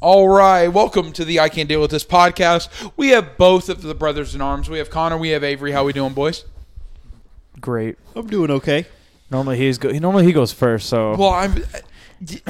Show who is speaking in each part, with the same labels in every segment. Speaker 1: All right, welcome to the I Can't Deal with This podcast. We have both of the brothers in arms. We have Connor. We have Avery. How we doing, boys?
Speaker 2: Great.
Speaker 3: I'm doing okay.
Speaker 2: Normally he's go- normally he goes first, so
Speaker 1: Well, I'm.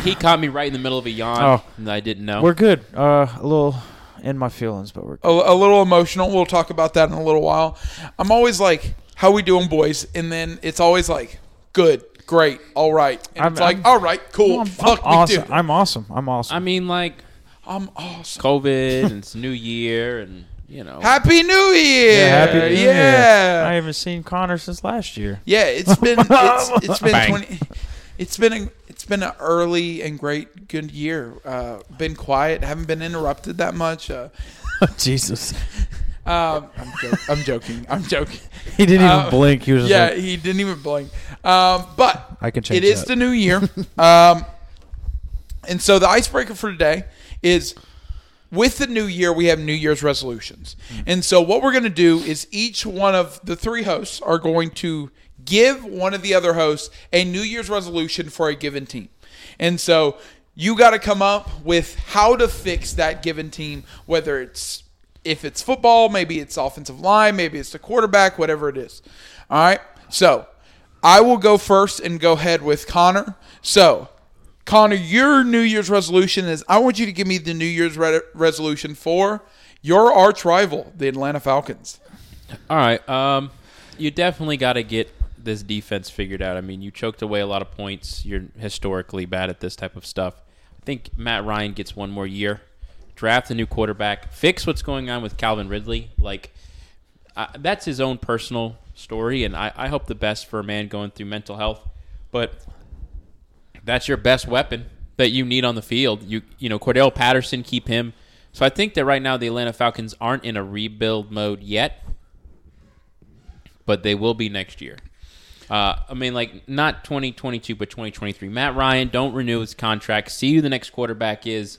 Speaker 4: He caught me right in the middle of a yawn
Speaker 2: Oh.
Speaker 4: and I didn't know.
Speaker 2: we're good. Uh, a little in my feelings, but we're
Speaker 1: a, a little emotional. We'll talk about that in a little while. I'm always like, "How we doing, boys?" And then it's always like, "Good, great, all right." And
Speaker 2: I'm-
Speaker 1: it's like,
Speaker 2: I'm-
Speaker 1: "All right, cool,
Speaker 2: I'm,
Speaker 1: Oh, fuck,
Speaker 2: I'm
Speaker 1: we
Speaker 2: awesome.
Speaker 1: do."
Speaker 2: I'm awesome. I'm awesome.
Speaker 4: I mean, like
Speaker 1: I'm awesome.
Speaker 4: COVID and it's New Year and you know.
Speaker 1: Happy New Year!
Speaker 2: yeah, happy New Year.
Speaker 1: Yeah.
Speaker 2: I haven't seen Connor since last year.
Speaker 1: Yeah, it's been it's, it's been
Speaker 4: Bang.
Speaker 1: twenty. It's been a, it's been an early and great good year. Uh, been quiet, haven't been interrupted that much. Uh,
Speaker 2: Jesus,
Speaker 1: um, I'm, jo- I'm joking. I'm joking.
Speaker 2: he didn't even
Speaker 1: Uh,
Speaker 2: blink. He was just
Speaker 1: Yeah,
Speaker 2: like,
Speaker 1: he didn't even blink. Um, but
Speaker 2: I can change
Speaker 1: it is
Speaker 2: that.
Speaker 1: the new year. um, and so the icebreaker for today is with the new year, we have New Year's resolutions. And so what we're going to do is each one of the three hosts are going to give one of the other hosts a New Year's resolution for a given team. And so you got to come up with how to fix that given team, whether it's if it's football, maybe it's offensive line, maybe it's the quarterback, whatever it is. All right. So I will go first and go ahead with Connor. So, Connor, your New Year's resolution is I want you to give me the New Year's re- resolution for your arch rival, the Atlanta Falcons.
Speaker 4: All right. Um, you definitely got to get this defense figured out. I mean, you choked away a lot of points. You're historically bad at this type of stuff. I think Matt Ryan gets one more year. Draft a new quarterback. Fix what's going on with Calvin Ridley. Like, I, that's his own personal story, and I, I hope the best for a man going through mental health. But that's your best weapon that you need on the field. You you know Cordell Patterson, keep him. So I think that right now the Atlanta Falcons aren't in a rebuild mode yet, but they will be next year. Uh, I mean, like not 2022, but 2023. Matt Ryan, don't renew his contract. See who the next quarterback is,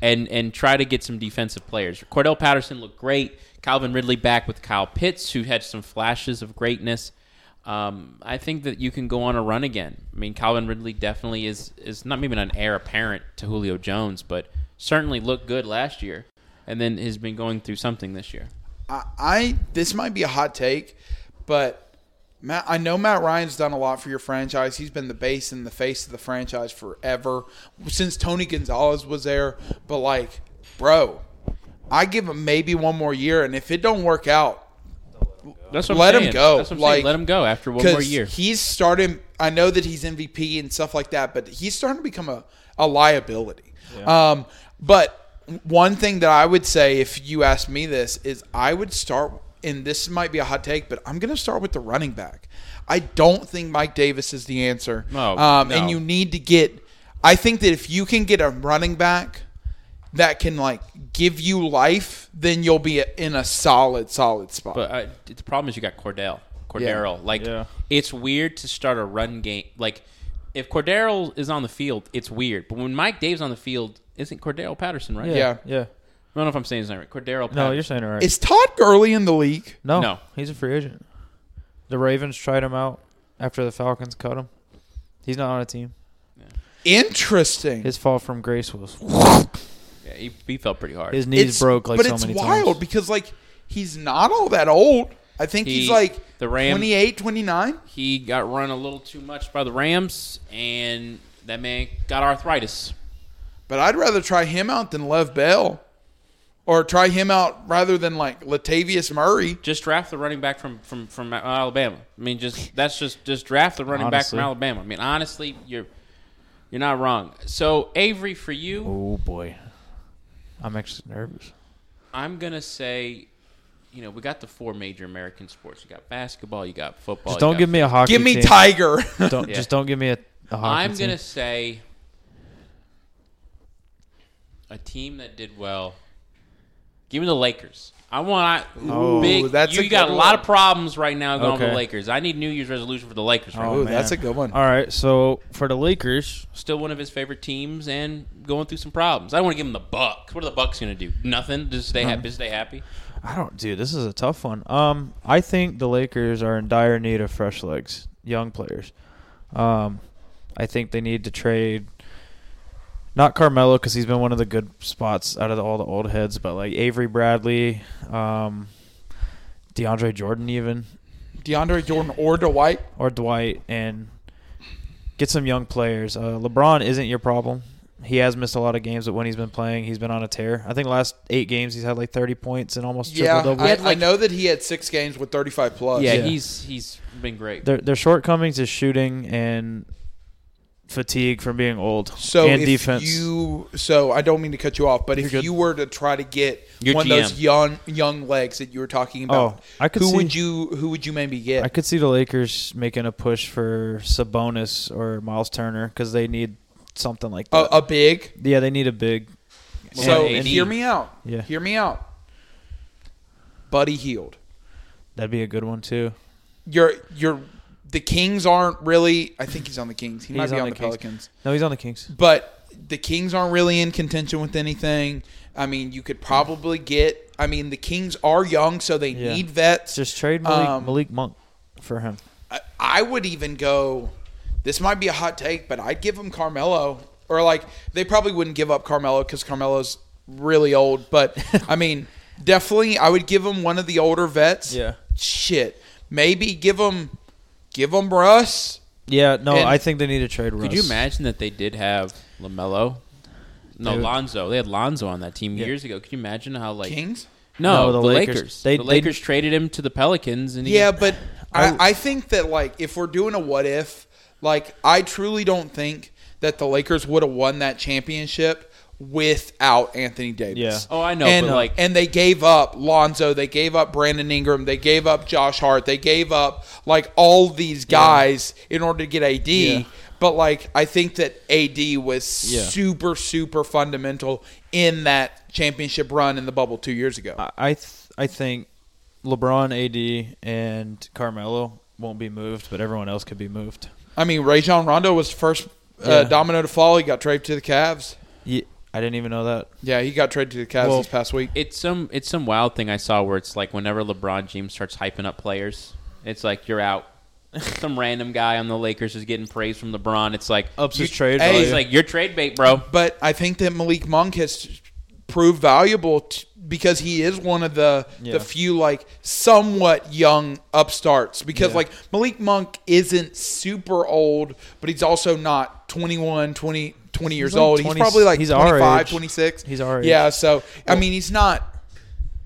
Speaker 4: and and try to get some defensive players. Cordell Patterson looked great. Calvin Ridley back with Kyle Pitts, who had some flashes of greatness. Um, I think that you can go on a run again. I mean, Calvin Ridley definitely is is not maybe not an heir apparent to Julio Jones, but certainly looked good last year, and then has been going through something this year.
Speaker 1: I, I this might be a hot take, but Matt, I know Matt Ryan's done a lot for your franchise. He's been the base and the face of the franchise forever since Tony Gonzalez was there. But like, bro, I give him maybe one more year, and if it don't work out,
Speaker 4: That's what
Speaker 1: Let him
Speaker 4: I'm saying.
Speaker 1: go.
Speaker 4: That's what I'm
Speaker 1: Like,
Speaker 4: saying. Let him go after one more
Speaker 1: because
Speaker 4: year.
Speaker 1: he's starting. I know that he's MVP and stuff like that, but he's starting to become a, a liability. Um, but one thing that I would say, if you ask me this, is I would start, and this might be a hot take, but I'm going to start with the running back. I don't think Mike Davis is the answer.
Speaker 4: No,
Speaker 1: um,
Speaker 4: no.
Speaker 1: And you need to get, I think that if you can get a running back that can like give you life, then you'll be in a solid, solid spot.
Speaker 4: But uh, the problem is you got Cordell, Cordero. Like
Speaker 2: Yeah.
Speaker 4: it's weird to start a run game. Like if Cordero is on the field, it's weird. But when Mike Dave's on the field, isn't Cordero Patterson right?
Speaker 1: Yeah.
Speaker 2: yeah.
Speaker 4: I don't know if I'm saying his name right. Cordero. Patterson.
Speaker 2: No, you're saying it right.
Speaker 1: is Todd Gurley in the league?
Speaker 2: no,
Speaker 4: No.
Speaker 2: he's a free agent. The Ravens tried him out after the Falcons cut him. He's not on a team.
Speaker 1: Interesting.
Speaker 2: His fall from grace was
Speaker 4: Yeah, he, he fell pretty hard.
Speaker 2: his knees
Speaker 1: It's-
Speaker 2: broke like
Speaker 1: but
Speaker 2: so
Speaker 1: it's
Speaker 2: many
Speaker 1: wild
Speaker 2: times.
Speaker 1: because like he's not all that old. I think he's
Speaker 4: He-
Speaker 1: like
Speaker 4: the Ram-
Speaker 1: 28, 29.
Speaker 4: he got run a little too much by the Rams, and that man got arthritis.
Speaker 1: But I'd rather try him out than Lev Bell, or try him out rather than like Latavius Murray.
Speaker 4: Just draft the running back from from from Alabama. I mean, just that's just just draft the running back
Speaker 2: Honestly.
Speaker 4: from Alabama. I mean, honestly, you're you're not wrong. So Avery, for you.
Speaker 2: Oh boy, I'm actually nervous.
Speaker 4: I'm gonna say, you know, we got the four major American sports. You got basketball. You got football.
Speaker 2: Just
Speaker 4: you
Speaker 2: don't
Speaker 4: got-
Speaker 2: give me a hockey.
Speaker 1: Give me
Speaker 2: team.
Speaker 1: Tiger.
Speaker 2: Don't just don't give me a. a hockey
Speaker 4: I'm
Speaker 2: team.
Speaker 4: gonna say a team that did well. Give me the Lakers. I want
Speaker 1: Ooh,
Speaker 4: big.
Speaker 1: Oh, that's
Speaker 4: you
Speaker 1: a
Speaker 4: got
Speaker 1: good
Speaker 4: a lot
Speaker 1: one.
Speaker 4: of problems right now going with
Speaker 2: Okay. Oh,
Speaker 4: the Lakers. I need New Year's resolution for the Lakers. right
Speaker 1: Ooh,
Speaker 4: now.
Speaker 1: that's a good one.
Speaker 2: All right, so for the Lakers,
Speaker 4: Still one of his favorite teams and going through some problems. I want to give him the Bucks. What are the Bucks gonna do? Nothing. Just stay happy.
Speaker 2: Uh-huh.
Speaker 4: Just stay happy.
Speaker 2: I don't, dude. This is a tough one. Um, I think the Lakers are in dire need of fresh legs, young players. Um, I think they need to trade Not Carmelo because he's been one of the good spots out of the, all the old heads, but like Avery Bradley, um, DeAndre Jordan, even
Speaker 1: DeAndre Jordan or Dwight.
Speaker 2: or Dwight, and get some young players. Uh, LeBron isn't your problem. He has missed a lot of games, but when he's been playing, he's been on a tear. I think last eight games he's had like thirty points and almost triple
Speaker 1: Yeah,
Speaker 2: double.
Speaker 1: I,
Speaker 4: had, like-
Speaker 1: I know that he had six games with 35 plus.
Speaker 4: yeah,
Speaker 2: Yeah.
Speaker 4: he's he's been great.
Speaker 2: Their their shortcomings is shooting and fatigue from being old
Speaker 1: So
Speaker 2: and
Speaker 1: if
Speaker 2: defense.
Speaker 1: you, so I don't mean to cut you off, but
Speaker 2: You're
Speaker 1: if
Speaker 2: good.
Speaker 1: you were to try to get
Speaker 4: Your
Speaker 1: one of those
Speaker 4: GM.
Speaker 1: young young legs that you were talking about,
Speaker 2: Oh, I could
Speaker 1: who
Speaker 2: see-
Speaker 1: would you who would you maybe get?
Speaker 2: I could see the Lakers making a push for Sabonis or Miles Turner because they need something like that.
Speaker 1: a, a big.
Speaker 2: yeah, they need a big.
Speaker 1: So
Speaker 4: AD.
Speaker 1: hear me out.
Speaker 2: Yeah.
Speaker 1: Hear me out. Buddy Healed.
Speaker 2: That'd be a good one too.
Speaker 1: You're you're the Kings aren't really I think he's on the Kings. He might
Speaker 2: He's
Speaker 1: be on,
Speaker 2: on
Speaker 1: the,
Speaker 2: the Kings.
Speaker 1: Pelicans.
Speaker 2: No, he's on the Kings.
Speaker 1: But the Kings aren't really in contention with anything. I mean, you could probably get I mean, the Kings are young, so they
Speaker 2: Yeah.
Speaker 1: need vets.
Speaker 2: Just trade Malik,
Speaker 1: Um,
Speaker 2: Malik Monk for him.
Speaker 1: I, I would even go. This might be a hot take, but I'd give him Carmelo, or like they probably wouldn't give up Carmelo because Carmelo's really old. But I mean, definitely, I would give him one of the older vets.
Speaker 2: Yeah.
Speaker 1: Shit, maybe give him, give him Russ.
Speaker 2: Yeah, no,
Speaker 1: And-
Speaker 2: I think they need to trade Russ.
Speaker 4: Could you imagine that they did have Lamelo? No,
Speaker 2: They would-
Speaker 4: Lonzo. They had Lonzo on that team
Speaker 2: Yeah.
Speaker 4: years ago. Could you imagine how like
Speaker 1: Kings.
Speaker 4: No,
Speaker 2: No,
Speaker 4: the,
Speaker 2: the
Speaker 4: Lakers.
Speaker 2: Lakers. They-
Speaker 4: the
Speaker 2: they-
Speaker 4: Lakers traded him to the Pelicans, and he-
Speaker 1: Yeah, but
Speaker 2: I-
Speaker 1: I, I think that like if we're doing a what if, like I truly don't think that the Lakers would have won that championship without Anthony Davis.
Speaker 2: Yeah.
Speaker 4: Oh, I know,
Speaker 1: And
Speaker 4: but, like-
Speaker 1: and they gave up Lonzo, they gave up Brandon Ingram, they gave up Josh Hart, they gave up like all these guys in order to get AD.
Speaker 2: Yeah.
Speaker 1: But like I think that AD was
Speaker 2: Yeah.
Speaker 1: super super fundamental in that championship run in the bubble 2 years ago.
Speaker 2: I I th- I think LeBron, AD, and Carmelo won't be moved, but everyone else could be moved.
Speaker 1: I mean, Rajon Rondo was the first uh,
Speaker 2: Yeah.
Speaker 1: domino to fall. He got traded to the Cavs.
Speaker 2: Yeah, I didn't even know that.
Speaker 1: Yeah, he got traded to the Cavs
Speaker 2: Well-
Speaker 1: this past week.
Speaker 4: it's some it's some wild thing I saw where it's like whenever LeBron James starts hyping up players, it's like you're out. some random guy on the Lakers is getting praise from LeBron. It's like
Speaker 2: Ups his
Speaker 4: you-
Speaker 2: trade
Speaker 1: hey,
Speaker 4: He's
Speaker 2: value.
Speaker 4: like your trade bait, bro.
Speaker 1: But I think that Malik Monk has proved valuable t- because he is one of the
Speaker 2: Yeah.
Speaker 1: the few like somewhat young upstarts. Because
Speaker 2: Yeah.
Speaker 1: like Malik Monk isn't super old, but he's also not 21, 20, 20 years
Speaker 2: like
Speaker 1: old.
Speaker 2: 20
Speaker 1: he's probably like
Speaker 2: he's our
Speaker 1: 25,
Speaker 2: age.
Speaker 1: 26.
Speaker 2: He's our age.
Speaker 1: Yeah, so I mean, he's not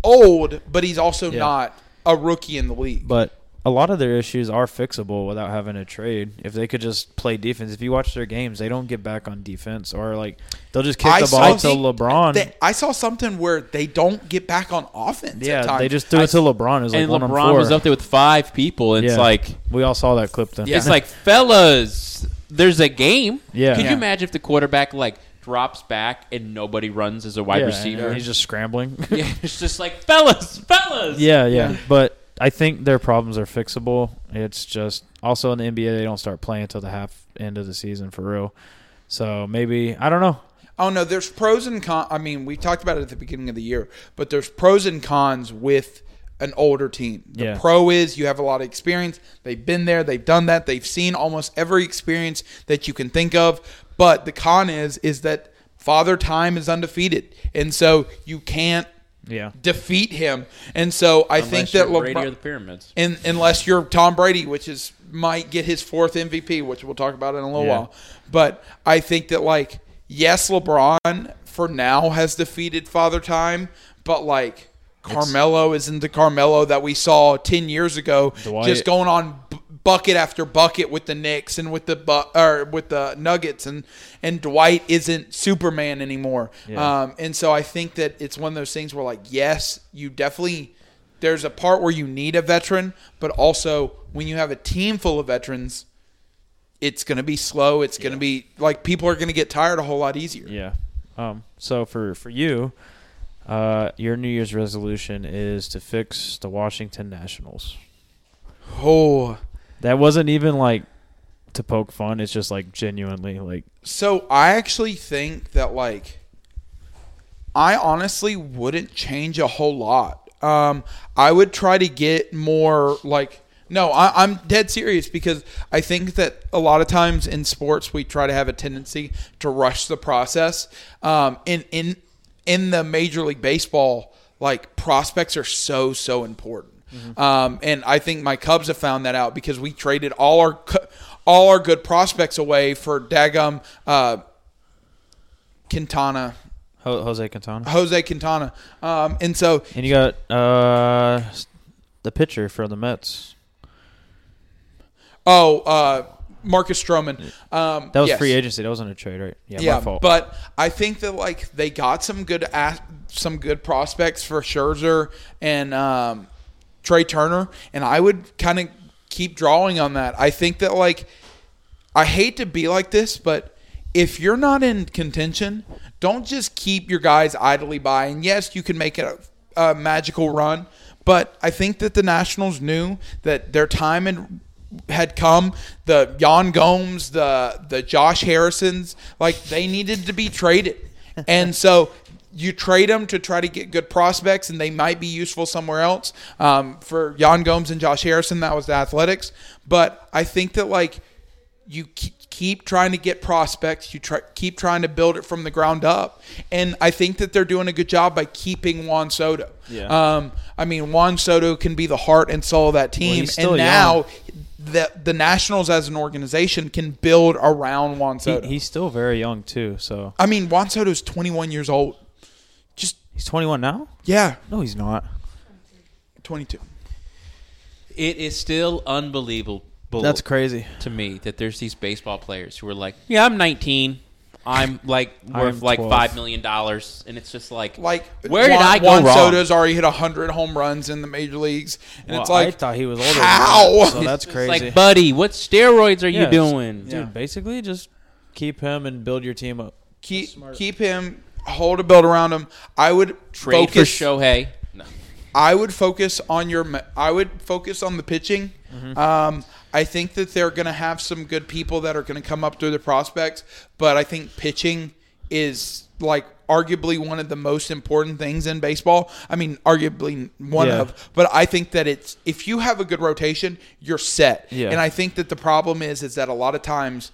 Speaker 1: old, but he's also
Speaker 2: Yeah.
Speaker 1: not a rookie in the league.
Speaker 2: But a lot of their issues are fixable without having a trade. If they could just play defense, if you watch their games, they don't get back on defense or like they'll just kick
Speaker 1: I
Speaker 2: the
Speaker 1: saw
Speaker 2: ball to
Speaker 1: the-
Speaker 2: LeBron.
Speaker 1: They- I saw something where they don't get back on offense. at
Speaker 2: yeah,
Speaker 1: times.
Speaker 2: they just threw
Speaker 4: I
Speaker 2: it to
Speaker 4: s-
Speaker 2: LeBron. It was like
Speaker 4: and
Speaker 2: one
Speaker 4: LeBron
Speaker 2: on four.
Speaker 4: was up there with five people. And It's
Speaker 2: Yeah.
Speaker 4: like
Speaker 2: we all saw that clip then.
Speaker 1: Yeah.
Speaker 4: it's like fellas, there's a game.
Speaker 2: Yeah.
Speaker 4: Could
Speaker 1: Yeah.
Speaker 4: you imagine if the quarterback like drops back and nobody runs as a wide
Speaker 2: Yeah,
Speaker 4: receiver?
Speaker 2: and he's just scrambling.
Speaker 4: yeah, it's just like fellas, fellas.
Speaker 2: yeah, yeah,
Speaker 1: Yeah.
Speaker 2: But I think their problems are fixable. It's just also in the NBA they don't start playing until the half end of the season for real. So maybe I don't know.
Speaker 1: Oh no, there's pros and cons. I mean, we talked about it at the beginning of the year, but there's pros and cons with an older team. The
Speaker 2: Yeah.
Speaker 1: pro is you have a lot of experience. They've been there, they've done that, they've seen almost every experience that you can think of. But the con is is that father time is undefeated, and so you can't
Speaker 2: Yeah.
Speaker 1: defeat him. And so I
Speaker 4: Unless
Speaker 1: think that
Speaker 4: you're Brady
Speaker 1: LeBron-
Speaker 4: or the pyramids.
Speaker 1: in, unless you're Tom Brady, which is might get his fourth MVP, which we'll talk about in a little
Speaker 2: Yeah.
Speaker 1: while. But I think that like yes, LeBron for now has defeated Father Time, but like Carmelo isn't the Carmelo that we saw ten years ago,
Speaker 2: Dwight.
Speaker 1: just going on b- bucket after bucket with the Knicks and with the bu- or with the Nuggets and and Dwight isn't Superman anymore.
Speaker 2: Yeah.
Speaker 1: Um, and so I think that it's one of those things where like yes, you definitely there's a part where you need a veteran, but also when you have a team full of veterans, it's going to be slow. It's going to be like people are going to get tired a whole lot easier.
Speaker 2: Yeah. Um, so for for you, uh, your New Year's resolution is to fix the Washington Nationals.
Speaker 1: Oh,
Speaker 2: That wasn't even like to poke fun. It's just like genuinely like
Speaker 1: so I actually think that like I honestly wouldn't change a whole lot. Um, I would try to get more like No, I, I'm dead serious because I think that a lot of times in sports we try to have a tendency to rush the process. Um, in in in the Major League Baseball, like prospects are so so important, um, and I think my Cubs have found that out because we traded all our cu- all our good prospects away for Dagum uh, Quintana,
Speaker 2: Ho- Jose Quintana.
Speaker 1: Jose Quintana, um, and so
Speaker 2: And you got uh, the pitcher for the Mets.
Speaker 1: oh uh, Marcus Stroman. Um,
Speaker 2: That was
Speaker 1: yes.
Speaker 2: free agency. That wasn't a trade, right? Yeah,
Speaker 1: yeah,
Speaker 2: my fault.
Speaker 1: but I think that like they got some good ass- some good prospects for Scherzer and um, Trey Turner, and I would kind of keep drawing on that. I think that like I hate to be like this, but if you're not in contention, don't just keep your guys idly by. And yes, you can make a, a magical run, but I think that the Nationals knew that their time had, had come. The Jan Gomes, the the Josh Harrisons, like they needed to be traded, and so. You trade them to try to get good prospects, and they might be useful somewhere else. Um, for Jan Gomes and Josh Harrison, that was the Athletics. But I think that like you ke- keep trying to get prospects you try, keep trying to build it from the ground up and i think that they're doing a good job by keeping juan soto
Speaker 2: Yeah.
Speaker 1: um, i mean juan soto can be the heart and soul of that team
Speaker 2: he's still
Speaker 1: and now the, the nationals as an organization can build around juan
Speaker 2: he,
Speaker 1: soto
Speaker 2: he's still very young too. So
Speaker 1: i mean juan soto's 21 years old just
Speaker 2: he's 21 now.
Speaker 1: yeah
Speaker 2: No, he's not.
Speaker 1: 22
Speaker 4: It is still unbelievable.
Speaker 2: That's crazy.
Speaker 4: to me that there's these baseball players who are like, yeah, I'm 19. I'm like worth
Speaker 2: I'm
Speaker 4: like
Speaker 2: 12.
Speaker 4: five million dollars, and it's just like,
Speaker 1: like
Speaker 4: where did
Speaker 1: Juan-
Speaker 4: I go
Speaker 1: juan
Speaker 4: wrong?
Speaker 1: soto's already hit 100 home runs in the major leagues and it's
Speaker 2: Well, I
Speaker 1: like
Speaker 2: thought he was older. than
Speaker 1: how?
Speaker 2: that, so
Speaker 1: It's
Speaker 2: that's
Speaker 4: It's
Speaker 2: crazy.
Speaker 4: like, buddy, what steroids are
Speaker 2: Yeah,
Speaker 4: you doing?
Speaker 2: dude? Basically, just keep him and build your team up.
Speaker 1: keep keep him hold a build around him i would
Speaker 4: Trade
Speaker 1: focus
Speaker 4: for Shohei. No.
Speaker 1: i would focus on your me- i would focus on the pitching um i think that they're going to have some good people that are going to come up through the prospects but i think pitching is like arguably one of the most important things in baseball i mean arguably one
Speaker 2: Yeah.
Speaker 1: of but i think that it's if you have a good rotation you're set
Speaker 2: Yeah.
Speaker 1: and i think that the problem is is that a lot of times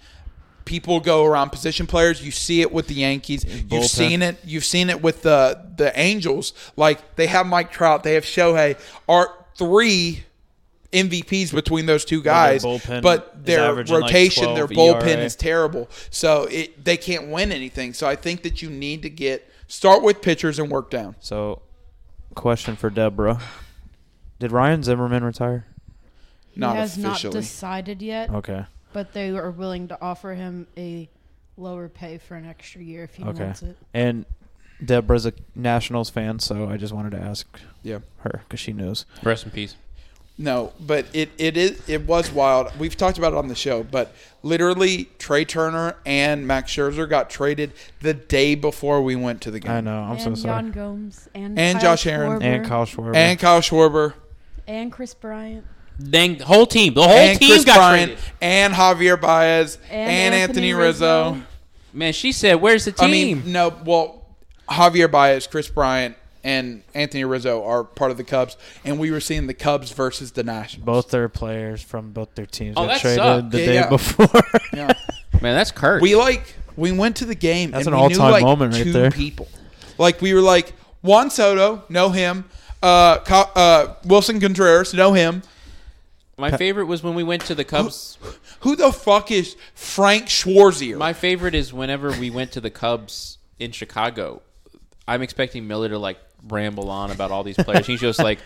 Speaker 1: people go around position players. You see it with the Yankees.
Speaker 2: bullpen.
Speaker 1: You've seen it. You've seen it with the the Angels. Like they have Mike Trout. They have Shohei. Are three MVPs between those two guys.
Speaker 2: bullpen is
Speaker 1: but their
Speaker 2: averaging, like, E
Speaker 1: rotation, their
Speaker 2: 12
Speaker 1: bullpen
Speaker 2: ERA.
Speaker 1: is terrible. So it they can't win anything. So I think that you need to get start with pitchers and work down.
Speaker 2: So, question for Deborah: Did Ryan Zimmerman retire?
Speaker 1: Not
Speaker 3: he has
Speaker 1: officially.
Speaker 3: not decided yet,
Speaker 2: Okay.
Speaker 3: but they are willing to offer him a lower pay for an extra year if he
Speaker 2: Okay.
Speaker 3: wants it.
Speaker 2: And Deborah's a Nationals fan, so I just wanted to ask
Speaker 1: yeah.
Speaker 2: her because she knows.
Speaker 4: Rest in peace.
Speaker 1: No, but it, it is it was wild. We've talked about it on the show, but literally Trey Turner and Max Scherzer got traded the day before we went to the game.
Speaker 2: I know. I'm so
Speaker 3: and
Speaker 2: sorry.
Speaker 3: Jan Gomes and
Speaker 1: And
Speaker 3: Kyle
Speaker 1: Josh Aaron.
Speaker 3: Schwarber
Speaker 2: and Kyle Schwarber.
Speaker 1: And Kyle Schwarber,
Speaker 3: and Chris Bryant
Speaker 4: Dang, the whole team, the whole
Speaker 1: and
Speaker 4: team
Speaker 1: Chris
Speaker 4: got
Speaker 1: Bryant,
Speaker 4: traded.
Speaker 1: and Javier Baez, and, Anthony, Rizzo.
Speaker 4: Man, she said, "Where's the team?"
Speaker 1: I mean, no, well, Javier Baez, Chris Bryant, and Anthony Rizzo are part of the Cubs, and we were seeing the Cubs versus the Nationals.
Speaker 2: both their players from both their teams
Speaker 4: Oh,
Speaker 2: got
Speaker 4: that
Speaker 2: traded
Speaker 4: sucked.
Speaker 2: the
Speaker 1: Yeah,
Speaker 2: day
Speaker 1: yeah.
Speaker 2: before.
Speaker 1: Yeah.
Speaker 4: Man, that's Kurt.
Speaker 1: We like we went to the game.
Speaker 2: That's
Speaker 1: and
Speaker 2: an
Speaker 1: we
Speaker 2: all-time
Speaker 1: knew, like,
Speaker 2: moment right
Speaker 1: two
Speaker 2: there.
Speaker 1: People, like we were like Juan Soto, know him. Uh, Co- uh, Wilson Contreras, know him.
Speaker 4: My favorite was when we went to the Cubs.
Speaker 1: Who the fuck is Frank Schwarzier?
Speaker 4: My favorite is whenever we went to the Cubs in Chicago. I'm expecting Miller to like ramble on about all these players. He's just like,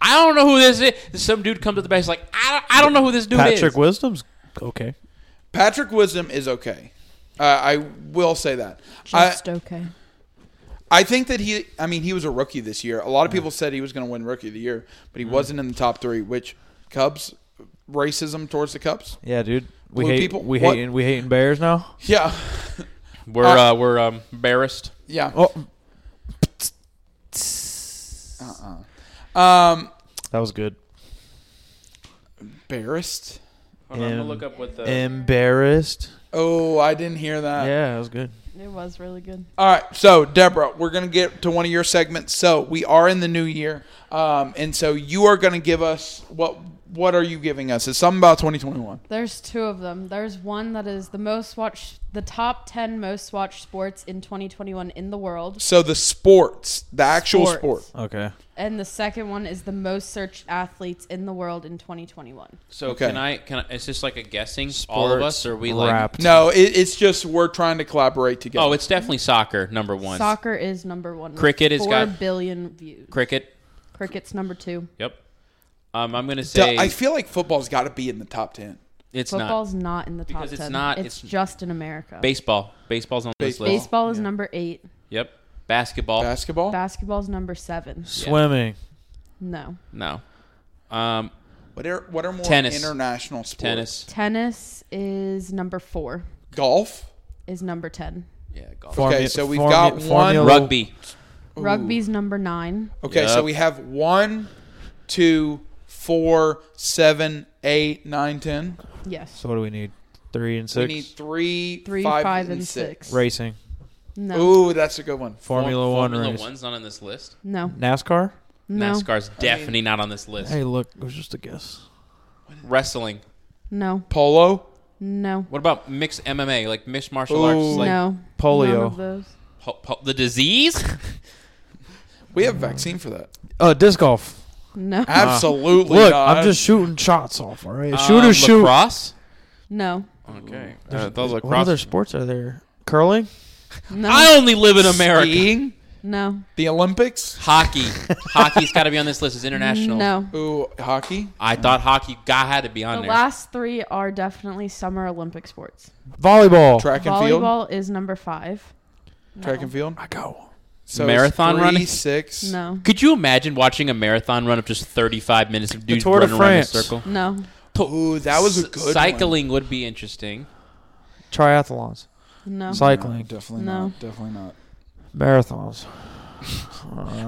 Speaker 4: I don't know who this is. Some dude comes up the base like, I don't, I don't know who this dude
Speaker 2: Patrick
Speaker 4: is.
Speaker 2: Wisdom's okay.
Speaker 1: Patrick Wisdom is okay. Uh, I will say that. I,
Speaker 3: just okay.
Speaker 1: I think that he. I mean, he was a rookie this year. A lot of people said he was going to win rookie of the year, but he wasn't in the top three. Which Cubs racism towards the Cubs?
Speaker 2: Yeah, dude. We
Speaker 1: Blue
Speaker 2: hate
Speaker 1: people?
Speaker 2: we
Speaker 1: What?
Speaker 2: hating we hating Bears now.
Speaker 1: Yeah,
Speaker 4: We're uh, we're um, embarrassed.
Speaker 1: yeah.
Speaker 2: Oh,
Speaker 1: Um,
Speaker 2: that was good.
Speaker 1: embarrassed.
Speaker 4: Hold on, I'm
Speaker 2: Em-
Speaker 4: gonna look up
Speaker 1: Uh,
Speaker 4: what the
Speaker 2: Embarrassed.
Speaker 1: Oh, I didn't hear that.
Speaker 2: yeah, that was good.
Speaker 3: It was really good.
Speaker 1: All right, so Deborah, we're gonna get to one of your segments. So we are in the new year, um, and so you are gonna give us what what are you giving us? It's something about 2021.
Speaker 3: There's two of them. There's one that is the most watched, the top 10 most watched sports in 2021 in the world.
Speaker 1: So the sports, the actual sport.
Speaker 2: Okay.
Speaker 3: And the second one is the most searched athletes in the world in 2021.
Speaker 4: So
Speaker 1: Okay.
Speaker 4: can I? Can I, it's just like a guessing. all of us, or are we like?
Speaker 2: wrapped.
Speaker 1: No, it, it's just we're trying to collaborate together.
Speaker 4: Oh, it's definitely soccer number one.
Speaker 3: Soccer is number one. with
Speaker 4: Cricket has
Speaker 3: four
Speaker 4: got-
Speaker 3: billion views.
Speaker 4: Cricket.
Speaker 3: Cricket's number two.
Speaker 4: Yep. Um, I'm gonna say
Speaker 1: Duh, I feel like football's got to be in the top 10.
Speaker 4: it's not
Speaker 3: Football's not, in the top
Speaker 4: Because it's
Speaker 3: 10.
Speaker 4: not-
Speaker 3: It's,
Speaker 4: it's-
Speaker 3: just in America.
Speaker 4: baseball. Baseball's on this
Speaker 1: Baseball.
Speaker 4: list.
Speaker 3: Baseball is number eight.
Speaker 4: Yep. Basketball.
Speaker 1: Basketball?
Speaker 3: Basketball's number seven.
Speaker 2: Swimming.
Speaker 3: No.
Speaker 4: no. Um,
Speaker 1: what are what are more
Speaker 4: Tennis.
Speaker 1: international sports?
Speaker 4: tennis.
Speaker 3: Tennis is number four.
Speaker 1: Golf?
Speaker 3: Is number ten.
Speaker 4: Yeah. Golf.
Speaker 2: Formu-
Speaker 1: Okay, so we've
Speaker 2: formu-
Speaker 1: got one-
Speaker 2: formula-
Speaker 4: Rugby.
Speaker 3: Rugby's number nine.
Speaker 1: Okay, so
Speaker 4: Yep.
Speaker 1: we have one, two, four, seven, eight, nine, ten.
Speaker 3: Yes.
Speaker 2: So what do we need? Three and
Speaker 1: We
Speaker 2: six.
Speaker 1: need three,
Speaker 3: Three,
Speaker 1: five,
Speaker 3: five, and six.
Speaker 2: Racing.
Speaker 3: No.
Speaker 1: Ooh, that's a good one.
Speaker 2: Formula,
Speaker 4: Form-
Speaker 2: One
Speaker 4: Formula
Speaker 2: race.
Speaker 4: One's not on this list.
Speaker 3: No.
Speaker 2: NASCAR.
Speaker 3: No.
Speaker 4: NASCAR's definitely not on this list.
Speaker 2: Hey, look, it was just a guess.
Speaker 4: Wrestling.
Speaker 3: No.
Speaker 1: Polo?
Speaker 3: No.
Speaker 4: What about mixed MMA, like mixed martial
Speaker 1: Ooh.
Speaker 4: arts, like
Speaker 3: no.
Speaker 2: polio.
Speaker 3: None of those.
Speaker 4: po- po- the disease?
Speaker 1: We have a vaccine for that.
Speaker 2: Uh, disc golf.
Speaker 3: No.
Speaker 1: Absolutely
Speaker 2: Look,
Speaker 1: not.
Speaker 2: I'm just shooting shots off. All right,
Speaker 4: Um,
Speaker 2: shoot or shoot.
Speaker 4: Lacrosse.
Speaker 3: no.
Speaker 4: Okay, Uh,
Speaker 2: There's-
Speaker 4: those
Speaker 2: what
Speaker 4: lacrosse.
Speaker 2: other sports are there? Curling.
Speaker 3: No.
Speaker 4: I only live in America.
Speaker 1: Skiing?
Speaker 3: no.
Speaker 1: The Olympics?
Speaker 4: Hockey. Hockey's got to be on this list. It's international.
Speaker 3: No.
Speaker 1: Ooh, hockey?
Speaker 4: I thought hockey got had to be
Speaker 3: The
Speaker 4: on there.
Speaker 3: last three are definitely summer Olympic sports.
Speaker 2: Volleyball.
Speaker 1: Track and field?
Speaker 3: Volleyball is number five.
Speaker 1: Track and field?
Speaker 2: I go.
Speaker 1: So it's
Speaker 4: Marathon
Speaker 1: three,
Speaker 4: running?
Speaker 1: six.
Speaker 3: No.
Speaker 4: Could you imagine watching a marathon run of just 35 minutes of dudes
Speaker 2: Tour de
Speaker 4: running around in a
Speaker 2: France.
Speaker 4: circle?
Speaker 3: No.
Speaker 1: Ooh, that was a
Speaker 4: S-
Speaker 1: good one.
Speaker 4: Cycling would be interesting.
Speaker 2: Triathlons.
Speaker 3: No.
Speaker 1: No,
Speaker 2: Cycling.
Speaker 1: definitely
Speaker 3: No.
Speaker 1: not. Definitely not. Uh-huh.
Speaker 2: Marathons.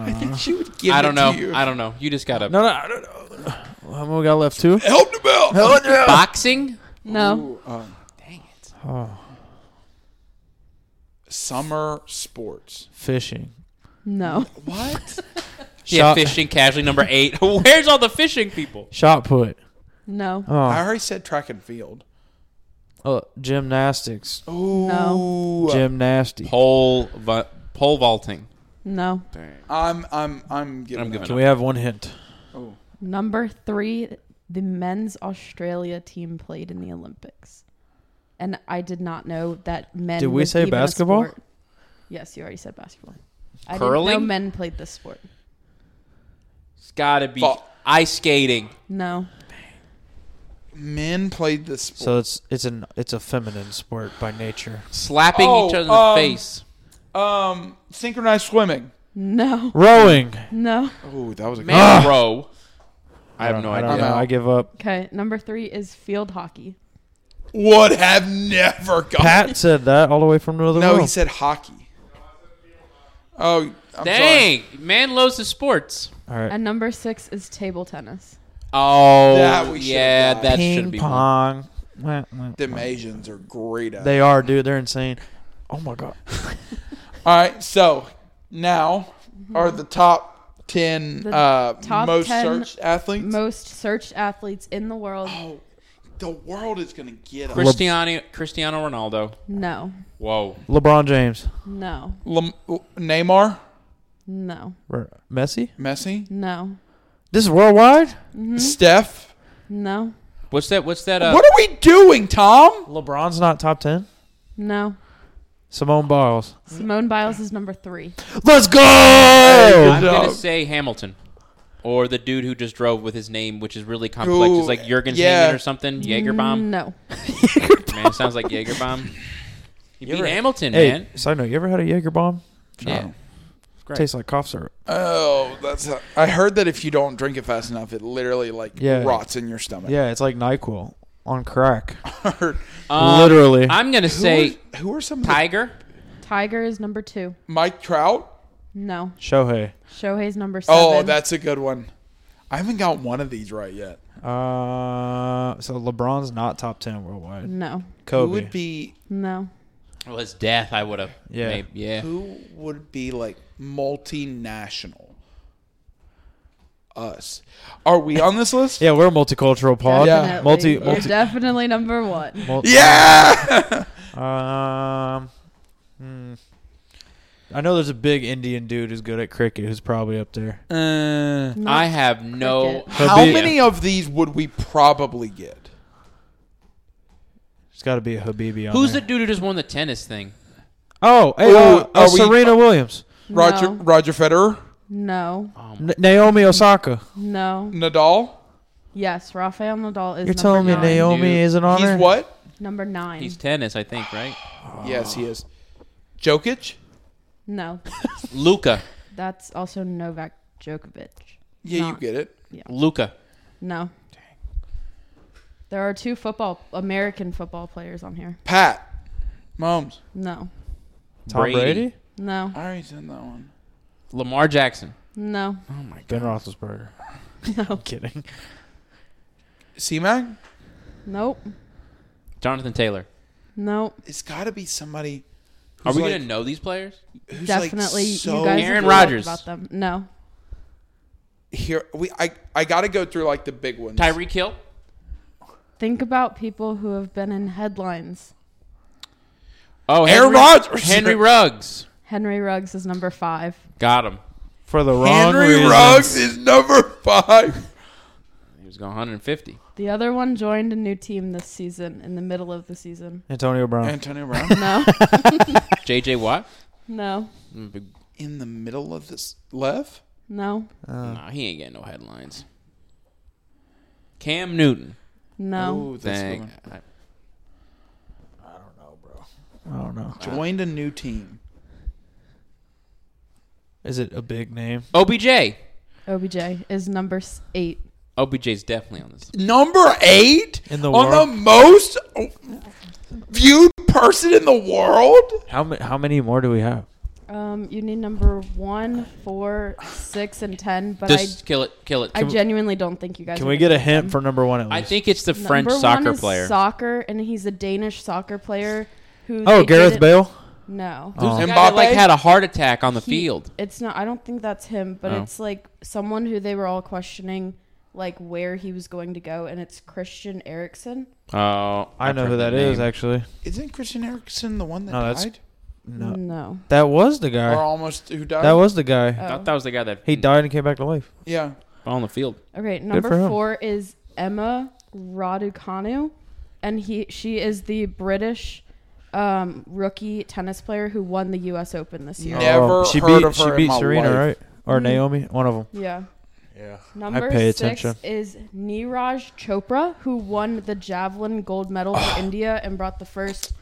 Speaker 1: I think she would give
Speaker 4: I don't know.
Speaker 1: You.
Speaker 4: I don't know. You just got to.
Speaker 2: No, no, I don't know. How many we got left? Two.
Speaker 1: Help the bell. Help the bell.
Speaker 4: Boxing?
Speaker 3: No.
Speaker 1: Ooh, um,
Speaker 2: Oh,
Speaker 1: summer sports.
Speaker 2: fishing.
Speaker 3: No.
Speaker 1: What?
Speaker 4: Yeah,
Speaker 2: Shot-
Speaker 4: fishing casually number eight. Where's all the fishing people?
Speaker 2: Shot put.
Speaker 3: No.
Speaker 1: I
Speaker 2: Oh,
Speaker 1: already said track and field.
Speaker 2: uh, gymnastics.
Speaker 1: Ooh.
Speaker 4: Oh,
Speaker 2: Gymnasty.
Speaker 4: Pole, va- pole vaulting.
Speaker 3: No.
Speaker 1: I'm I'm I'm giving.
Speaker 4: I'm giving
Speaker 2: Can
Speaker 4: up.
Speaker 2: we have one hint?
Speaker 1: Oh.
Speaker 3: Number three, the men's Australia team played in the Olympics. And I did not know that men.
Speaker 2: Did we
Speaker 3: was
Speaker 2: say
Speaker 3: even a
Speaker 2: basketball?
Speaker 3: sport. Yes, you already said basketball. I didn't know
Speaker 4: Curling?
Speaker 3: men played this sport.
Speaker 4: It's got to be
Speaker 1: Fa-
Speaker 4: ice skating.
Speaker 3: No.
Speaker 1: Men played this
Speaker 2: So
Speaker 1: sport.
Speaker 2: it's it's an it's a feminine sport by nature.
Speaker 4: slapping
Speaker 1: Oh,
Speaker 4: each other in the
Speaker 1: um,
Speaker 4: face.
Speaker 1: um, synchronized swimming.
Speaker 3: No.
Speaker 2: Rowing.
Speaker 3: No.
Speaker 1: Oh, that was a good.
Speaker 4: Man row. I have
Speaker 2: don't-
Speaker 4: no
Speaker 2: don't
Speaker 4: idea.
Speaker 1: I'm
Speaker 2: know.
Speaker 1: out.
Speaker 2: I give up.
Speaker 3: Okay. Number three is field hockey.
Speaker 1: Would have never got.
Speaker 2: Pat said that all the way from another
Speaker 1: no,
Speaker 2: world.
Speaker 1: he said hockey. Oh, I'm sorry.
Speaker 4: Dang, man loves the sports.
Speaker 2: all right.
Speaker 3: And number six is table tennis.
Speaker 4: Oh,
Speaker 1: That we should've
Speaker 4: yeah,
Speaker 1: got.
Speaker 4: that should
Speaker 2: Ping
Speaker 4: be. one.
Speaker 2: pong. Wah, wah.
Speaker 1: Them Asians are great at.
Speaker 2: They are, dude. They're insane. Oh my god.
Speaker 1: All right, so now are the top ten
Speaker 3: The
Speaker 1: uh,
Speaker 3: top
Speaker 1: most
Speaker 3: 10
Speaker 1: searched athletes.
Speaker 3: Most searched athletes in the world.
Speaker 1: oh, the world is gonna get us.
Speaker 4: Cristiano Cristiano Ronaldo.
Speaker 3: No.
Speaker 4: Whoa.
Speaker 2: LeBron James.
Speaker 3: No.
Speaker 1: Lam- Neymar,
Speaker 3: No.
Speaker 2: R- Messi.
Speaker 1: Messi,
Speaker 3: No.
Speaker 2: This is worldwide.
Speaker 3: Hmm?
Speaker 1: Steph.
Speaker 3: No.
Speaker 4: What's that? What's that? Uh,
Speaker 1: what are we doing, Tom?
Speaker 2: LeBron's not top ten.
Speaker 3: No.
Speaker 2: Simone Biles.
Speaker 3: Simone Biles is number three.
Speaker 2: Let's go.
Speaker 4: I'm gonna
Speaker 1: dog?
Speaker 4: say Hamilton, or the dude who just drove with his name, which is really complex.
Speaker 1: Ooh,
Speaker 4: it's like Jurgensen
Speaker 1: yeah. Mm,
Speaker 4: or something. Jaegerbomb.
Speaker 3: No.
Speaker 4: Man, it sounds like Jaegerbomb. You beat
Speaker 2: ever-
Speaker 4: Hamilton,
Speaker 2: Hey,
Speaker 4: man.
Speaker 2: side note. You ever had a Jaeger bomb?
Speaker 4: Yeah. Right.
Speaker 2: Tastes like cough syrup.
Speaker 1: Oh, that's. A, I heard that if you don't drink it fast enough, it literally like
Speaker 2: Yeah.
Speaker 1: rots in your stomach.
Speaker 2: Yeah, it's like Nyquil on crack.
Speaker 1: Heard- Uh,
Speaker 4: Um,
Speaker 2: Literally.
Speaker 4: I'm gonna
Speaker 1: who
Speaker 4: say
Speaker 1: are, who are some of the-
Speaker 4: Tiger.
Speaker 3: Tiger is number two.
Speaker 1: Mike Trout?
Speaker 3: No.
Speaker 2: Shohei.
Speaker 3: Shohei's number seven.
Speaker 1: Oh, that's a good one. I haven't got one of these right yet.
Speaker 2: Uh, so LeBron's not top ten worldwide.
Speaker 3: no,
Speaker 2: Kobe.
Speaker 1: Who would be
Speaker 3: no,
Speaker 4: Well, it's death. I would have.
Speaker 2: Yeah.
Speaker 4: Yeah. Yeah.
Speaker 1: who would be like multinational? us. Are we on this list?
Speaker 2: Yeah, we're a multicultural pod.
Speaker 1: Yeah.
Speaker 3: Definitely.
Speaker 2: Multi,
Speaker 3: We're
Speaker 2: multi,
Speaker 3: definitely number one.
Speaker 2: mul-
Speaker 1: Yeah.
Speaker 2: Um, hmm. I know there's a big Indian dude who's good at cricket who's probably up there.
Speaker 1: Uh,
Speaker 3: Not-
Speaker 4: I have no.
Speaker 3: Cricket.
Speaker 1: how
Speaker 2: Habib-
Speaker 1: many of these would we probably get?
Speaker 2: There's got to be a Habibi on
Speaker 4: Who's the
Speaker 2: there.
Speaker 4: dude who just won the tennis thing?
Speaker 2: Oh, hey,
Speaker 1: Ooh,
Speaker 2: uh, uh,
Speaker 1: are we-
Speaker 2: Serena Williams,
Speaker 1: Roger
Speaker 3: No.
Speaker 1: Roger Federer,
Speaker 3: No.
Speaker 2: N- Naomi Osaka.
Speaker 3: No.
Speaker 1: Nadal.
Speaker 3: Yes, Rafael Nadal is.
Speaker 2: You're
Speaker 3: number
Speaker 2: telling me
Speaker 3: nine.
Speaker 2: Naomi
Speaker 4: dude.
Speaker 2: isn't on there?
Speaker 1: He's what?
Speaker 3: Number nine.
Speaker 4: He's tennis, I think, right?
Speaker 1: Yes, he is. Ah. Jokic.
Speaker 3: no,
Speaker 4: Luca.
Speaker 3: that's also Novak Djokovic.
Speaker 1: Yeah, you
Speaker 3: Not-
Speaker 1: get it.
Speaker 4: Luca.
Speaker 3: No. There are two football American football players on here.
Speaker 1: Pat. Mahomes.
Speaker 3: No.
Speaker 2: Tom Brady?
Speaker 3: No.
Speaker 1: I already said that one.
Speaker 4: Lamar Jackson.
Speaker 3: No.
Speaker 2: Ben Roethlisberger. I'm kidding.
Speaker 1: C-Mac?
Speaker 3: Nope.
Speaker 4: Jonathan Taylor.
Speaker 3: Nope.
Speaker 1: It's got to be somebody.
Speaker 4: Are
Speaker 1: who's
Speaker 4: we
Speaker 1: like-
Speaker 4: gonna know these players?
Speaker 1: who's
Speaker 3: Definitely
Speaker 1: Like so
Speaker 3: you guys
Speaker 4: Aaron
Speaker 3: have talked
Speaker 4: Rodgers.
Speaker 3: about them. No.
Speaker 1: here we I I got to go through like the big ones.
Speaker 4: Tyreek Hill.
Speaker 3: Think about people who have been in headlines.
Speaker 4: Oh,
Speaker 1: Aaron Rodgers.
Speaker 4: Henry Ruggs.
Speaker 3: Henry Ruggs is number five.
Speaker 4: Got him.
Speaker 2: For the wrong
Speaker 1: Henry
Speaker 2: reasons.
Speaker 1: Ruggs is number 5.
Speaker 4: He was going 150.
Speaker 3: The other one joined a new team this season in the middle of the season.
Speaker 2: Antonio Brown.
Speaker 1: Antonio Brown
Speaker 3: No.
Speaker 4: J.J. Watt.
Speaker 3: no.
Speaker 4: Mm,
Speaker 1: in the middle of this left?
Speaker 3: No.
Speaker 4: Nah, he ain't getting no headlines. Cam Newton.
Speaker 3: No.
Speaker 1: Ooh, that's a good
Speaker 4: Dang.
Speaker 1: one.
Speaker 4: I-
Speaker 2: I don't know.
Speaker 1: Joined a new team.
Speaker 2: Is it a big name?
Speaker 4: OBJ.
Speaker 1: Oh.
Speaker 3: OBJ is number s- eight.
Speaker 4: OBJ's definitely on this.
Speaker 1: Number 8
Speaker 2: In the
Speaker 1: on
Speaker 2: world?
Speaker 1: the most viewed person in the world?
Speaker 2: How ma- how many more do we have?
Speaker 3: Um, you need number one, four, six, and ten, but
Speaker 4: Just kill it. Kill it.
Speaker 3: I, I genuinely don't think you guys.
Speaker 2: Can
Speaker 3: are
Speaker 2: we
Speaker 3: gonna
Speaker 2: get a
Speaker 3: get them.
Speaker 2: hint for number one at least?
Speaker 4: I think it's the
Speaker 3: Number
Speaker 4: French
Speaker 3: one
Speaker 4: soccer
Speaker 3: is
Speaker 4: player.
Speaker 3: Soccer, and he's a Danish soccer player who.
Speaker 2: oh,
Speaker 3: they
Speaker 2: Gareth
Speaker 3: didn't-
Speaker 2: Bale.
Speaker 3: No,
Speaker 2: Oh.
Speaker 4: The guy that, like
Speaker 1: Mbappe?
Speaker 4: had a heart attack on the
Speaker 3: He-
Speaker 4: field.
Speaker 3: It's not. I don't think that's him, but
Speaker 4: Oh.
Speaker 3: it's like someone who they were all questioning, like where he was going to go, and it's Christian Eriksen.
Speaker 4: Oh,
Speaker 2: I
Speaker 4: I've
Speaker 2: know
Speaker 4: heard
Speaker 2: who that is
Speaker 4: name.
Speaker 2: actually.
Speaker 1: Isn't Christian Erickson the one that
Speaker 2: No, that's-
Speaker 1: died?
Speaker 2: No,
Speaker 3: no.
Speaker 2: that was the guy.
Speaker 1: Or almost who died?
Speaker 2: That was the guy.
Speaker 4: I
Speaker 3: Oh.
Speaker 4: thought that was the guy that
Speaker 2: He died and came back to life.
Speaker 1: yeah.
Speaker 4: on the field.
Speaker 3: Okay,
Speaker 2: for
Speaker 3: number
Speaker 2: him.
Speaker 3: four is Emma Raducanu, and he she is the British um, rookie tennis player who won the U.S. Open this year.
Speaker 1: Yeah. Never
Speaker 2: Oh, she
Speaker 1: heard
Speaker 2: beat,
Speaker 1: of her
Speaker 2: She
Speaker 1: in
Speaker 2: beat
Speaker 1: my
Speaker 2: Serena,
Speaker 1: life.
Speaker 2: right? Or Naomi, one of them.
Speaker 3: Yeah.
Speaker 1: Yeah.
Speaker 3: Number
Speaker 2: pay
Speaker 3: six
Speaker 2: attention.
Speaker 3: is Niraj Chopra, who won the javelin gold medal for India and brought the first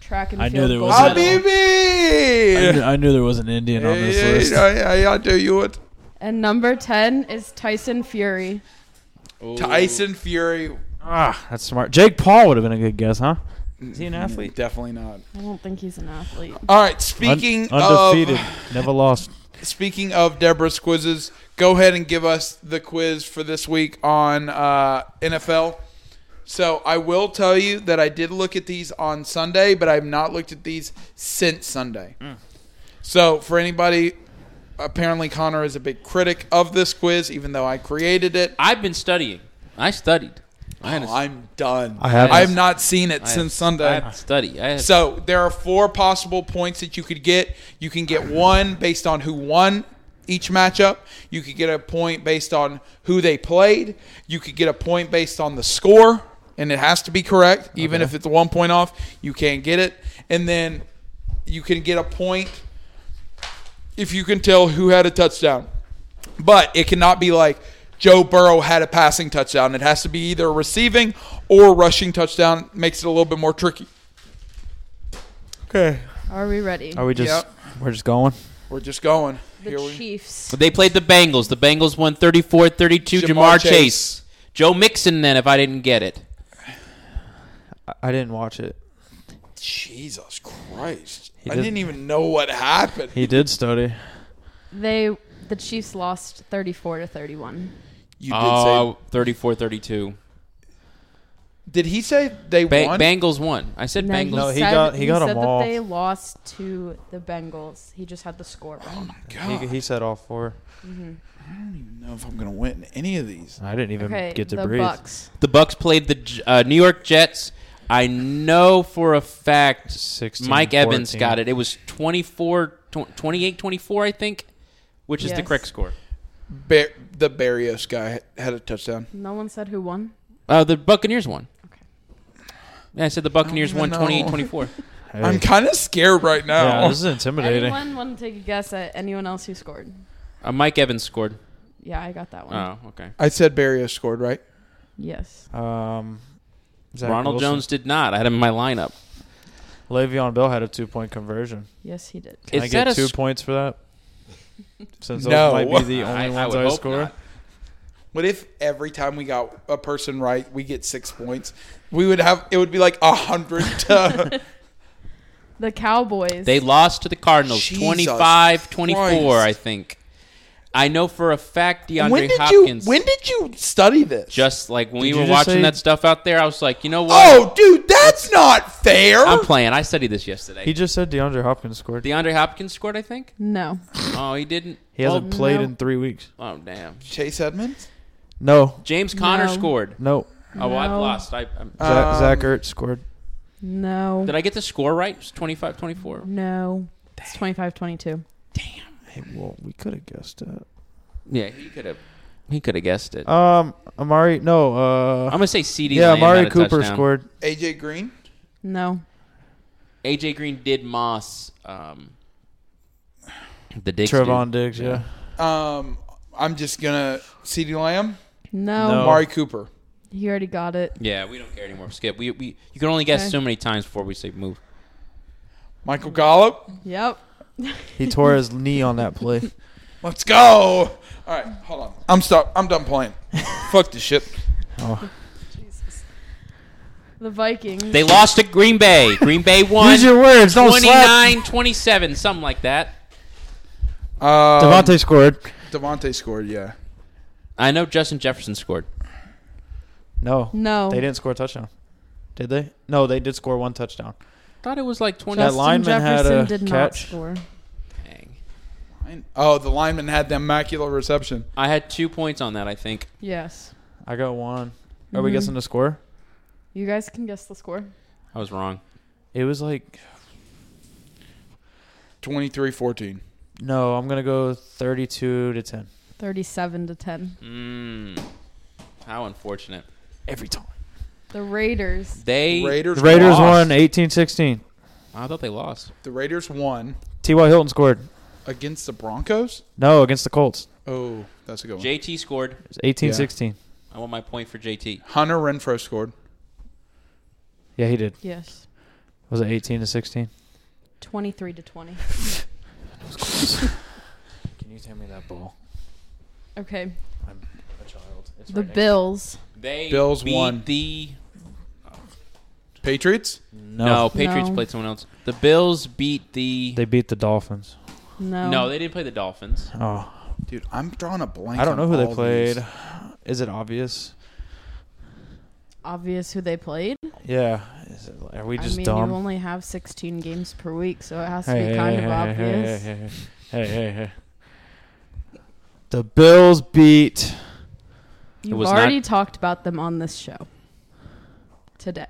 Speaker 3: track and
Speaker 2: I
Speaker 3: field
Speaker 2: knew there
Speaker 3: gold
Speaker 2: was a-
Speaker 3: medal.
Speaker 1: Habibi!
Speaker 2: I knew there was an Indian on this list.
Speaker 1: Yeah, yeah, yeah, do you it.
Speaker 3: And number ten is Tyson Fury.
Speaker 1: Tyson Fury.
Speaker 2: Ah, that's smart. Jake Paul would have been a good guess, huh? Is he an athlete?
Speaker 1: Definitely not.
Speaker 3: I don't think he's an athlete.
Speaker 1: All right. Speaking
Speaker 2: Un- undefeated, never lost.
Speaker 1: of speaking of Deborah's quizzes, go ahead and give us the quiz for this week on uh, NFL. So I will tell you that I did look at these on Sunday, but I've not looked at these since Sunday.
Speaker 2: Mm.
Speaker 1: So for anybody, apparently Connor is a big critic of this quiz, even though I created it.
Speaker 4: I've been studying. I studied. I had a-
Speaker 1: Oh, I'm done.
Speaker 2: I have-
Speaker 1: I've not seen it
Speaker 4: I had-
Speaker 1: since Sunday.
Speaker 4: I had to study. I had,
Speaker 1: So there are four possible points that you could get. You can get one based on who won each matchup. You could get a point based on who they played. You could get a point based on the score, and it has to be correct. Even if it's one point off, you can't get it. And then you can get a point if you can tell who had a touchdown. But it cannot be like Joe Burrow had a passing touchdown. It has to be either a receiving or a rushing touchdown. Makes it a little bit more tricky.
Speaker 2: Okay.
Speaker 3: Are we ready?
Speaker 2: Are we just?
Speaker 1: Yep.
Speaker 2: We're just going.
Speaker 1: We're just going.
Speaker 3: the
Speaker 1: Here we-
Speaker 3: Chiefs.
Speaker 4: they played the Bengals. The Bengals won 34 32.
Speaker 1: Jamar
Speaker 4: Jamar,
Speaker 1: Chase.
Speaker 4: Chase. Joe Mixon, then, if I didn't get it.
Speaker 2: I, I didn't watch it.
Speaker 1: Jesus Christ. I
Speaker 2: did-
Speaker 1: didn't even know what happened.
Speaker 2: He did study.
Speaker 3: They the Chiefs lost 34 to 31.
Speaker 2: Uh,
Speaker 1: You did
Speaker 4: Oh, 34 32.
Speaker 1: Did he say they
Speaker 4: Ba-
Speaker 1: won?
Speaker 4: Bengals won. I said
Speaker 3: No,
Speaker 4: Bengals.
Speaker 2: No, he got- he got
Speaker 3: said
Speaker 2: 'em
Speaker 3: that
Speaker 2: all.
Speaker 3: they lost to the Bengals. He just had the score wrong.
Speaker 1: Oh God,
Speaker 2: He, he said all four.
Speaker 1: I don't even know if I'm going to win any of these.
Speaker 2: I didn't even
Speaker 3: Okay,
Speaker 2: get to
Speaker 3: the
Speaker 2: breathe.
Speaker 3: Bucks.
Speaker 4: The Bucks played the J- uh, New York Jets. I know for a fact
Speaker 2: 16,
Speaker 4: Mike Evans
Speaker 2: 14.
Speaker 4: got it. It was 24 tw- 28 24 I think, which is the
Speaker 3: Yes.
Speaker 4: correct score.
Speaker 1: Bar- the Barrios guy had a touchdown.
Speaker 3: No one said who won.
Speaker 4: Uh, the Buccaneers won. Yeah, I said the Buccaneers
Speaker 1: even
Speaker 4: won
Speaker 1: know.
Speaker 4: 28 24.
Speaker 2: Hey.
Speaker 1: I'm kind of scared right now.
Speaker 2: yeah, this is intimidating.
Speaker 3: Anyone want to take a guess at anyone else who scored?
Speaker 4: uh, Mike Evans scored.
Speaker 3: Yeah, I got that one.
Speaker 4: Oh, okay.
Speaker 1: I said Barrios scored, right?
Speaker 3: Yes.
Speaker 2: Um, Zach
Speaker 4: Ronald
Speaker 2: Wilson.
Speaker 4: Jones did not. I had him in my lineup.
Speaker 2: Le'Veon Bell had a two point conversion.
Speaker 3: Yes, he did.
Speaker 2: Can
Speaker 4: Is
Speaker 2: I
Speaker 4: that
Speaker 2: get
Speaker 4: a
Speaker 2: two
Speaker 4: s-
Speaker 2: points for that? Since
Speaker 1: No.
Speaker 2: those might be the
Speaker 4: I-
Speaker 2: only
Speaker 4: I
Speaker 2: ones
Speaker 4: would
Speaker 2: I,
Speaker 4: hope
Speaker 2: score.
Speaker 4: not.
Speaker 1: What if every time we got a person right, we get six points? We would have it would be like a hundred. to-
Speaker 3: The Cowboys.
Speaker 4: They lost to the Cardinals
Speaker 1: Jesus
Speaker 4: 25 24, I
Speaker 1: Christ.
Speaker 4: think. I know for a fact DeAndre
Speaker 1: when did
Speaker 4: Hopkins.
Speaker 1: you when did you study this?
Speaker 4: just like
Speaker 2: Did
Speaker 4: when we
Speaker 2: you
Speaker 4: were
Speaker 2: just
Speaker 4: watching
Speaker 2: say-
Speaker 4: that stuff out there, I was like, you know what?
Speaker 1: oh, dude, that's not fair.
Speaker 4: I'm playing. I studied this yesterday.
Speaker 2: He just said DeAndre Hopkins scored.
Speaker 4: DeAndre Hopkins scored, I think.
Speaker 3: no.
Speaker 4: Oh, he didn't.
Speaker 2: he hasn't
Speaker 3: Well,
Speaker 2: played
Speaker 3: no.
Speaker 2: in three weeks.
Speaker 4: Oh, damn.
Speaker 1: Chase Edmonds.
Speaker 2: No,
Speaker 4: James Conner
Speaker 3: No.
Speaker 4: scored.
Speaker 2: no.
Speaker 4: Oh, well, I've
Speaker 3: No.
Speaker 4: lost. I, I'm,
Speaker 2: Zach,
Speaker 1: Um,
Speaker 2: Zach Ertz scored.
Speaker 3: No.
Speaker 4: did I get the score right? It was 25 24.
Speaker 3: no. It's 25-22.
Speaker 2: Hey, well, we could have guessed it.
Speaker 4: Yeah, he could have. He could have guessed it.
Speaker 2: Um, Amari, no.
Speaker 4: I'm
Speaker 2: Uh,
Speaker 4: gonna say CD.
Speaker 2: yeah,
Speaker 4: Lamb
Speaker 2: Amari
Speaker 4: had a
Speaker 2: Cooper
Speaker 4: touchdown.
Speaker 2: scored.
Speaker 1: AJ Green.
Speaker 3: No.
Speaker 4: AJ Green did Moss. Um, the Diggs. dude.
Speaker 2: Trevon Diggs, yeah.
Speaker 1: Um, I'm just gonna CeeDee Lamb,
Speaker 3: No.
Speaker 2: No.
Speaker 1: Amari Cooper.
Speaker 3: He already got it.
Speaker 4: Yeah, we don't care anymore. Skip. We, we you can only guess
Speaker 3: Okay.
Speaker 4: so many times before we say move.
Speaker 1: Michael Gallup.
Speaker 3: Yep.
Speaker 2: He tore his knee on that play.
Speaker 1: Let's go. All right, hold on. I'm stop. I'm done playing. Fuck this shit.
Speaker 2: Oh.
Speaker 3: Jesus. The Vikings.
Speaker 4: They lost to Green Bay. Green Bay won.
Speaker 2: Use your words. Don't slap.
Speaker 4: 29 27, something like that.
Speaker 1: Um,
Speaker 2: Devontae scored.
Speaker 1: Devontae scored. Yeah.
Speaker 4: I know Justin Jefferson scored.
Speaker 2: No.
Speaker 3: No.
Speaker 2: They didn't score a touchdown. Did they? No, they did score one touchdown.
Speaker 4: Thought it was like 20.
Speaker 2: That
Speaker 3: Justin
Speaker 2: lineman had
Speaker 3: Jefferson
Speaker 2: a
Speaker 3: did not
Speaker 2: catch.
Speaker 3: score.
Speaker 4: Dang.
Speaker 1: Oh, the lineman had the immaculate reception.
Speaker 4: I had two points on that, I think.
Speaker 3: Yes.
Speaker 2: I got one. Are we
Speaker 3: Mhm.
Speaker 2: guessing the score?
Speaker 3: You guys can guess the score.
Speaker 4: I was wrong.
Speaker 2: It was like
Speaker 1: 23-14.
Speaker 2: no. I'm gonna go 32 to 10
Speaker 3: 37 to 10.
Speaker 4: Mm, how unfortunate.
Speaker 2: every time.
Speaker 3: The Raiders.
Speaker 4: They.
Speaker 1: Raiders.
Speaker 2: The Raiders
Speaker 1: lost.
Speaker 2: won 18-16.
Speaker 4: I thought they lost.
Speaker 1: The Raiders won
Speaker 2: T.Y. Hilton scored.
Speaker 1: against the Broncos.
Speaker 2: No, against the Colts.
Speaker 1: Oh, that's a good one.
Speaker 4: JT scored.
Speaker 2: It was 18-16.
Speaker 4: I want my point for JT.
Speaker 1: Hunter Renfro scored.
Speaker 2: Yeah. he did.
Speaker 3: Yes.
Speaker 2: Was it 18 to 16?
Speaker 3: 23 to 20.
Speaker 2: Can you hand me that ball?
Speaker 3: Okay.
Speaker 2: I'm a child. It's
Speaker 3: The Bills.
Speaker 4: They
Speaker 1: Bills
Speaker 4: beat
Speaker 1: won.
Speaker 4: the.
Speaker 1: Patriots.
Speaker 4: No, Patriots
Speaker 3: No.
Speaker 4: played someone else. The Bills beat the.
Speaker 2: They beat the Dolphins.
Speaker 3: No.
Speaker 4: no, they didn't play the Dolphins.
Speaker 2: Oh,
Speaker 1: Dude, I'm drawing a blank.
Speaker 2: I don't
Speaker 1: on
Speaker 2: know who they
Speaker 1: all these.
Speaker 2: played. Is it obvious?
Speaker 3: Obvious who they played.
Speaker 2: Yeah. Is it, are we just
Speaker 3: I mean,
Speaker 2: dumb?
Speaker 3: you only have 16 games per week, so it has to
Speaker 2: Hey,
Speaker 3: be
Speaker 2: hey,
Speaker 3: kind
Speaker 2: hey,
Speaker 3: of
Speaker 2: hey, hey,
Speaker 3: obvious.
Speaker 2: Hey, hey, hey, hey, hey. The Bills beat.
Speaker 4: It
Speaker 3: You've
Speaker 4: was
Speaker 3: already
Speaker 4: not-
Speaker 3: talked about them on this show today.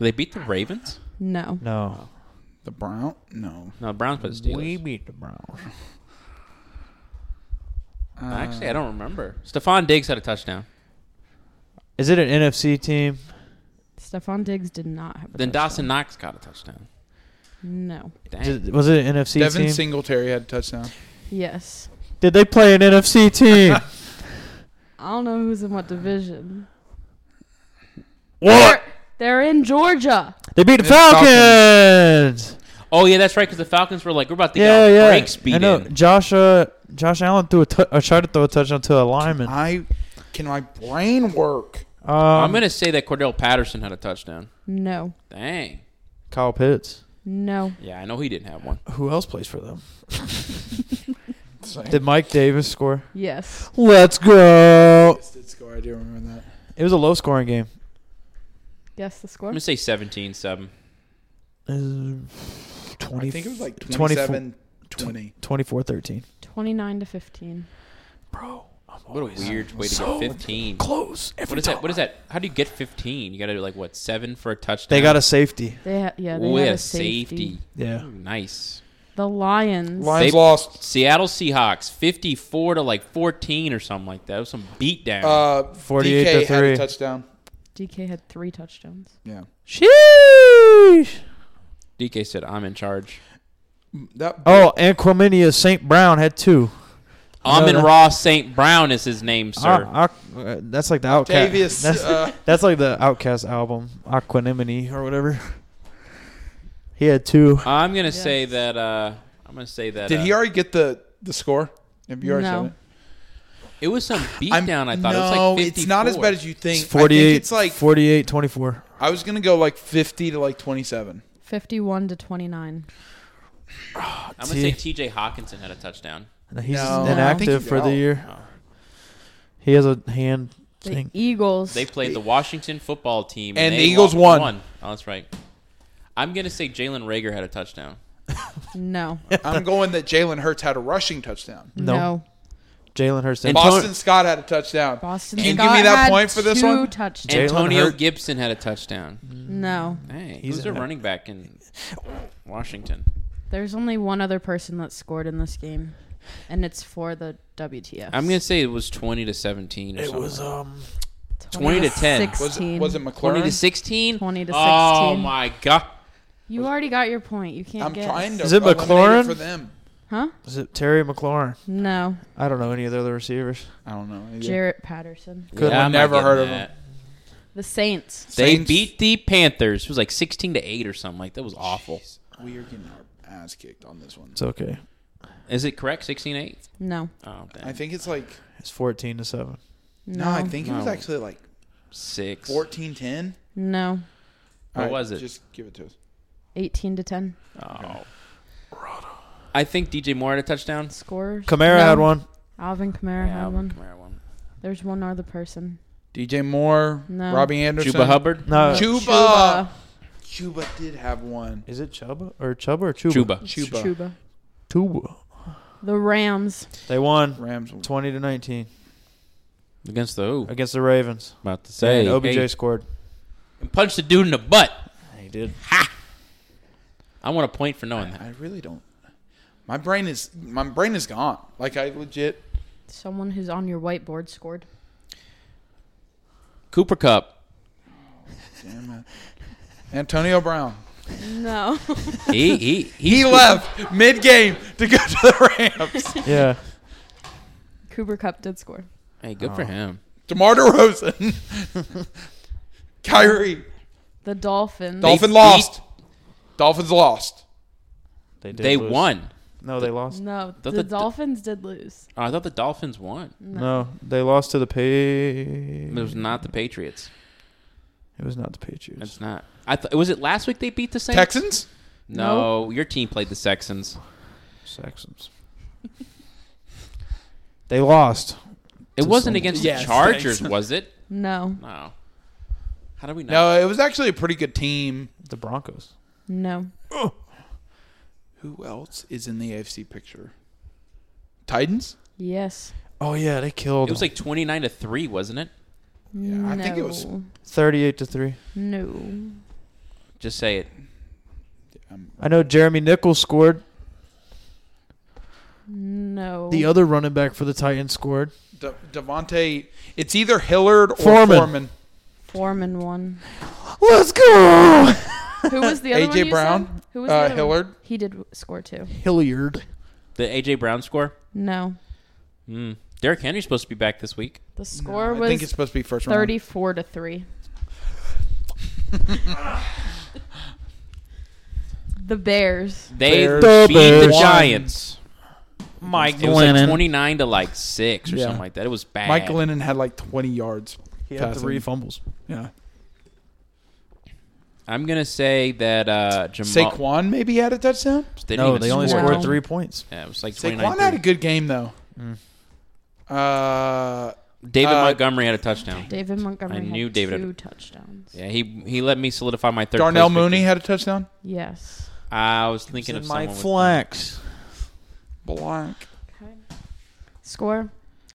Speaker 4: They beat the Ravens?
Speaker 3: No.
Speaker 2: No.
Speaker 1: The Brown? No.
Speaker 4: No, the Browns played the Steelers.
Speaker 2: beat the Browns.
Speaker 1: Uh,
Speaker 4: Actually, I don't remember. Stephon Diggs had a touchdown.
Speaker 2: Is it an NFC team?
Speaker 3: Stephon Diggs did not have a
Speaker 4: Then
Speaker 3: touchdown.
Speaker 4: Dawson Knox got a touchdown.
Speaker 3: No.
Speaker 4: Dang.
Speaker 2: Did, was it an NFC
Speaker 1: Devin
Speaker 2: team?
Speaker 1: Singletary had a touchdown.
Speaker 3: Yes.
Speaker 2: Did they play an NFC team?
Speaker 3: I don't know who's in what division.
Speaker 2: what?
Speaker 3: They're, they're in Georgia.
Speaker 2: They beat the
Speaker 1: It's Falcons.
Speaker 2: Falcons.
Speaker 4: oh yeah, that's right. Because the Falcons were like, we're about to
Speaker 2: Yeah,
Speaker 4: get our
Speaker 2: yeah.
Speaker 4: brakes beat
Speaker 2: I know.
Speaker 4: in.
Speaker 2: Josh, uh, Josh Allen threw a tou- uh, tried to throw a touchdown to a lineman. Um,
Speaker 1: I can my brain work?
Speaker 4: I'm gonna say that Cordell Patterson had a touchdown.
Speaker 3: No.
Speaker 4: Dang.
Speaker 2: Kyle Pitts.
Speaker 3: No.
Speaker 4: Yeah, I know he didn't have one.
Speaker 2: Who else plays for them?
Speaker 1: It's like-
Speaker 2: Did Mike Davis score?
Speaker 3: Yes.
Speaker 2: Let's go.
Speaker 1: do remember that.
Speaker 2: It was a low scoring game.
Speaker 3: Guess the
Speaker 4: I'm
Speaker 3: score.
Speaker 4: gonna say 17-7.
Speaker 2: It was 20,
Speaker 1: I think it was like
Speaker 2: 24
Speaker 1: 27 20.
Speaker 2: 24-13.
Speaker 3: 29 to 15.
Speaker 2: Bro, I'm
Speaker 4: What a weird way to
Speaker 2: so
Speaker 4: get 15.
Speaker 2: close every
Speaker 4: What is
Speaker 2: time.
Speaker 4: that? What is that? How do you get 15? You got to do like what seven for a touchdown.
Speaker 2: They got a safety.
Speaker 3: They ha- yeah, they
Speaker 4: with
Speaker 3: had a
Speaker 4: safety.
Speaker 3: safety.
Speaker 2: Yeah.
Speaker 4: Ooh, nice.
Speaker 3: The Lions.
Speaker 1: Lions
Speaker 4: They-
Speaker 1: lost.
Speaker 4: Seattle Seahawks, 54 to like 14 or something like that. It was some beatdown.
Speaker 1: Uh, DK
Speaker 2: 48 to
Speaker 1: had a
Speaker 2: three.
Speaker 1: touchdown.
Speaker 3: DK had three touchdowns.
Speaker 1: Yeah.
Speaker 2: Sheesh.
Speaker 4: DK said, "I'm in charge."
Speaker 1: That,
Speaker 2: Oh, and Quaminia St. Brown had two.
Speaker 4: Amon
Speaker 2: that-
Speaker 4: Ross St. Brown is his name, sir.
Speaker 1: Uh-huh.
Speaker 2: Ah, ah, uh, that's like the outcast.
Speaker 1: Davius.
Speaker 2: That's,
Speaker 1: uh,
Speaker 2: that's like the outcast album, Aquanimity or whatever. He had two.
Speaker 4: I'm gonna
Speaker 3: Yes.
Speaker 4: say that. Uh, I'm gonna say that.
Speaker 1: did
Speaker 4: uh,
Speaker 1: he already get the, the score? Have you already
Speaker 3: No.
Speaker 1: said it?
Speaker 4: It was some
Speaker 1: I'm-
Speaker 4: beatdown. I thought
Speaker 1: no,
Speaker 4: it was like 54.
Speaker 1: it's not as bad as you think.
Speaker 2: It's 48,
Speaker 1: I think it's like
Speaker 2: 48 24.
Speaker 1: I was gonna go like fifty to like twenty-seven.
Speaker 3: 51 to 29.
Speaker 4: I'm gonna say T.J. Hawkinson had a touchdown.
Speaker 2: No, He's
Speaker 1: No. I think
Speaker 2: inactive
Speaker 1: he's
Speaker 2: for the
Speaker 1: out.
Speaker 2: year.
Speaker 4: Oh.
Speaker 2: He has a hand
Speaker 3: The
Speaker 2: thing.
Speaker 3: Eagles.
Speaker 4: They played the Washington football team,
Speaker 1: And
Speaker 4: they
Speaker 1: the Eagles
Speaker 4: lost-
Speaker 1: won.
Speaker 4: Oh, that's right. I'm gonna say Jalen Rager had a touchdown.
Speaker 3: no.
Speaker 1: I'm going that Jalen Hurts had a rushing touchdown.
Speaker 2: No.
Speaker 3: no.
Speaker 2: Jalen Hurts.
Speaker 4: And
Speaker 1: Boston Scott had a touchdown.
Speaker 3: Boston
Speaker 1: Can you
Speaker 3: Scott
Speaker 1: give me that
Speaker 3: had
Speaker 1: point for this
Speaker 3: two
Speaker 1: one?
Speaker 3: touchdowns.
Speaker 2: Jalen
Speaker 4: Antonio
Speaker 2: Hurt-
Speaker 4: Gibson had a
Speaker 1: Mm-hmm.
Speaker 4: touchdown.
Speaker 3: No.
Speaker 4: Hey,
Speaker 2: He's
Speaker 4: he's a
Speaker 2: in it.
Speaker 4: running back in Washington.
Speaker 3: There's only one other person that scored in this game, and it's for the WTF.
Speaker 4: I'm gonna say it was 20 to 17. Or
Speaker 2: it
Speaker 4: something.
Speaker 2: was um
Speaker 4: 20 to 10.
Speaker 1: Was it,
Speaker 3: 16.
Speaker 1: was it
Speaker 4: 20 to
Speaker 1: McLaurin?
Speaker 4: 16.
Speaker 3: 20 to
Speaker 4: Oh
Speaker 3: 16.
Speaker 4: my god.
Speaker 3: You already got your point. You can't
Speaker 1: I'm
Speaker 3: guess.
Speaker 1: trying to.
Speaker 2: Is it
Speaker 1: eliminate
Speaker 2: McLaurin?
Speaker 1: for them?
Speaker 3: Huh?
Speaker 2: was it Terry McLaurin?
Speaker 3: No.
Speaker 2: I don't know any of the other receivers.
Speaker 1: I don't know. either.
Speaker 3: Jarrett Patterson.
Speaker 2: Good
Speaker 1: one.
Speaker 4: I'm not
Speaker 1: Never
Speaker 4: getting
Speaker 1: heard of
Speaker 4: that.
Speaker 3: The Saints.
Speaker 4: They
Speaker 1: Saints-
Speaker 4: beat the Panthers. It was like 16 to 8 or something like that. It was awful.
Speaker 1: We are getting our ass kicked on this one.
Speaker 2: It's okay.
Speaker 4: Is it correct? 16 8?
Speaker 3: No.
Speaker 4: Oh, damn.
Speaker 1: I think it's like
Speaker 2: It's 14 to 7.
Speaker 1: no. I think it was
Speaker 4: No.
Speaker 1: actually like
Speaker 4: 6.
Speaker 1: 14 10.
Speaker 3: No.
Speaker 4: What was it?
Speaker 1: Just give it to us.
Speaker 3: 18 to 10.
Speaker 4: Oh. I think DJ Moore had a touchdown.
Speaker 3: Scores.
Speaker 2: Kamara
Speaker 3: No.
Speaker 2: had one.
Speaker 3: Alvin Kamara had one.
Speaker 4: Kamara won.
Speaker 3: There's one other person.
Speaker 1: DJ Moore,
Speaker 3: No.
Speaker 1: Robbie Anderson,
Speaker 4: Chuba Hubbard?
Speaker 3: Uh,
Speaker 2: No.
Speaker 1: Chu- Chuba. Chuba did have one.
Speaker 2: Is it Chuba or Chuba or Chuba?
Speaker 4: Chuba.
Speaker 1: Chuba.
Speaker 3: Chuba.
Speaker 2: Chuba.
Speaker 3: The Rams.
Speaker 2: They won
Speaker 1: Rams.
Speaker 2: 20 to 19
Speaker 4: Against the who?
Speaker 2: against the Ravens.
Speaker 4: About to say.
Speaker 2: and OBJ
Speaker 4: Hey,
Speaker 2: scored.
Speaker 4: punched the dude in the butt.
Speaker 2: He did.
Speaker 4: I want a point for knowing that.
Speaker 1: I really don't. My brain is my brain is gone. Like I legit.
Speaker 3: Someone who's on your whiteboard scored.
Speaker 4: Cooper Cup.
Speaker 1: Damn it. Antonio Brown.
Speaker 3: No.
Speaker 4: He he he,
Speaker 1: He left mid game to go to the Rams.
Speaker 2: Yeah.
Speaker 3: Cooper Cup did score.
Speaker 4: Hey, good for him.
Speaker 1: DeMar DeRozan. Kyrie.
Speaker 3: The Dolphins.
Speaker 1: Dolphin
Speaker 4: beat-
Speaker 1: lost. Dolphins lost.
Speaker 2: did
Speaker 4: They
Speaker 2: lose.
Speaker 4: won.
Speaker 2: No, they lost.
Speaker 3: No.
Speaker 4: The-
Speaker 3: The,
Speaker 4: the-
Speaker 3: Dolphins did lose.
Speaker 4: Oh, I thought the Dolphins won.
Speaker 2: No. they lost to the Pay.
Speaker 4: It was not the
Speaker 2: Mm-hmm.
Speaker 4: Patriots.
Speaker 2: It was not the Patriots.
Speaker 4: It's not. I th- was it last week they beat the Saints?
Speaker 1: Texans.
Speaker 4: No, your team played the Texans.
Speaker 2: Saxons. they lost.
Speaker 4: It
Speaker 2: To
Speaker 4: wasn't
Speaker 2: some-
Speaker 4: against
Speaker 1: Yes,
Speaker 4: the Chargers,
Speaker 1: Texans.
Speaker 4: was it?
Speaker 3: No.
Speaker 4: No. How do we know?
Speaker 1: No, it was actually a pretty good team.
Speaker 2: The Broncos.
Speaker 3: No.
Speaker 1: Who else is in the AFC picture? Titans.
Speaker 3: Yes.
Speaker 2: Oh yeah, they killed.
Speaker 4: It was like twenty nine to three, wasn't it?
Speaker 1: Yeah, I think it was-
Speaker 3: No.
Speaker 2: thirty-eight to three.
Speaker 3: No.
Speaker 4: Just say it.
Speaker 1: Um,
Speaker 2: I know Jeremy Nichols scored.
Speaker 3: No.
Speaker 2: The other running back for the Titans scored.
Speaker 1: De- Devontae. It's either Hillard or
Speaker 2: Foreman.
Speaker 1: Foreman.
Speaker 3: Foreman won.
Speaker 2: Let's go,
Speaker 3: Who was the other one?
Speaker 1: AJ
Speaker 3: you
Speaker 1: Brown.
Speaker 3: said? Who was the
Speaker 1: Uh,
Speaker 3: other one?
Speaker 1: Hillard.
Speaker 3: He did w- score too.
Speaker 2: Hilliard.
Speaker 4: The AJ Brown score.
Speaker 3: No.
Speaker 4: Mm. Derrick Henry's supposed to be back this week.
Speaker 3: The score
Speaker 1: No, I
Speaker 3: was
Speaker 1: think it's supposed to be first round.
Speaker 3: 34 to 3. the Bears.
Speaker 4: They
Speaker 1: Bears.
Speaker 2: The
Speaker 4: beat the
Speaker 2: Bears.
Speaker 4: Giants.
Speaker 2: Mike
Speaker 4: It was like twenty nine to like six or
Speaker 1: Yeah.
Speaker 4: something like that. It was bad.
Speaker 1: Mike Glennon had like 20 yards.
Speaker 2: He had
Speaker 1: passing.
Speaker 2: three fumbles.
Speaker 1: Yeah.
Speaker 4: I'm gonna say that uh, Jamal.
Speaker 1: Saquon maybe had a touchdown.
Speaker 4: They didn't
Speaker 2: no,
Speaker 4: even
Speaker 2: they only
Speaker 4: score.
Speaker 2: scored
Speaker 3: No.
Speaker 2: three points.
Speaker 4: Yeah, it was like twenty
Speaker 1: Saquon had a
Speaker 4: nine.
Speaker 1: good game though. Uh,
Speaker 4: David
Speaker 1: Uh,
Speaker 4: Montgomery had a touchdown.
Speaker 3: David Montgomery.
Speaker 4: I knew
Speaker 3: had
Speaker 4: David-
Speaker 3: two touchdowns.
Speaker 4: Yeah, he he let me solidify my third.
Speaker 1: Darnell
Speaker 4: place
Speaker 1: Mooney
Speaker 4: victory.
Speaker 1: had a touchdown.
Speaker 3: Yes.
Speaker 4: I was thinking of
Speaker 2: my
Speaker 4: someone with-
Speaker 2: flex.
Speaker 1: Blank.
Speaker 3: Okay. Score.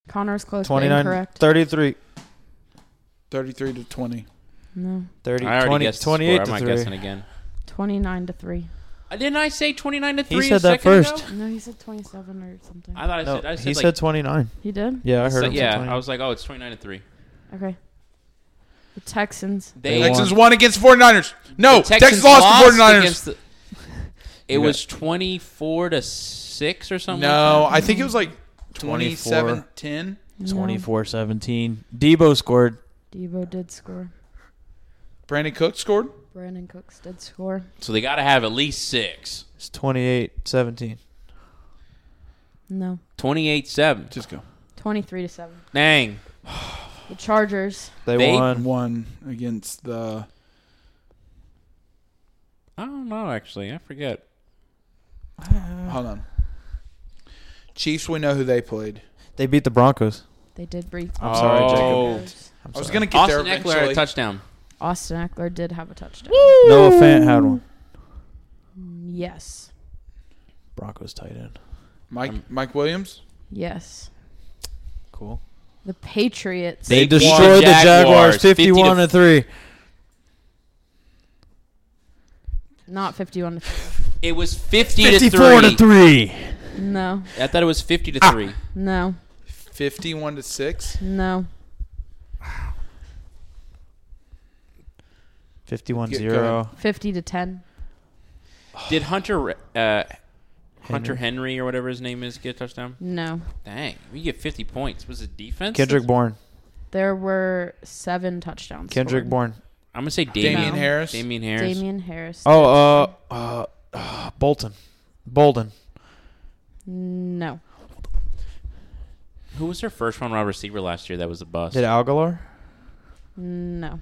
Speaker 3: Connor's close. but
Speaker 2: 29,
Speaker 3: Incorrect.
Speaker 2: 33,
Speaker 1: 33 to 20.
Speaker 3: No.
Speaker 2: 30,
Speaker 4: I already
Speaker 2: 20,
Speaker 4: guessed
Speaker 2: 28
Speaker 4: 28 score. Am
Speaker 2: to
Speaker 4: I
Speaker 2: 3.
Speaker 4: guessing again?
Speaker 3: Twenty-nine to three.
Speaker 4: Uh, Didn't I say 29 to 3?
Speaker 2: He said
Speaker 4: a
Speaker 2: that
Speaker 4: second ago?
Speaker 2: first.
Speaker 3: No, he said twenty-seven or something.
Speaker 4: I thought I
Speaker 2: No,
Speaker 4: said, I said
Speaker 2: he
Speaker 4: like,
Speaker 2: said 29.
Speaker 3: he did.
Speaker 2: Yeah, I
Speaker 4: so-
Speaker 2: heard him. say
Speaker 4: yeah,
Speaker 2: 29.
Speaker 4: I was like, oh, it's 29 to 3.
Speaker 3: Okay. The Texans.
Speaker 4: They,
Speaker 2: They won.
Speaker 1: Texans won against 49ers. No,
Speaker 4: the
Speaker 1: Texans, lost, to 49ers.
Speaker 4: against the- it
Speaker 2: You
Speaker 4: was 24 to 6 or something.
Speaker 1: no,
Speaker 4: like Mm-hmm.
Speaker 1: I think it was like
Speaker 2: 24.
Speaker 1: 27 10.
Speaker 3: No.
Speaker 2: 24 17. Debo scored.
Speaker 3: Debo did score.
Speaker 1: Brandon Cook scored.
Speaker 3: Brandon Cooks did score.
Speaker 4: that. So they got to have at least 6.
Speaker 2: It's 28 17.
Speaker 3: No.
Speaker 4: 28 7.
Speaker 1: Just go.
Speaker 3: Twenty-three to seven.
Speaker 4: Dang.
Speaker 3: The Chargers.
Speaker 2: They,
Speaker 4: They-
Speaker 1: And one
Speaker 2: won.
Speaker 1: against the.
Speaker 4: I don't know, actually. I forget.
Speaker 1: Hold on. Chiefs, we know who they played.
Speaker 2: They beat the Broncos.
Speaker 3: They did break.
Speaker 2: I'm sorry,
Speaker 4: Oh.
Speaker 2: Jacob.
Speaker 3: Chargers.
Speaker 2: I'm
Speaker 1: I was
Speaker 2: sorry.
Speaker 1: going to get there
Speaker 4: Austin Eckler had
Speaker 1: eventually.
Speaker 4: a touchdown.
Speaker 3: Austin Eckler did have a touchdown.
Speaker 2: Noah Fant had one.
Speaker 3: Yes.
Speaker 2: Broncos tight end.
Speaker 1: Mike, Mike Williams.
Speaker 3: Yes.
Speaker 2: Cool.
Speaker 3: The Patriots.
Speaker 4: They
Speaker 2: They,
Speaker 4: beat the
Speaker 2: destroyed the
Speaker 4: Jaguars
Speaker 2: Jaguars,
Speaker 4: 50 to
Speaker 2: 51 to 3.
Speaker 3: Not 51 to 3.
Speaker 4: It was 50 to 3.
Speaker 2: 54 to 3.
Speaker 3: No.
Speaker 4: I thought it was 50
Speaker 2: Ah.
Speaker 4: to 3.
Speaker 3: No.
Speaker 1: 51 to 6.
Speaker 3: No.
Speaker 2: 51
Speaker 1: Go- go
Speaker 2: 0.
Speaker 3: 50 to 10.
Speaker 4: Did Hunter uh, Hunter Henry or whatever his name is get a touchdown?
Speaker 3: No.
Speaker 4: Dang, we get 50 points. Was it defense?
Speaker 2: Kendrick Bourne.
Speaker 3: There were seven touchdowns.
Speaker 2: Kendrick
Speaker 3: scored.
Speaker 2: Bourne.
Speaker 4: I'm gonna say Damien,
Speaker 1: Damian
Speaker 3: No.
Speaker 1: Harris.
Speaker 4: Damien Harris.
Speaker 3: Damian Harris.
Speaker 2: Oh, uh, uh, uh, Bolton. Bolden.
Speaker 3: No.
Speaker 4: Who was their first round wide receiver last year? That was a bust.
Speaker 2: Did Algalar?
Speaker 3: No.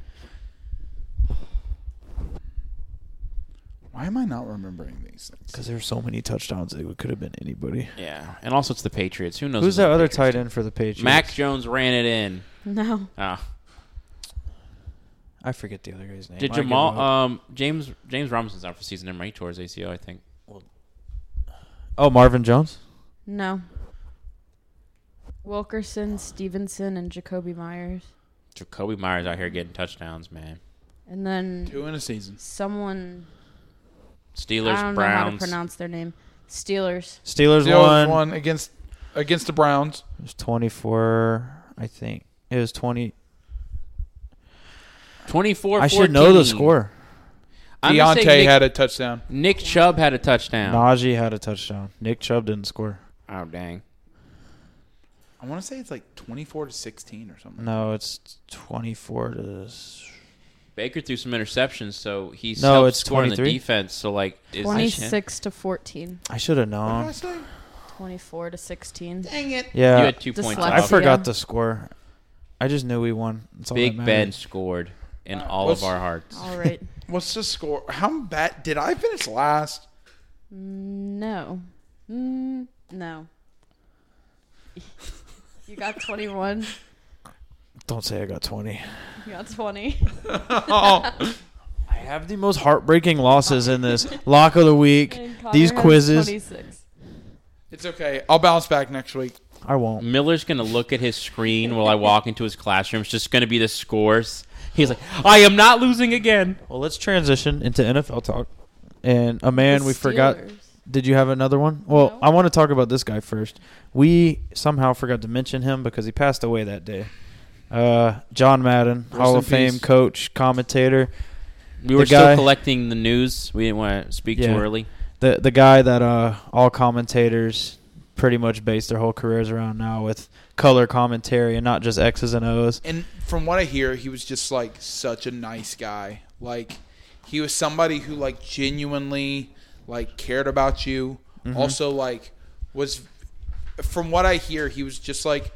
Speaker 1: Why am I not remembering these things?
Speaker 2: Because there were so many touchdowns, it could have been anybody.
Speaker 4: yeah, and also it's the Patriots. Who knows?
Speaker 2: Who's
Speaker 4: what
Speaker 2: that
Speaker 4: the
Speaker 2: other
Speaker 4: Patriots
Speaker 2: tight
Speaker 4: do?
Speaker 2: end for the Patriots?
Speaker 4: Mac Jones ran it in.
Speaker 3: No.
Speaker 4: Ah,
Speaker 2: I forget the other guy's name.
Speaker 4: did
Speaker 2: I give
Speaker 4: Jamal?
Speaker 2: up.
Speaker 4: Um, James James Robinson's out for season. Never mind. He tore his ACL, I think.
Speaker 2: oh, Marvin Jones?
Speaker 3: No. Wilkerson, Stevenson, and Jacoby Myers.
Speaker 4: Jacoby Myers out here getting touchdowns, man.
Speaker 3: And then
Speaker 1: Two in a season.
Speaker 3: someone.
Speaker 4: Steelers,
Speaker 3: I don't know how to
Speaker 4: Browns.
Speaker 3: pronounce their name. Steelers.
Speaker 2: Steelers,
Speaker 1: Steelers
Speaker 2: won.
Speaker 1: won against against the Browns.
Speaker 2: It was 24, I think. It was 20.
Speaker 4: 24.
Speaker 2: I should know the score.
Speaker 4: I'm gonna say
Speaker 1: Deontay
Speaker 4: Nick,
Speaker 1: had a touchdown.
Speaker 4: Nick Chubb had a touchdown.
Speaker 2: Najee had a touchdown. Nick Chubb didn't score.
Speaker 4: Oh dang.
Speaker 1: I want to say it's like 24 to 16 or something.
Speaker 2: No, it's 24 to. s-
Speaker 4: Baker threw some interceptions, so he's
Speaker 2: No,
Speaker 4: no,
Speaker 2: it's
Speaker 4: scoring the
Speaker 2: 23.
Speaker 4: defense. So like, is You
Speaker 3: 26 to 14.
Speaker 2: I should have
Speaker 1: What did I
Speaker 2: known.
Speaker 1: say?
Speaker 3: 24 to 16.
Speaker 1: Dang it.
Speaker 2: Yeah.
Speaker 4: had two points.
Speaker 3: Dyslexia.
Speaker 2: I
Speaker 4: off.
Speaker 3: for-
Speaker 2: forgot
Speaker 3: Yeah.
Speaker 2: the score. I just knew we won. That's all that
Speaker 4: Big Ben
Speaker 2: matters.
Speaker 4: scored in
Speaker 1: Uh,
Speaker 4: all
Speaker 1: what's-
Speaker 4: of our hearts.
Speaker 3: All right.
Speaker 1: What's the score? How bad did I finish last?
Speaker 3: Mm, No. Mm, no. You got 21.
Speaker 2: Don't say I got 20.
Speaker 3: You got 20.
Speaker 1: oh,
Speaker 2: I have the most heartbreaking losses in this lock of the week. These quizzes.
Speaker 3: 26.
Speaker 1: it's okay. I'll bounce back next week.
Speaker 2: I won't.
Speaker 4: Miller's gonna look at his screen while I walk into his classroom. It's just gonna be the scores. He's like, I am not losing again.
Speaker 2: Well, let's transition into NFL talk. And a man we forgot. Did you have another one? Well,
Speaker 3: No.
Speaker 2: I want to talk about this guy first. We somehow forgot to mention him because he passed away that day. Uh, John Madden,
Speaker 1: Rest
Speaker 2: Hall
Speaker 1: in
Speaker 2: of Fame
Speaker 1: peace.
Speaker 2: coach, commentator,
Speaker 4: We were
Speaker 2: guy-
Speaker 4: still collecting the news. We didn't want to speak
Speaker 2: Yeah.
Speaker 4: too early.
Speaker 2: the the guy that uh, all commentators pretty much base their whole careers around now with color commentary and not just X's and O's.
Speaker 1: And from what I hear, he was just like such a nice guy. Like he was somebody who like genuinely like cared about you. Also like was from what I hear, he was just like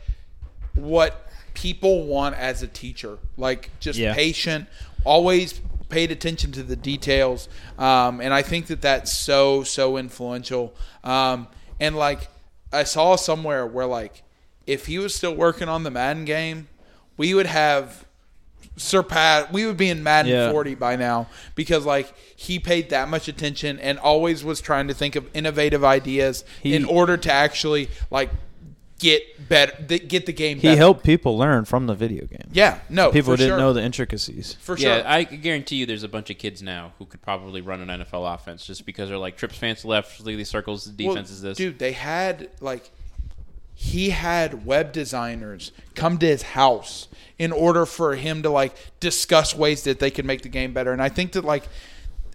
Speaker 1: what people want as a teacher. Like just
Speaker 2: Yeah.
Speaker 1: patient, always paid attention to the details. Um, and I think that that's so so influential. Um, and like I saw somewhere where like if he was still working on the Madden game, we would have surpassed. We would be in Madden
Speaker 2: Yeah.
Speaker 1: 40 by now because like he paid that much attention and always was trying to think of innovative ideas
Speaker 2: He-
Speaker 1: in order to actually like get better, th- get the game.
Speaker 2: He
Speaker 1: better.
Speaker 2: helped people learn from the video game.
Speaker 1: Yeah, no,
Speaker 2: people
Speaker 1: for
Speaker 2: didn't
Speaker 1: sure.
Speaker 2: know the intricacies.
Speaker 1: for sure.
Speaker 4: yeah, I guarantee you there's a bunch of kids now who could probably run an NFL offense just because they're like trips fans left, Lee circles, the
Speaker 1: Well,
Speaker 4: defense is this.
Speaker 1: Dude, they had like he had web designers come to his house in order for him to like discuss ways that they could make the game better. And I think that like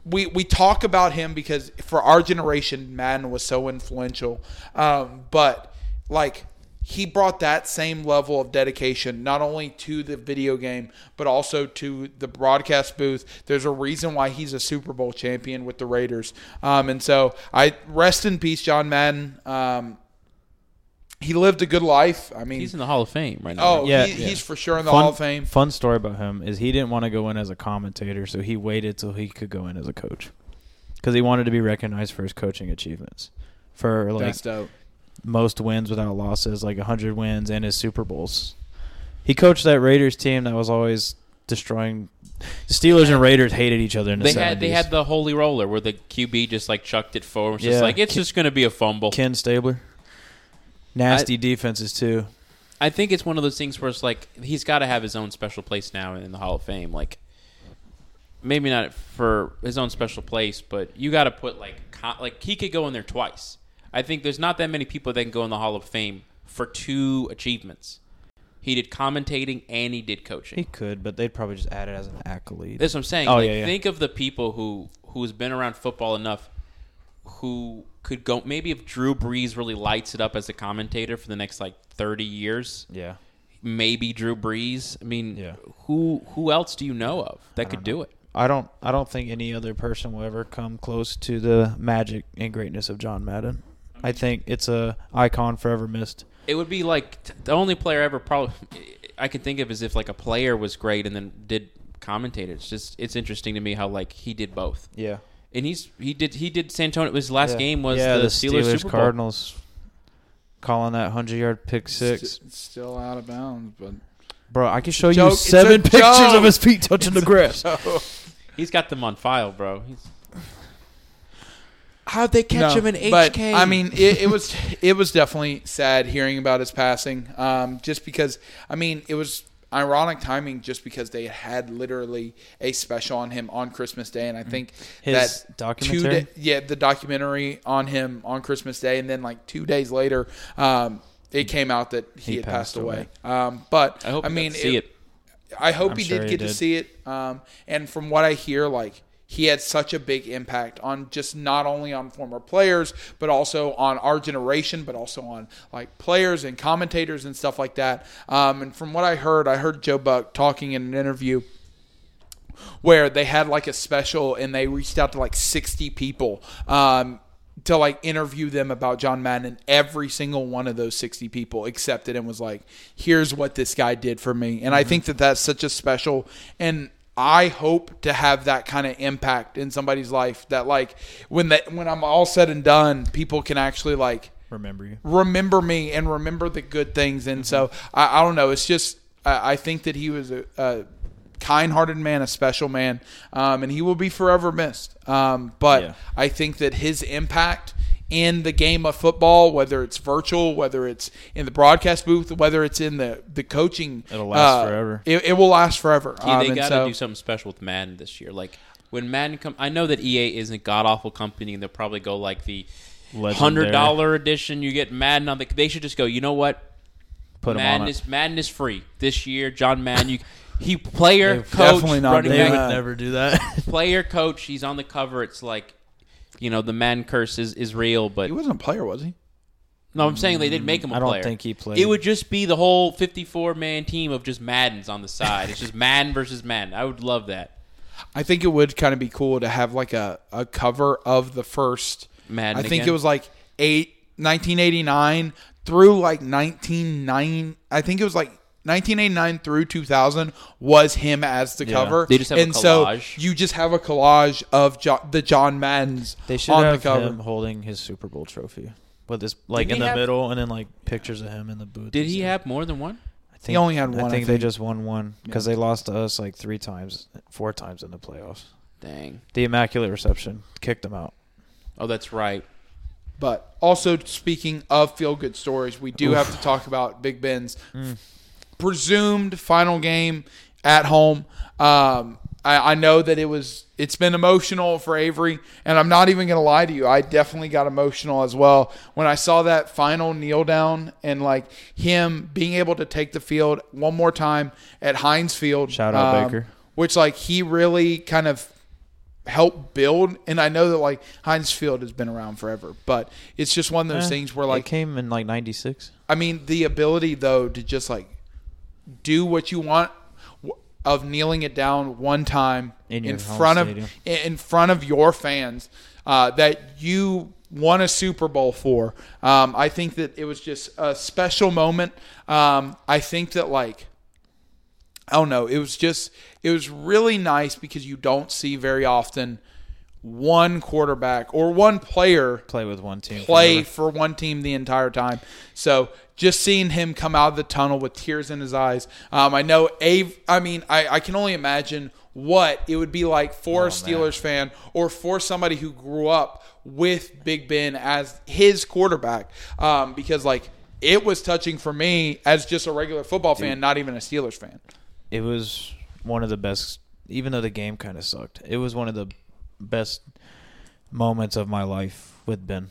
Speaker 1: we we talk about him because for our generation, Madden was so influential. Um, but like he brought that same level of dedication not only to the video game but also to the broadcast booth. There's a reason why he's a Super Bowl champion with the Raiders. Um, and so I rest in peace, John Madden. Um, he lived a good life. I mean,
Speaker 4: He's in the Hall of Fame right now.
Speaker 1: oh,
Speaker 2: Yeah,
Speaker 1: he,
Speaker 2: yeah.
Speaker 1: he's for sure in the
Speaker 2: fun,
Speaker 1: Hall of Fame.
Speaker 2: Fun story about him is he didn't want to go in as a commentator, so he waited till he could go in as a coach because he wanted to be recognized for his coaching achievements, for like
Speaker 1: That's dope.
Speaker 2: most wins without losses, like 100 wins, and his Super Bowls. He coached that Raiders team that was always destroying. The Steelers and Raiders hated each other in the
Speaker 4: They
Speaker 2: 70s.
Speaker 4: had they had the holy roller where the QB just like chucked it forward. It's just
Speaker 2: Yeah.
Speaker 4: like it's just going to be a fumble.
Speaker 2: Ken Stabler. Nasty defenses too.
Speaker 4: I think it's one of those things where it's like he's got to have his own special place now in the Hall of Fame. Like maybe not for his own special place, but you got to put like co- like he could go in there twice. I think there's not that many people that can go in the Hall of Fame for two achievements. He did commentating and he did coaching.
Speaker 2: He could, but they'd probably just add it as an accolade.
Speaker 4: That's what I'm saying.
Speaker 2: Oh,
Speaker 4: like,
Speaker 2: yeah, yeah.
Speaker 4: Think of the people who who's been around football enough who could go. Maybe if Drew Brees really lights it up as a commentator for the next like 30 years,
Speaker 2: yeah.
Speaker 4: maybe Drew Brees. I mean,
Speaker 2: Yeah.
Speaker 4: who who else do you know of that could do it?
Speaker 2: I don't I don't think any other person will ever come close to the magic and greatness of John Madden. I think it's a icon forever missed.
Speaker 4: It would be like t- the only player ever probably I can think of is if like a player was great and then did commentate. It's just it's interesting to me how like he did both.
Speaker 2: Yeah.
Speaker 4: And he's he did he did Santonio. His last game was the, Steelers, Super Bowl.
Speaker 2: Cardinals calling that 100-yard pick 6.
Speaker 1: St- still out of bounds, but
Speaker 2: Bro, I can show
Speaker 1: joke.
Speaker 2: you
Speaker 1: It's a
Speaker 2: seven pictures
Speaker 1: joke.
Speaker 2: of his feet touching the grass.
Speaker 4: He's got them on file, bro. He's,
Speaker 1: How'd they
Speaker 2: catch him in
Speaker 1: But,
Speaker 2: HK?
Speaker 1: I mean, it, it was it was definitely sad hearing about his passing. Um, just because, I mean, it was ironic timing. Just because they had literally a special on him on Christmas Day, and I think
Speaker 2: His
Speaker 1: that Two
Speaker 2: documentary?
Speaker 1: da- yeah, the documentary on him on Christmas Day, and then like two days later, um, it came out that he,
Speaker 2: He
Speaker 1: had passed,
Speaker 2: passed
Speaker 1: away.
Speaker 2: away.
Speaker 1: Um, but
Speaker 4: I hope
Speaker 1: I
Speaker 4: you got
Speaker 1: mean,
Speaker 4: to see it.
Speaker 1: I hope
Speaker 2: I'm
Speaker 1: he
Speaker 2: sure
Speaker 1: did
Speaker 2: he
Speaker 1: get to
Speaker 2: did.
Speaker 1: see it. Um, and from what I hear, like he had such a big impact on just not only on former players, but also on our generation, but also on like players and commentators and stuff like that. Um, and from what I heard, I heard Joe Buck talking in an interview where they had like a special and they reached out to like 60 people um, to like interview them about John Madden. And every single one of those 60 people accepted and was like, here's what this guy did for me. And I think that that's such a special. And I hope to have that kind of impact in somebody's life that like when that when I'm all said and done, people can actually like
Speaker 2: Remember you.
Speaker 1: remember me and remember the good things. And so I, I don't know. It's just I, I think that he was a, a kind-hearted man, a special man, um, and he will be forever missed. Um, but
Speaker 2: Yeah.
Speaker 1: I think that his impact in the game of football, whether it's virtual, whether it's in the broadcast booth, whether it's in the the coaching, uh,
Speaker 2: It'll last forever.
Speaker 1: It, it will last forever.
Speaker 4: Yeah, they
Speaker 1: Um, and
Speaker 4: got to
Speaker 1: so-
Speaker 4: do something special with Madden this year. Like when Madden come, I know that EA isn't god awful company, and they'll probably go like the hundred
Speaker 2: Legendary.
Speaker 4: dollar edition. You get Madden on the. They should just go. You know what?
Speaker 2: Put him
Speaker 4: Madden
Speaker 2: on it.
Speaker 4: is Madden is free this year. John Madden, you he player
Speaker 2: They've
Speaker 4: coach
Speaker 1: definitely not
Speaker 4: running
Speaker 1: done
Speaker 2: They
Speaker 4: back
Speaker 1: that.
Speaker 2: would never do that.
Speaker 4: player coach. He's on the cover. It's like. You know the Madden curse is, is real, but
Speaker 1: He wasn't a player, was he?
Speaker 4: no, I'm saying they did make him a
Speaker 2: I don't
Speaker 4: player.
Speaker 2: think he played.
Speaker 4: It would just be the whole 54 man team of just Maddens on the side. it's just Madden versus Madden. I would love that.
Speaker 1: I think it would kind of be cool to have like a, a cover of the first
Speaker 4: Madden
Speaker 1: I think
Speaker 4: again?
Speaker 1: it was like eight, 1989 through like 199 I think it was like 1989 through 2000 was him as the cover.
Speaker 4: They just have a
Speaker 1: and so
Speaker 4: collage.
Speaker 1: you just have a collage of jo- the John Madden's
Speaker 2: They should
Speaker 1: on the
Speaker 2: have
Speaker 1: cover.
Speaker 2: him holding his Super Bowl trophy. with his like in
Speaker 4: Didn't he
Speaker 2: the
Speaker 4: have-
Speaker 2: middle, and then like pictures of him in the booth.
Speaker 4: Did
Speaker 2: and
Speaker 4: he
Speaker 2: stuff.
Speaker 4: have more than one?
Speaker 2: I think,
Speaker 1: only had one, I
Speaker 2: I think, they
Speaker 1: think.
Speaker 2: just won one because they lost to us like three times, four times in the playoffs.
Speaker 4: Dang.
Speaker 2: The immaculate reception kicked them out.
Speaker 4: Oh, that's right.
Speaker 1: But also speaking of feel good stories, we do have to talk about Big Ben's
Speaker 2: Mm.
Speaker 1: presumed final game at home. Um, I, I know that it was it's been emotional for Avery, and I'm not even gonna lie to you. I definitely got emotional as well when I saw that final kneel down and like him being able to take the field one more time at Heinz Field. um,
Speaker 2: Shout out Baker.
Speaker 1: which like he really kind of help build. And I know that like Heinz Field has been around forever, but it's just one of those
Speaker 2: Eh,
Speaker 1: things where
Speaker 2: it
Speaker 1: like
Speaker 2: came in like '96.
Speaker 1: I mean the ability though to just like do what you want w- of kneeling it down one time
Speaker 2: In
Speaker 1: in,
Speaker 2: your home
Speaker 1: front of
Speaker 2: stadium.
Speaker 1: in in front of your fans uh, that you won a Super Bowl for. Um, I think that it was just a special moment. Um, I think that like. I don't know. It was just, it was really nice because you don't see very often one quarterback or one player
Speaker 2: Play with one team.
Speaker 1: play
Speaker 2: forever.
Speaker 1: for one team the entire time. So just seeing him come out of the tunnel with tears in his eyes. Um, I know Ave. I mean, I, I can only imagine what it would be like for a Steelers fan or for somebody who grew up with Big Ben as his quarterback, um, because like it was touching for me as just a regular football fan, not even a Steelers fan.
Speaker 2: it was one of the best even though the game kind of sucked it was one of the best moments of my life with ben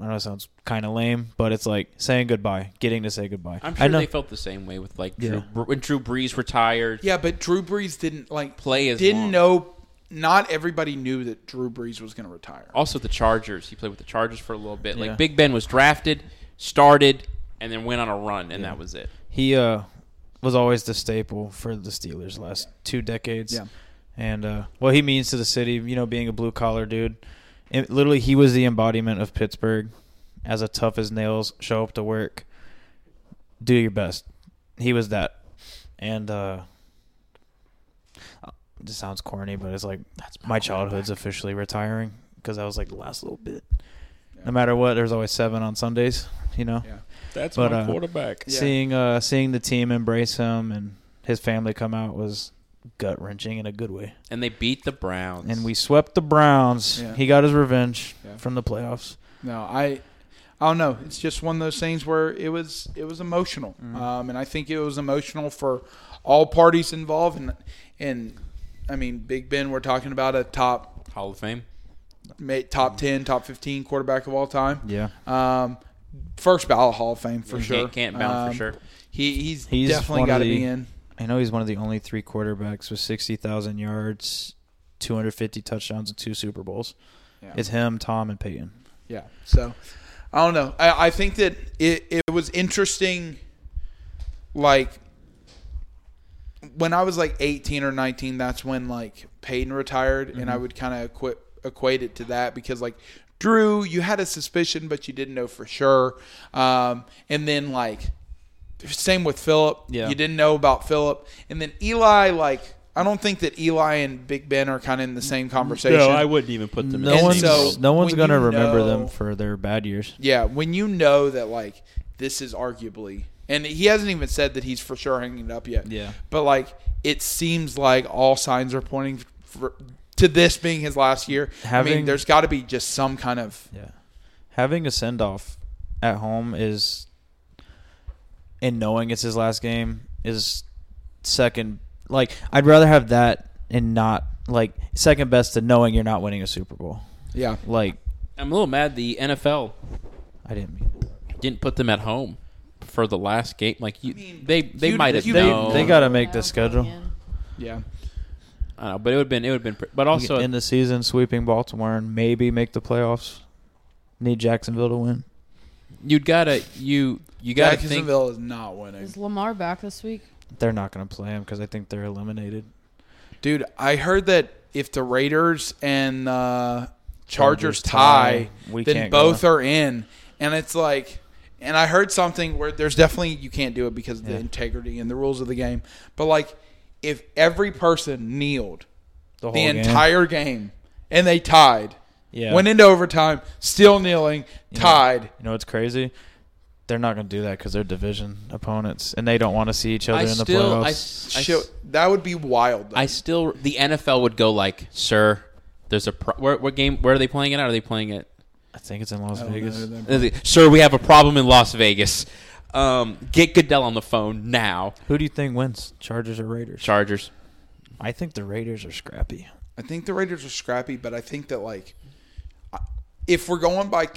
Speaker 2: i know it sounds kind of lame but it's like saying goodbye getting to say goodbye
Speaker 4: I'm sure
Speaker 2: I know,
Speaker 4: they felt the same way with like
Speaker 2: Yeah.
Speaker 4: Drew, Br- when Drew Brees retired.
Speaker 1: Yeah, but Drew Brees didn't like
Speaker 4: Play as
Speaker 1: didn't
Speaker 4: long.
Speaker 1: know. Not everybody knew that Drew Brees was going to retire.
Speaker 4: Also, the Chargers. He played with the Chargers for a little bit.
Speaker 2: Yeah.
Speaker 4: Like Big Ben was drafted, started, and then went on a run, and that was it.
Speaker 2: he uh was always the staple for the steelers last two decades
Speaker 1: Yeah.
Speaker 2: and uh what he means to the city you know being a blue collar dude and literally he was the embodiment of pittsburgh as a tough as nails show up to work do your best. He was that. And uh this sounds corny, but it's like that's my childhood's officially retiring because that was like the last little bit. No matter what, there's always seven on Sundays, you know.
Speaker 1: Yeah.
Speaker 5: That's
Speaker 2: But,
Speaker 5: my
Speaker 2: uh,
Speaker 5: quarterback.
Speaker 1: Yeah.
Speaker 2: Seeing uh seeing the team embrace him and his family come out was gut wrenching in a good way.
Speaker 4: And they beat the Browns.
Speaker 2: And we swept the Browns.
Speaker 1: Yeah.
Speaker 2: He got his revenge
Speaker 1: Yeah.
Speaker 2: from the playoffs.
Speaker 1: No, I, I don't know. It's just one of those things where it was it was emotional,
Speaker 4: Mm-hmm.
Speaker 1: um, and I think it was emotional for all parties involved. And and I mean, Big Ben, we're talking about a top
Speaker 4: Hall of Fame.
Speaker 1: ma- top
Speaker 4: Mm-hmm.
Speaker 1: ten, top fifteen quarterback of all time.
Speaker 2: Yeah.
Speaker 1: Um, first ballot Hall of Fame for
Speaker 4: Can't-
Speaker 1: sure.
Speaker 4: can't bound for
Speaker 1: Um,
Speaker 4: sure.
Speaker 1: He, he's,
Speaker 2: He's one
Speaker 1: definitely
Speaker 2: of
Speaker 1: got to
Speaker 2: the-
Speaker 1: be in.
Speaker 2: I know he's one of the only three quarterbacks with 60,000 yards, 250 touchdowns, and two Super Bowls.
Speaker 1: Yeah.
Speaker 2: It's him, Tom, and Peyton.
Speaker 1: Yeah. So I don't know. I, I think that it, it was interesting. Like when I was like 18 or 19, that's when like Peyton retired, and I
Speaker 5: Mm-hmm.
Speaker 1: would kind of equate, equate it to that because like Drew, you had a suspicion, but you didn't know for sure. Um, and then like same with Philip.
Speaker 2: Yeah.
Speaker 1: You didn't know about Philip, and then Eli. Like I don't think that Eli and Big Ben are kind of in the same conversation.
Speaker 5: No, I wouldn't even put them.
Speaker 2: No
Speaker 5: in
Speaker 1: And
Speaker 2: one's,
Speaker 5: the same
Speaker 1: so-
Speaker 5: room.
Speaker 2: no one's
Speaker 1: when
Speaker 2: going to
Speaker 1: you
Speaker 2: remember
Speaker 1: know-
Speaker 2: them for their bad years.
Speaker 1: Yeah, when you know that like this is arguably and he hasn't even said that he's for sure hanging it up yet.
Speaker 2: Yeah.
Speaker 1: But like it seems like all signs are pointing for, to this being his last year. I mean,
Speaker 2: Having-
Speaker 1: there's got to be just some kind of
Speaker 2: Yeah. Having a send off at home is, and knowing it's his last game is second. Like, I'd rather have that and not, like, second best to knowing you're not winning a Super Bowl.
Speaker 1: yeah.
Speaker 2: Like,
Speaker 4: I'm a little mad the NFL
Speaker 2: I didn't mean
Speaker 4: didn't put them at home for the last game. Like you,
Speaker 1: mean,
Speaker 4: they they
Speaker 1: you-
Speaker 4: might have
Speaker 1: you-
Speaker 4: known.
Speaker 2: They got to make the schedule.
Speaker 1: Yeah.
Speaker 4: I don't know, but it would have been it would have been. Pre- but also,
Speaker 2: in the season sweeping Baltimore and maybe make the playoffs. Need Jacksonville to win.
Speaker 4: you'd gotta you you gotta think.
Speaker 1: Jacksonville is not winning.
Speaker 3: Is Lamar back this week?
Speaker 2: They're not going to play him because I think they're eliminated.
Speaker 1: Dude, I heard that if the Raiders and uh, Chargers
Speaker 2: Chargers tie,
Speaker 1: tie,
Speaker 2: we
Speaker 1: then
Speaker 2: can't go.
Speaker 1: both are in. And it's like, and I heard something where there's definitely, you can't do it because of the
Speaker 2: Yeah.
Speaker 1: integrity and the rules of the game. But like, if every person kneeled
Speaker 2: The whole
Speaker 1: the
Speaker 2: game.
Speaker 1: entire game and they tied,
Speaker 2: Yeah.
Speaker 1: Went into overtime, still kneeling,
Speaker 2: You know-
Speaker 1: tied.
Speaker 2: You know what's crazy? They're not going to do that because they're division opponents, and they don't want to see each other
Speaker 4: I
Speaker 2: in the
Speaker 4: still,
Speaker 2: playoffs.
Speaker 4: I, s- I s-
Speaker 1: Shit, that would be wild. though.
Speaker 4: I still, the NFL would go like, sir, there's a pro- where, what game? Where are they playing it? Are they playing it?
Speaker 2: I think it's in Las
Speaker 1: I don't know
Speaker 2: Vegas.
Speaker 1: them.
Speaker 4: Sir, we have a problem in Las Vegas. Um, get Goodell on the phone now.
Speaker 2: Who do you think wins, Chargers or Raiders?
Speaker 4: Chargers.
Speaker 2: I think the Raiders are scrappy.
Speaker 1: I think the Raiders are scrappy, but I think that like, I- if we're going by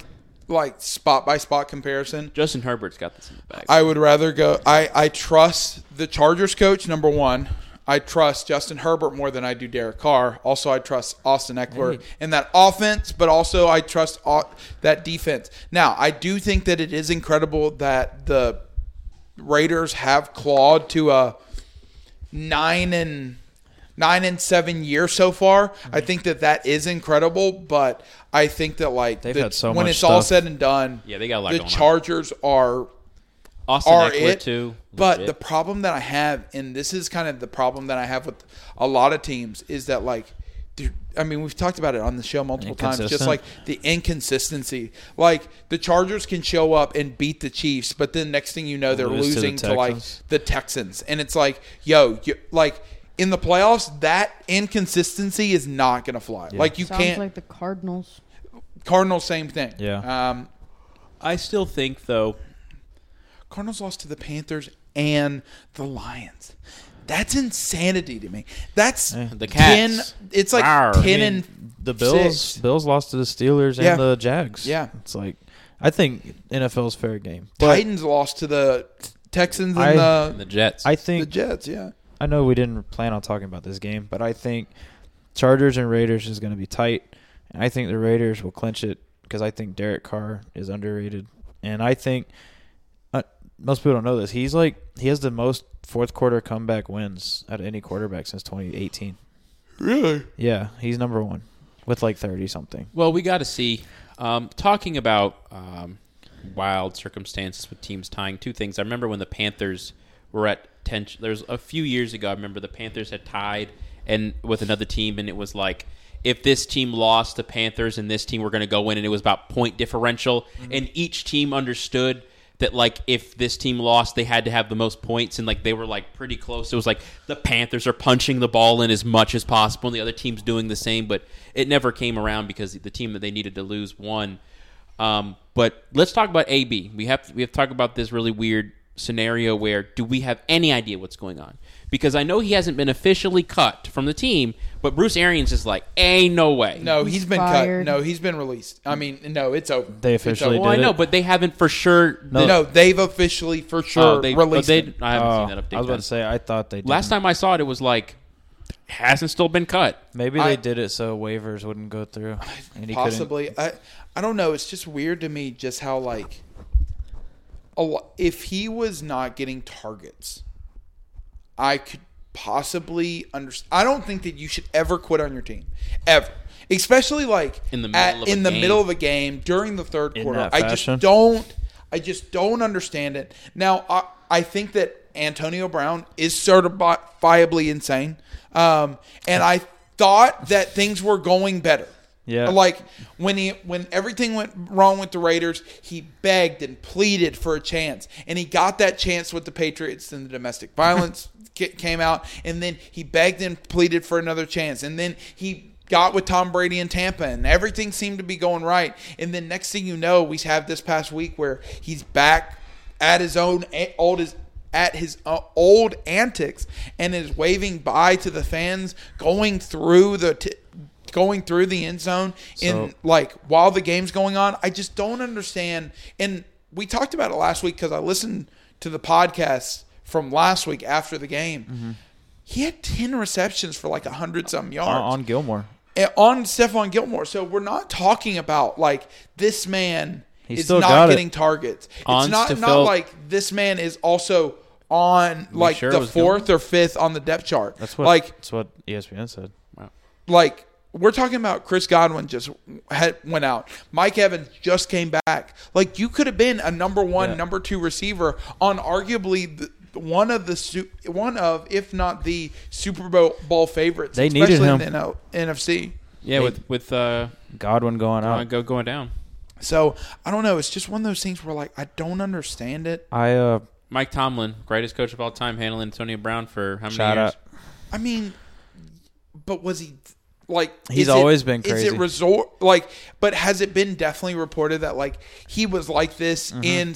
Speaker 1: like spot by spot comparison,
Speaker 4: Justin Herbert's got this in the bag.
Speaker 1: I would rather go. I I trust the Chargers coach number one. I trust Justin Herbert more than I do Derek Carr. Also, I trust Austin Eckler and that offense, but also I trust au- that defense. Now, I do think that it is incredible that the Raiders have clawed to a nine and nine and seven year so far. I
Speaker 2: Mm-hmm.
Speaker 1: think that that is incredible, but I think that like
Speaker 2: They've
Speaker 1: the-
Speaker 2: had so
Speaker 1: when
Speaker 2: much
Speaker 1: it's all
Speaker 2: stuff.
Speaker 1: said and done,
Speaker 4: yeah, they got a lot
Speaker 1: the
Speaker 4: going
Speaker 1: Chargers are
Speaker 4: on. Austin
Speaker 1: are
Speaker 4: Eckler
Speaker 1: it.
Speaker 4: too.
Speaker 1: But
Speaker 4: Legit.
Speaker 1: the problem that I have, and this is kind of the problem that I have with a lot of teams, is that like, dude, I mean, we've talked about it on the show multiple times, just
Speaker 2: Inconsistent.
Speaker 1: like the inconsistency. Like the Chargers can show up and beat the Chiefs, but then next thing you know, they're
Speaker 2: Lose to the
Speaker 1: losing to, like
Speaker 2: Texans.
Speaker 1: the Texans, and it's like, yo, you, like. In the playoffs, that inconsistency is not going to fly. Like you
Speaker 3: Sounds
Speaker 1: can't.
Speaker 3: like the Cardinals.
Speaker 1: Cardinals, same thing.
Speaker 2: Yeah.
Speaker 1: Um,
Speaker 4: I still think though,
Speaker 1: Cardinals lost to the Panthers and the Lions. That's insanity to me. That's
Speaker 4: the
Speaker 1: ten.
Speaker 4: Cats.
Speaker 1: It's like
Speaker 4: Rawr.
Speaker 1: ten
Speaker 4: I
Speaker 1: and
Speaker 2: Eh. The Bills,
Speaker 1: six.
Speaker 2: Bills lost to the Steelers
Speaker 1: Yeah.
Speaker 2: and the Jags.
Speaker 1: Yeah.
Speaker 2: it's like I think NFL's fair game.
Speaker 1: Titans lost to the Texans and
Speaker 2: I-
Speaker 4: the
Speaker 1: the,
Speaker 4: Jets.
Speaker 2: I
Speaker 1: the
Speaker 2: think
Speaker 1: Jets. Yeah,
Speaker 2: I know we didn't plan on talking about this game, but I think Chargers and Raiders is going to be tight, and I think the Raiders will clinch it because I think Derek Carr is underrated, and I think uh, most people don't know this. He's like he has the most fourth quarter comeback wins out of any quarterback since 2018.
Speaker 1: really.
Speaker 2: Yeah, he's number one with like 30 something.
Speaker 4: Well, we got to see. Um, talking about um, wild circumstances with teams tying two things. I remember when the Panthers were at tension. There's a few years ago. I remember the Panthers had tied and with another team, and it was like if this team lost the Panthers and this team were going to go in, and it was about point differential, and each team understood that like if this team lost they had to have the most points and like they were like pretty close it was like the panthers are punching the ball in as much as possible and the other team's doing the same but it never came around because the team that they needed to lose won um, but let's talk about ab we have we have to talk about this really weird scenario where do we have any idea what's going on because i know he hasn't been officially cut from the team but bruce arians is like ain't no way
Speaker 1: No, he's been
Speaker 3: Fired.
Speaker 1: cut. No, he's been released. I mean, no, it's over.
Speaker 2: They
Speaker 1: It's
Speaker 2: officially
Speaker 1: over.
Speaker 4: well, i
Speaker 2: did it.
Speaker 4: know but they haven't for sure
Speaker 1: No, they've officially for sure
Speaker 4: Oh, they, but
Speaker 1: released.
Speaker 4: they-
Speaker 1: him.
Speaker 4: I haven't
Speaker 2: Oh,
Speaker 4: seen that update.
Speaker 2: I was about
Speaker 4: done.
Speaker 2: to say I thought they did
Speaker 4: Last time I saw it, it was like hasn't still been cut.
Speaker 2: maybe
Speaker 1: I-
Speaker 2: they did it so waivers wouldn't go through. And he couldn't-
Speaker 1: possibly i i don't know it's just weird to me just how like a lo- if he was not getting targets i could possibly understand i don't think that you should ever quit on your team ever especially like
Speaker 4: In the middle of a
Speaker 1: in the
Speaker 4: game.
Speaker 1: middle of a game during the third
Speaker 2: In
Speaker 1: quarter
Speaker 2: that
Speaker 1: i just
Speaker 2: fashion.
Speaker 1: don't i just don't understand it now i i think that Antonio Brown is certifiably insane. Um, and I thought that things were going better.
Speaker 2: Yeah.
Speaker 1: Like when he when everything went wrong with the Raiders, he begged and pleaded for a chance, and he got that chance with the Patriots. And the domestic violence ca- came out, and then he begged and pleaded for another chance, and then he got with Tom Brady in Tampa, and everything seemed to be going right. And then next thing you know, we have this past week where he's back at his own a- old his at his uh, old antics and is waving bye to the fans going through the t- going through the end zone in
Speaker 2: So-
Speaker 1: like while the game's going on i just don't understand and we talked about it last week because i listened to the podcast from last week after the game he had 10 receptions for like 100 some yards
Speaker 2: Mm-hmm. on, on Gilmore.
Speaker 1: and eh, on Stephon Gilmore. So we're not talking about like this man
Speaker 2: He
Speaker 1: is
Speaker 2: still
Speaker 1: not
Speaker 2: got it.
Speaker 1: getting targets.
Speaker 4: On
Speaker 1: it's not not
Speaker 4: Stefel-
Speaker 1: like this man is also on like
Speaker 4: sure it
Speaker 1: the
Speaker 4: was
Speaker 1: fourth or fifth on the depth chart.
Speaker 2: That's what
Speaker 1: like
Speaker 2: that's what E ESPN said.
Speaker 1: like we're talking about Chris Godwin just had, went out. Mike Evans just came back. Like you could have been a number one,
Speaker 2: Yeah.
Speaker 1: number two receiver on arguably the, one of the su- one of if not the Super Bowl favorite favorites.
Speaker 2: They needed
Speaker 1: especially
Speaker 2: him.
Speaker 1: in the NL NFC.
Speaker 4: Yeah,
Speaker 2: Hey.
Speaker 4: with with uh,
Speaker 2: Godwin going
Speaker 4: uh,
Speaker 2: out.
Speaker 4: go going down.
Speaker 1: So I don't know. It's just one of those things where like I don't understand it.
Speaker 2: I uh,
Speaker 4: Mike Tomlin, greatest coach of all time, handling Antonio Brown for how many
Speaker 2: shout
Speaker 4: years?
Speaker 2: out.
Speaker 1: I mean, but was he like?
Speaker 2: He's
Speaker 1: is it-
Speaker 2: always been crazy.
Speaker 1: Is it resort like? But has it been definitely reported that like he was like this in?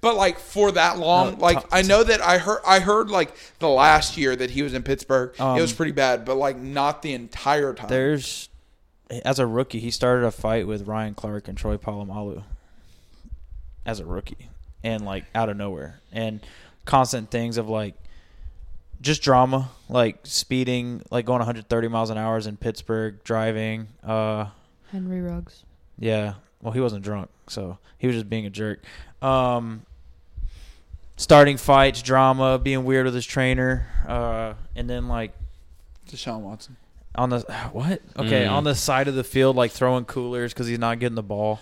Speaker 1: But like for that long,
Speaker 2: Mm-hmm. No,
Speaker 1: like
Speaker 2: Tom-
Speaker 1: I know that I heard I heard like the last year that he was in Pittsburgh, it
Speaker 2: Um,
Speaker 1: was pretty bad, but like not the entire time.
Speaker 2: There's as a rookie, he started a fight with Ryan Clark and Troy Polamalu as a rookie, and like out of nowhere, and constant things of like just drama, like speeding, like going 130 miles an hour in Pittsburgh, driving. Uh,
Speaker 3: Henry Ruggs.
Speaker 2: yeah, well, he wasn't drunk, so he was just being a jerk. Um, starting fights, drama, being weird with his trainer, uh, and then like
Speaker 1: Deshaun Watson.
Speaker 2: on the what? Okay,
Speaker 4: Mm.
Speaker 2: on the side of the field, like throwing coolers because he's not getting the ball,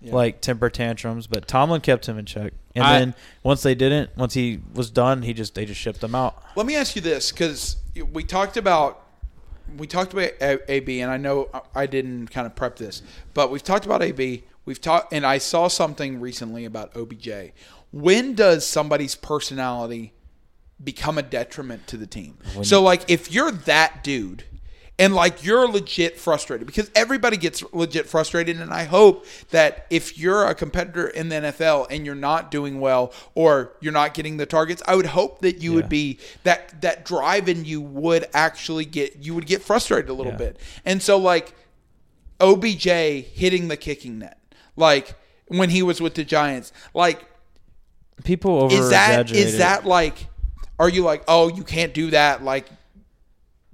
Speaker 1: Yeah.
Speaker 2: like temper tantrums. But Tomlin kept him in check, and
Speaker 4: I-
Speaker 2: then once they didn't, once he was done, he just they just shipped him out.
Speaker 1: Let me ask you this because we talked about we talked about A- AB, and I know I- I didn't kind of prep this, but we've talked about AB. We've talked, and I saw something recently about OBJ. When does somebody's personality become a detriment to the team? so, like, if you're that dude. And like you're legit frustrated because everybody gets legit frustrated, and I hope that if you're a competitor in the NFL and you're not doing well or you're not getting the targets, I would hope that you would
Speaker 2: Yeah.
Speaker 1: be that that drive in you would actually get you would get frustrated a little
Speaker 2: Yeah.
Speaker 1: bit. And so like OBJ hitting the kicking net. Like when he was with the Giants. Like
Speaker 2: People over
Speaker 1: is that is that like are you like, "Oh, you can't do that." Like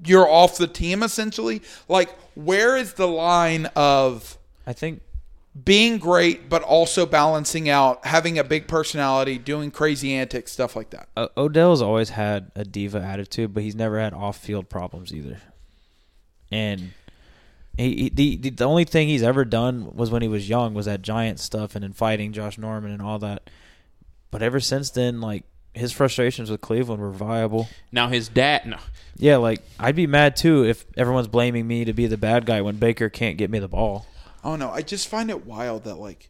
Speaker 1: you're off the team essentially? Like where is the line of
Speaker 2: I think
Speaker 1: being great but also balancing out having a big personality, doing crazy antics, stuff like that?
Speaker 2: uh, Odell's always had a diva attitude, but he's never had off field problems either. And he, he the- the the only thing he's ever done was when he was young was that giant stuff and then fighting Josh Norman and all that. But ever since then, like his frustrations with Cleveland were viable.
Speaker 4: Now his dad, no,
Speaker 2: Yeah, like I'd be mad too if everyone's blaming me to be the bad guy when Baker can't get me the ball.
Speaker 1: I don't know. I just find it wild that like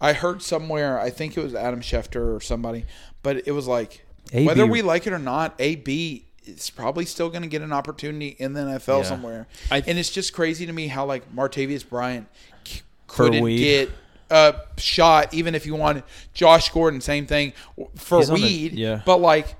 Speaker 1: I heard somewhere, I think it was Adam Schefter or somebody, but it was like
Speaker 2: AB
Speaker 1: whether we like it or not, AB is probably still going to get an opportunity in the NFL
Speaker 2: Yeah.
Speaker 1: somewhere.
Speaker 4: I th-
Speaker 1: and it's just crazy to me how like Martavius Bryant c-
Speaker 2: For
Speaker 1: couldn't
Speaker 2: weed.
Speaker 1: get a shot even if you wanted. Josh Gordon, same thing w- for
Speaker 2: He's on the-
Speaker 1: weed,
Speaker 2: yeah.
Speaker 1: but like.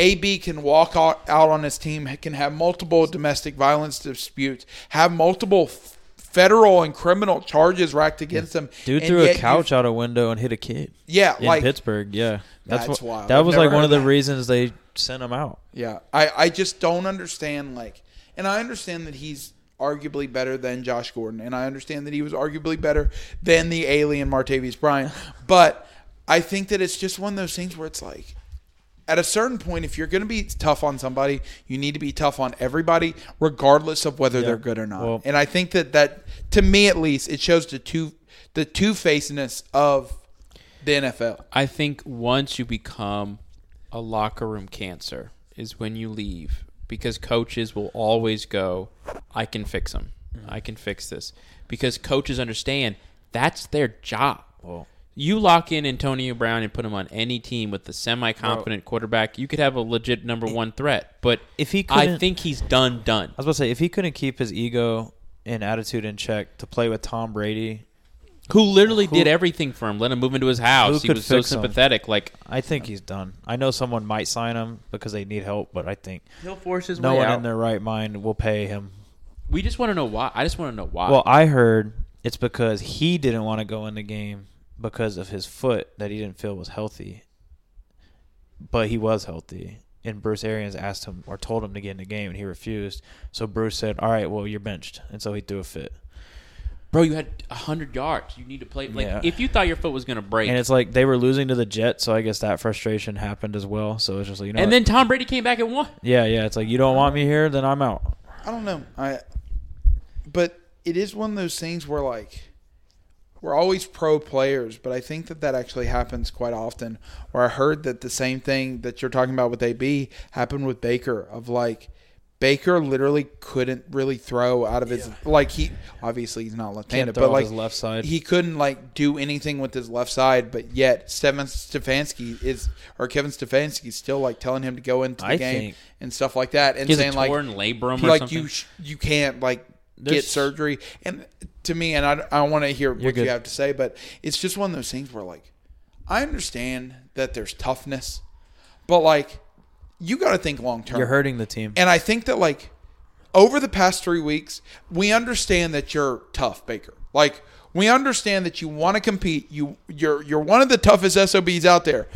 Speaker 1: AB can walk out, out on his team, can have multiple domestic violence disputes, have multiple f- federal and criminal charges racked against him.
Speaker 2: Dude
Speaker 1: and
Speaker 2: threw a
Speaker 1: yet you-
Speaker 2: couch out a window and hit a kid.
Speaker 1: Yeah,
Speaker 2: in
Speaker 1: like
Speaker 2: Pittsburgh. Yeah, that's,
Speaker 1: That's
Speaker 2: what,
Speaker 1: wild.
Speaker 2: That
Speaker 1: I've
Speaker 2: was
Speaker 1: never
Speaker 2: like one
Speaker 1: heard
Speaker 2: of the
Speaker 1: that.
Speaker 2: reasons they sent him out.
Speaker 1: yeah, I I just don't understand like, and I understand that he's arguably better than Josh Gordon, and I understand that he was arguably better than the alien Martavius Bryant, but I think that it's just one of those things where it's like. At a certain point, if you're going to be tough on somebody, you need to be tough on everybody, regardless of whether they're good or not.
Speaker 2: Well-
Speaker 1: and I think that that, to me at least, it shows the two the two facedness of the NFL.
Speaker 4: I think once you become a locker room cancer is when you leave because coaches will always go, I can fix them.
Speaker 2: Mm-hmm.
Speaker 4: I can fix this. Because coaches understand that's their job.
Speaker 2: Well-
Speaker 4: you lock in Antonio Brown and put him on any team with a semi competent quarterback, you could have a legit number one threat. But
Speaker 2: If he
Speaker 4: I
Speaker 2: couldn't-
Speaker 4: think he's done, done.
Speaker 2: I was about to say if he couldn't keep his ego and attitude in check to play with Tom Brady, who
Speaker 4: Literally did everything for him. Let him move into his house. He
Speaker 2: could
Speaker 4: was so
Speaker 2: fix him?
Speaker 4: sympathetic. Like
Speaker 2: I think he's done. I know someone might sign him because they need help, but I think
Speaker 4: he'll force his
Speaker 2: no one in their right mind will pay him.
Speaker 4: We just want to know why. I just want to know why.
Speaker 2: Well, I heard it's because he didn't want to go in the game because of his foot that he didn't feel was healthy, but he was healthy. And Bruce Arians asked him or told him to get in the game, and he refused. So Bruce said, "All right, well, you're benched," and so he threw a fit.
Speaker 4: bro, you had hundred yards. You need to play. Like,
Speaker 2: Yeah.
Speaker 4: if you thought your foot was gonna break,
Speaker 2: And
Speaker 4: and,
Speaker 2: it's like they were losing to the Jets, so I guess that frustration happened as well. So it's just like you know, what?
Speaker 4: then Tom Brady came back and won.
Speaker 2: yeah, yeah, it's like you don't want me here, then I'm out.
Speaker 1: I don't know. I but it is one of those things where like we're always pro players, but I think that that actually happens quite often. Where I heard that the same thing that you're talking about with AB happened with Baker of like Baker literally couldn't really throw out of his like he obviously he's not left-handed,
Speaker 2: throw
Speaker 1: but
Speaker 2: off
Speaker 1: like
Speaker 2: his left side.
Speaker 1: he couldn't like do anything with his left side. But yet Steven Stefanski is or Kevin Stefanski is still like telling him to go into the
Speaker 2: I
Speaker 1: game
Speaker 2: think-
Speaker 1: and stuff like that, and
Speaker 4: He has
Speaker 1: saying
Speaker 4: a
Speaker 1: like
Speaker 4: torn labrum or
Speaker 1: like
Speaker 4: something.
Speaker 1: you sh- you can't like get
Speaker 2: There's-
Speaker 1: surgery. And to me, and I I want to hear what
Speaker 2: good.
Speaker 1: you have to say, but it's just one of those things where like I understand that there's toughness, but like you got to think long term.
Speaker 2: You're hurting the team.
Speaker 1: And I think that like over the past three weeks, we understand that you're tough, Baker. Like we understand that you want to compete. You you're you're one of the toughest SOBs out there.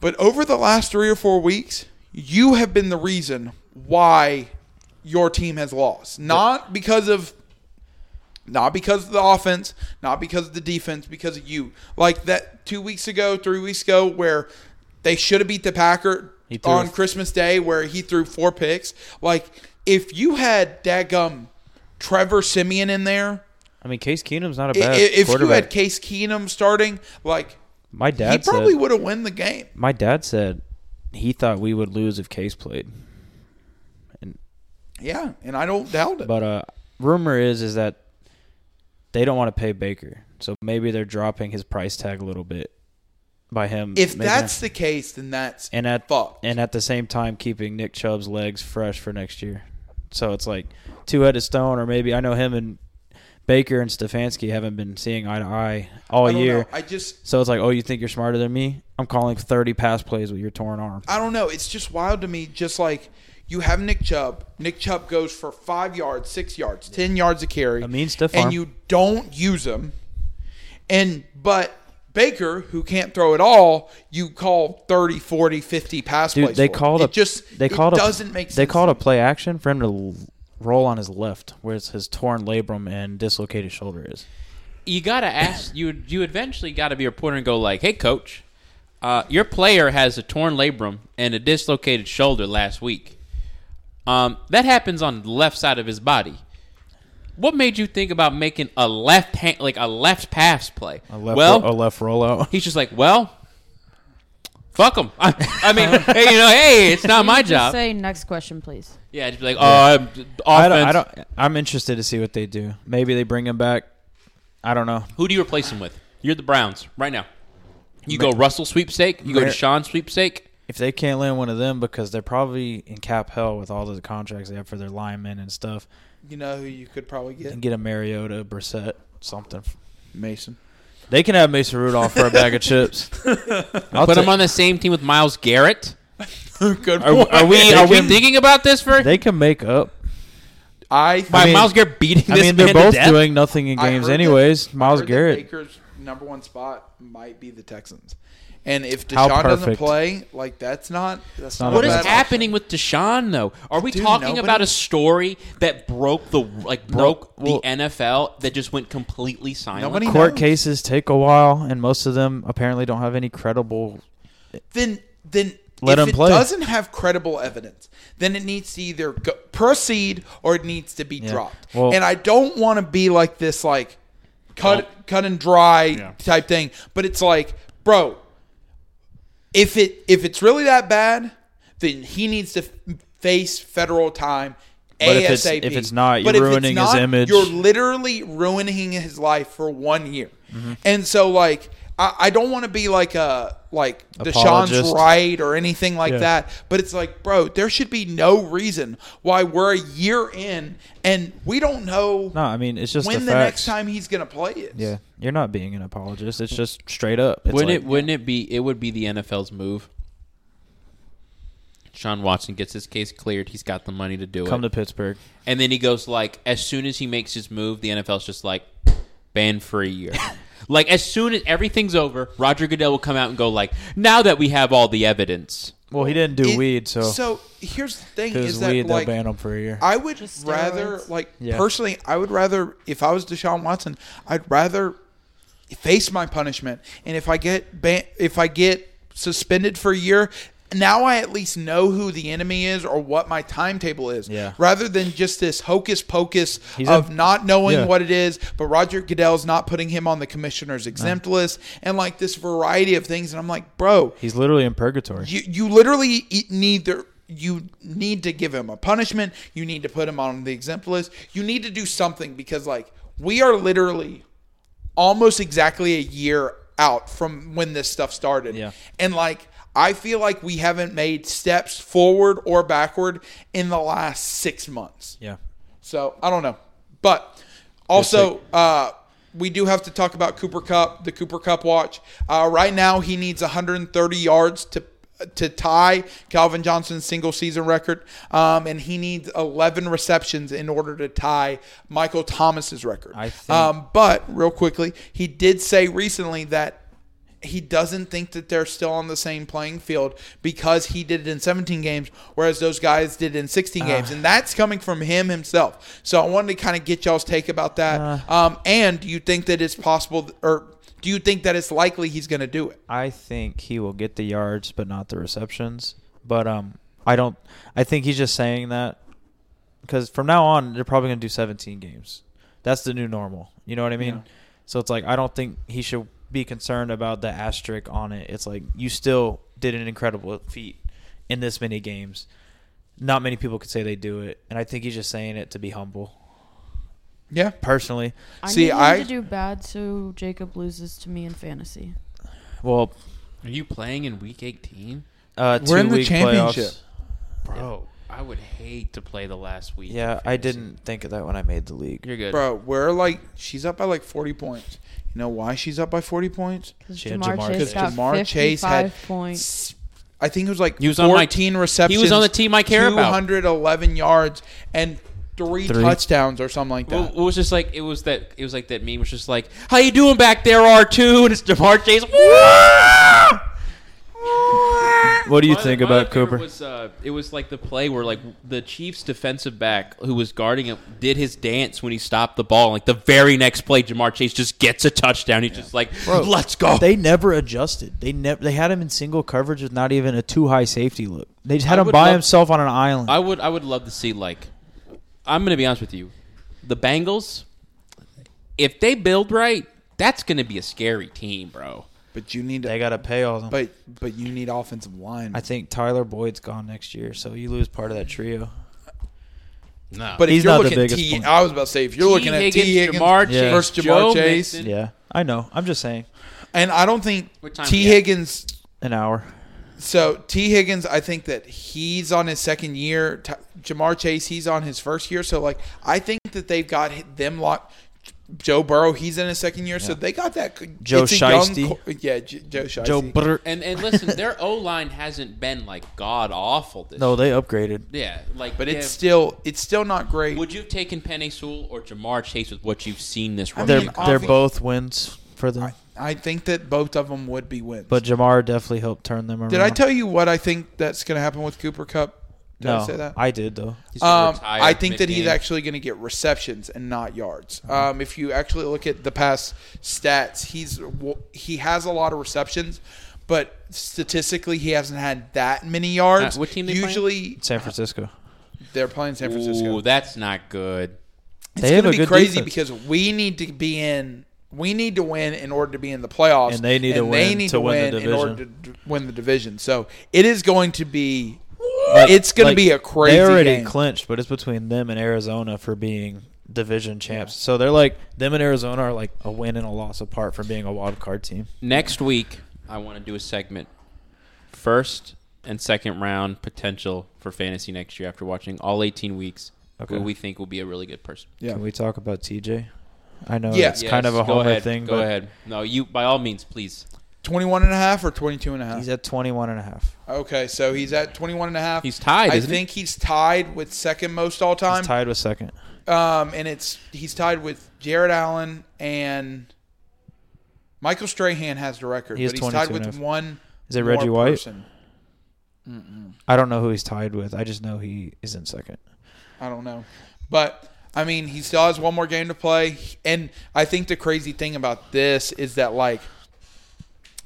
Speaker 1: But over the last three or four weeks, you have been the reason why your team has lost. Not because of not because of the offense, not because of the defense, because of you. Like that two weeks ago, three weeks ago, where they should have beat the Packer
Speaker 2: He threw
Speaker 1: on
Speaker 2: a-
Speaker 1: Christmas Day, where he threw four picks. Like if you had Dagum Trevor Simeon in there,
Speaker 2: I mean, Case Keenum's not a
Speaker 1: i- i-
Speaker 2: bad
Speaker 1: if you
Speaker 2: quarterback.
Speaker 1: had Case Keenum starting, like
Speaker 2: my
Speaker 1: he
Speaker 2: dad
Speaker 1: probably
Speaker 2: said.
Speaker 1: would have won the game.
Speaker 2: My dad said he thought we would lose if Case played.
Speaker 1: Yeah, and I don't doubt it.
Speaker 2: But uh, rumor is is that they don't want to pay Baker, so maybe they're dropping his price tag a little bit by him.
Speaker 1: if
Speaker 2: making-
Speaker 1: that's the case, then that's
Speaker 2: and at
Speaker 1: fucked.
Speaker 2: and at the same time keeping Nick Chubb's legs fresh for next year. So it's like two headed stone, or maybe I know him and Baker and Stefanski haven't been seeing eye to eye all
Speaker 1: I don't
Speaker 2: year.
Speaker 1: know. I just
Speaker 2: So it's like, oh, you think you're smarter than me? I'm calling 30 pass plays with your torn arm.
Speaker 1: I don't know. It's just wild to me. Just like you have Nick Chubb. Nick Chubb goes for five yards, six yards, ten yards a carry.
Speaker 2: A mean stiff
Speaker 1: and
Speaker 2: arm.
Speaker 1: you don't use him. And but Baker, who can't throw at all, you call 30, 40, 50 pass
Speaker 2: Dude,
Speaker 1: plays.
Speaker 2: they
Speaker 1: for him.
Speaker 2: called a
Speaker 1: it just
Speaker 2: they
Speaker 1: it
Speaker 2: called
Speaker 1: doesn't
Speaker 2: a,
Speaker 1: make sense.
Speaker 2: They called a play action for him to l- roll on his left, where it's his torn labrum and dislocated shoulder is.
Speaker 4: you gotta ask you you eventually gotta be a reporter and go like hey coach uh, your player has a torn labrum and a dislocated shoulder last week um, that happens on the left side of his body what made you think about making a left hand like a left pass play
Speaker 2: A left,
Speaker 4: well
Speaker 2: ro- a left rollout.
Speaker 4: he's just like well fuck him I, I mean hey you know hey it's not my
Speaker 3: Just
Speaker 4: job
Speaker 3: Say next question, please.
Speaker 4: yeah just be like oh I'm, offense
Speaker 2: I don't, I don't. I'm interested to see what they do. Maybe they bring him back. I don't know.
Speaker 4: Who do you replace him with? You're the Browns right now. You go Russell sweepstake. You go
Speaker 2: Mar-
Speaker 4: Deshaun sweepstake.
Speaker 2: if they can't land one of them because they're probably in cap hell with all the contracts they have for their linemen and stuff,
Speaker 1: you know who you could probably get
Speaker 2: and get a Mariota, Brissett, something.
Speaker 1: Mason.
Speaker 2: They can have Mason Rudolph for a bag of chips. I'll
Speaker 4: Put
Speaker 2: ta-
Speaker 4: him on the same team with Miles Garrett.
Speaker 1: Good
Speaker 4: Are,
Speaker 1: point.
Speaker 4: are we
Speaker 2: They
Speaker 4: are we
Speaker 2: can-
Speaker 4: thinking about this for
Speaker 2: They can make up.
Speaker 1: I
Speaker 4: by
Speaker 2: I mean-
Speaker 4: Miles Garrett beating
Speaker 2: I
Speaker 4: this
Speaker 2: mean, they're
Speaker 4: man to
Speaker 2: both
Speaker 4: death?
Speaker 2: doing nothing in
Speaker 1: I
Speaker 2: games,
Speaker 1: heard that-
Speaker 2: anyways.
Speaker 1: I
Speaker 2: Miles
Speaker 1: heard that
Speaker 2: Garrett.
Speaker 1: Baker's number one spot might be the Texans, and if
Speaker 2: How
Speaker 1: Deshaun doesn't
Speaker 2: perfect.
Speaker 1: play, like that's not that's
Speaker 2: not
Speaker 1: not.
Speaker 2: a
Speaker 4: What is
Speaker 1: bad
Speaker 2: bad option.
Speaker 4: happening with Deshaun though? Are we
Speaker 1: Dude,
Speaker 4: talking
Speaker 1: nobody-
Speaker 4: about a story that broke the like broke
Speaker 2: well-
Speaker 4: the NFL that just went completely silent?
Speaker 1: Nobody- He
Speaker 2: Court
Speaker 1: knows.
Speaker 2: cases take a while, and most of them apparently don't have any credible.
Speaker 1: Then then
Speaker 2: Let
Speaker 1: if
Speaker 2: him
Speaker 1: it
Speaker 2: play.
Speaker 1: doesn't have credible evidence, then it needs to either go, proceed or it needs to be dropped.
Speaker 2: Well-
Speaker 1: and I don't want to be like this like cut cut and dry type thing, but it's like, bro, if it if it's really that bad, then he needs to f- face federal time.
Speaker 2: But if it's-
Speaker 1: ASAP.
Speaker 2: if it's not, you're
Speaker 1: But if it's
Speaker 2: ruining his image.
Speaker 1: You're literally ruining his life for one year.
Speaker 2: Mm-hmm.
Speaker 1: And so, like, I, I don't want to be like a like Deshaun's
Speaker 2: Apologist.
Speaker 1: right or anything like
Speaker 2: Yeah.
Speaker 1: that. But it's like, bro, there should be no reason why we're a year in and we don't know
Speaker 2: No, I mean it's just
Speaker 1: when
Speaker 2: the,
Speaker 1: the next
Speaker 2: facts.
Speaker 1: time he's gonna play it.
Speaker 2: Yeah, you're not being an apologist. It's just straight up. It's
Speaker 4: wouldn't
Speaker 2: like-
Speaker 4: it wouldn't it be it would be the NFL's move? Sean Watson gets his case cleared. He's got the money to do it.
Speaker 2: come to Pittsburgh?
Speaker 4: And then he goes like, as soon as he makes his move, the NFL's just like, ban for a year. like as soon as everything's over, Roger Goodell will come out and go like, now that we have all the evidence,
Speaker 2: Well, he didn't do
Speaker 1: It-
Speaker 2: weed, so
Speaker 1: so here's the thing:
Speaker 2: because
Speaker 1: is that
Speaker 2: weed
Speaker 1: like
Speaker 2: they'll ban him for a year.
Speaker 1: I would
Speaker 3: Just
Speaker 1: rather,
Speaker 3: steroids.
Speaker 1: like
Speaker 2: Yeah.
Speaker 1: personally, I would rather if I was Deshaun Watson, I'd rather face my punishment, and if I get ban- if I get suspended for a year. Now I at least know who the enemy is or what my timetable is,
Speaker 2: Yeah.
Speaker 1: rather than just this hocus pocus
Speaker 2: He's
Speaker 1: of
Speaker 2: a-
Speaker 1: not knowing
Speaker 2: yeah.
Speaker 1: what it is. But Roger Goodell's not putting him on the commissioner's exempt list, and like this variety of things. And I'm like, bro,
Speaker 2: He's literally in purgatory.
Speaker 1: you you literally e- need the you need to give him a punishment. You need to put him on the exempt list. You need to do something because, like, we are literally almost exactly a year out from when this stuff started.
Speaker 2: Yeah.
Speaker 1: And, like, I feel like we haven't made steps forward or backward in the last six months.
Speaker 2: Yeah.
Speaker 1: So I don't know, but also uh, we do have to talk about Cooper Cup, the Cooper Cup watch. Uh, right now, he needs 130 yards to to tie Calvin Johnson's single season record, um, and he needs 11 receptions in order to tie Michael Thomas's record.
Speaker 2: I think-
Speaker 1: um, but real quickly, he did say recently that he doesn't think that they're still on the same playing field because he did it in 17 games, whereas those guys did it in 16 games, and that's coming from him himself. So I wanted to kind of get y'all's take about that. um, and do you think that it's possible, th- or do you think that it's likely he's going to do it?
Speaker 2: I think he will get the yards, but not the receptions. But um, I don't. I think he's just saying that because from now on they're probably gonna do 17 games. That's the new normal. You know what I mean? So it's like I don't think he should be concerned about the asterisk on it. It's like you still did an incredible feat in this many games. Not many people could say they do it, and I think he's just saying it to be humble.
Speaker 1: Yeah,
Speaker 2: Personally,
Speaker 3: I
Speaker 1: See,
Speaker 3: need him
Speaker 1: I-
Speaker 3: to do bad so Jacob loses to me in fantasy.
Speaker 2: well,
Speaker 4: Are you playing in week 18?
Speaker 2: uh,
Speaker 1: We're in the
Speaker 2: two-week playoffs-
Speaker 1: championship.
Speaker 4: Bro, I would hate to play the last week. in
Speaker 2: Yeah, I
Speaker 4: fantasy.
Speaker 2: didn't think of that when I made the league.
Speaker 4: You're good.
Speaker 1: bro, we're like she's up by like 40 points. You know why she's up by 40 points?
Speaker 3: Because
Speaker 2: She had
Speaker 3: Jamar,
Speaker 2: Jamar
Speaker 3: Chase
Speaker 2: Chase.
Speaker 3: got
Speaker 1: Jamar Chase had
Speaker 3: 55 points.
Speaker 1: s- I think it was like
Speaker 4: He was on my-
Speaker 1: 14 receptions.
Speaker 4: he was on the team I care about.
Speaker 1: 211 yards and three,
Speaker 2: Three.
Speaker 1: touchdowns or something like
Speaker 4: Well,
Speaker 1: that.
Speaker 4: it was just like it was that it was like that meme was just like, "How you doing back there, R 2 And it's Jamar Chase.
Speaker 2: What do you
Speaker 4: My-
Speaker 2: think
Speaker 4: my
Speaker 2: about
Speaker 4: favorite
Speaker 2: Cooper?
Speaker 4: Was, uh, it was like the play where like the Chiefs defensive back who was guarding him did his dance when he stopped the ball. Like the very next play, Jamar Chase just gets a touchdown. He's just like, "Let's go."
Speaker 2: They never adjusted. They never they had him in single coverage with not even a too high safety look. They just had
Speaker 4: I
Speaker 2: him
Speaker 4: would
Speaker 2: by
Speaker 4: love-
Speaker 2: himself on an island.
Speaker 4: I would I would love to see like I'm gonna be honest with you. The Bengals, if they build right, that's gonna be a scary team, bro.
Speaker 1: but you need
Speaker 2: they
Speaker 1: to,
Speaker 2: got to pay all them.
Speaker 1: but but you need offensive line.
Speaker 2: I think Tyler Boyd's gone next year, so you lose part of that trio.
Speaker 4: No.
Speaker 1: but if
Speaker 2: He's
Speaker 1: you're
Speaker 2: not the
Speaker 1: looking at
Speaker 2: biggest
Speaker 1: T,
Speaker 2: point.
Speaker 1: I was about to say if you're
Speaker 4: T.
Speaker 1: looking at T
Speaker 4: Higgins,
Speaker 1: Higgins
Speaker 4: Jamar Chase,
Speaker 1: versus Jamar
Speaker 4: Joe
Speaker 1: Chase,
Speaker 4: Mixon.
Speaker 2: Yeah, I know. I'm just saying.
Speaker 1: and I don't think
Speaker 4: What time
Speaker 1: T
Speaker 4: we at?
Speaker 1: Higgins.
Speaker 2: An hour.
Speaker 1: So T Higgins, I think that he's on his second year. T- Jamar Chase, he's on his first year. So like, I think that they've got hi- them locked. Joe Burrow, he's in his second year, so they got that. c-
Speaker 2: Joe
Speaker 1: it's a young
Speaker 2: Shiesty.
Speaker 1: cor- yeah, J- Joe Shiesty.
Speaker 2: Joe Brr.
Speaker 4: And and listen, their O line hasn't been like god awful this
Speaker 2: No,
Speaker 4: year.
Speaker 2: they upgraded.
Speaker 4: Yeah, like
Speaker 1: but
Speaker 4: they
Speaker 1: it's
Speaker 4: have-
Speaker 1: still it's still not great.
Speaker 4: would you have taken Penny Sewell or Jamar Chase with what you've seen this
Speaker 1: I
Speaker 4: rookie?
Speaker 2: They're
Speaker 1: mean,
Speaker 2: they're
Speaker 1: obvi-
Speaker 2: both wins for them.
Speaker 1: I think that both of them would be wins.
Speaker 2: But Jamar definitely helped turn them around.
Speaker 1: did I tell you what I think that's going to happen with Cooper Cup? Did
Speaker 2: no,
Speaker 1: I say that?
Speaker 2: I did though.
Speaker 4: He's gonna
Speaker 1: Um,
Speaker 4: retire
Speaker 1: I think that he's
Speaker 4: mid-game.
Speaker 1: actually going to get receptions and not yards. Um, if you actually look at the past stats, he's he has a lot of receptions, but statistically he hasn't had that many yards.
Speaker 4: Uh, what team they playing?
Speaker 1: Usually
Speaker 2: San Francisco.
Speaker 1: they're playing San Francisco.
Speaker 4: Ooh, that's not good.
Speaker 1: it's
Speaker 2: They
Speaker 1: going
Speaker 2: have
Speaker 1: to
Speaker 2: a
Speaker 1: be
Speaker 2: good
Speaker 1: crazy
Speaker 2: defense.
Speaker 1: because we need to be in. We need to win in order to be in the playoffs,
Speaker 2: And they need to
Speaker 1: they
Speaker 2: win
Speaker 1: need
Speaker 2: to win the
Speaker 1: in
Speaker 2: division.
Speaker 1: order to d- win the division. So it is going to be.
Speaker 2: Like-
Speaker 1: it's going
Speaker 2: like,
Speaker 1: to be a crazy.
Speaker 2: They already
Speaker 1: game.
Speaker 2: clinched, but it's between them and Arizona for being division champs. So they're like them and Arizona are like a win and a loss apart from being a wild card team.
Speaker 4: Next week, I want to do a segment first and second round potential for fantasy next year after watching all 18 weeks.
Speaker 2: Okay.
Speaker 4: Who we think will be a really good person.
Speaker 1: Yeah.
Speaker 2: Can we talk about TJ? I know
Speaker 1: Yeah.
Speaker 2: it's kind of a
Speaker 4: Yes, go
Speaker 2: homer
Speaker 4: ahead,
Speaker 2: thing,
Speaker 4: Go
Speaker 2: but
Speaker 4: ahead. No, you by all means, please.
Speaker 1: 21 and a half or 22 and a half?
Speaker 2: he's at 21 and a half.
Speaker 1: Okay, so he's at 21 and a half.
Speaker 4: He's tied,
Speaker 1: I
Speaker 4: isn't he?
Speaker 1: think he's tied with second most all time.
Speaker 2: He's tied with second.
Speaker 1: Um, and it's he's tied with Jared Allen and Michael Strahan has the record,
Speaker 2: He is
Speaker 1: but he's tied
Speaker 2: 22 and a
Speaker 1: with
Speaker 2: half.
Speaker 1: one.
Speaker 2: Is it
Speaker 1: more
Speaker 2: Reggie White?
Speaker 1: person.
Speaker 2: I don't know who he's tied with. I just know he is in second.
Speaker 1: I don't know, but I mean, he still has one more game to play. And I think the crazy thing about this is that like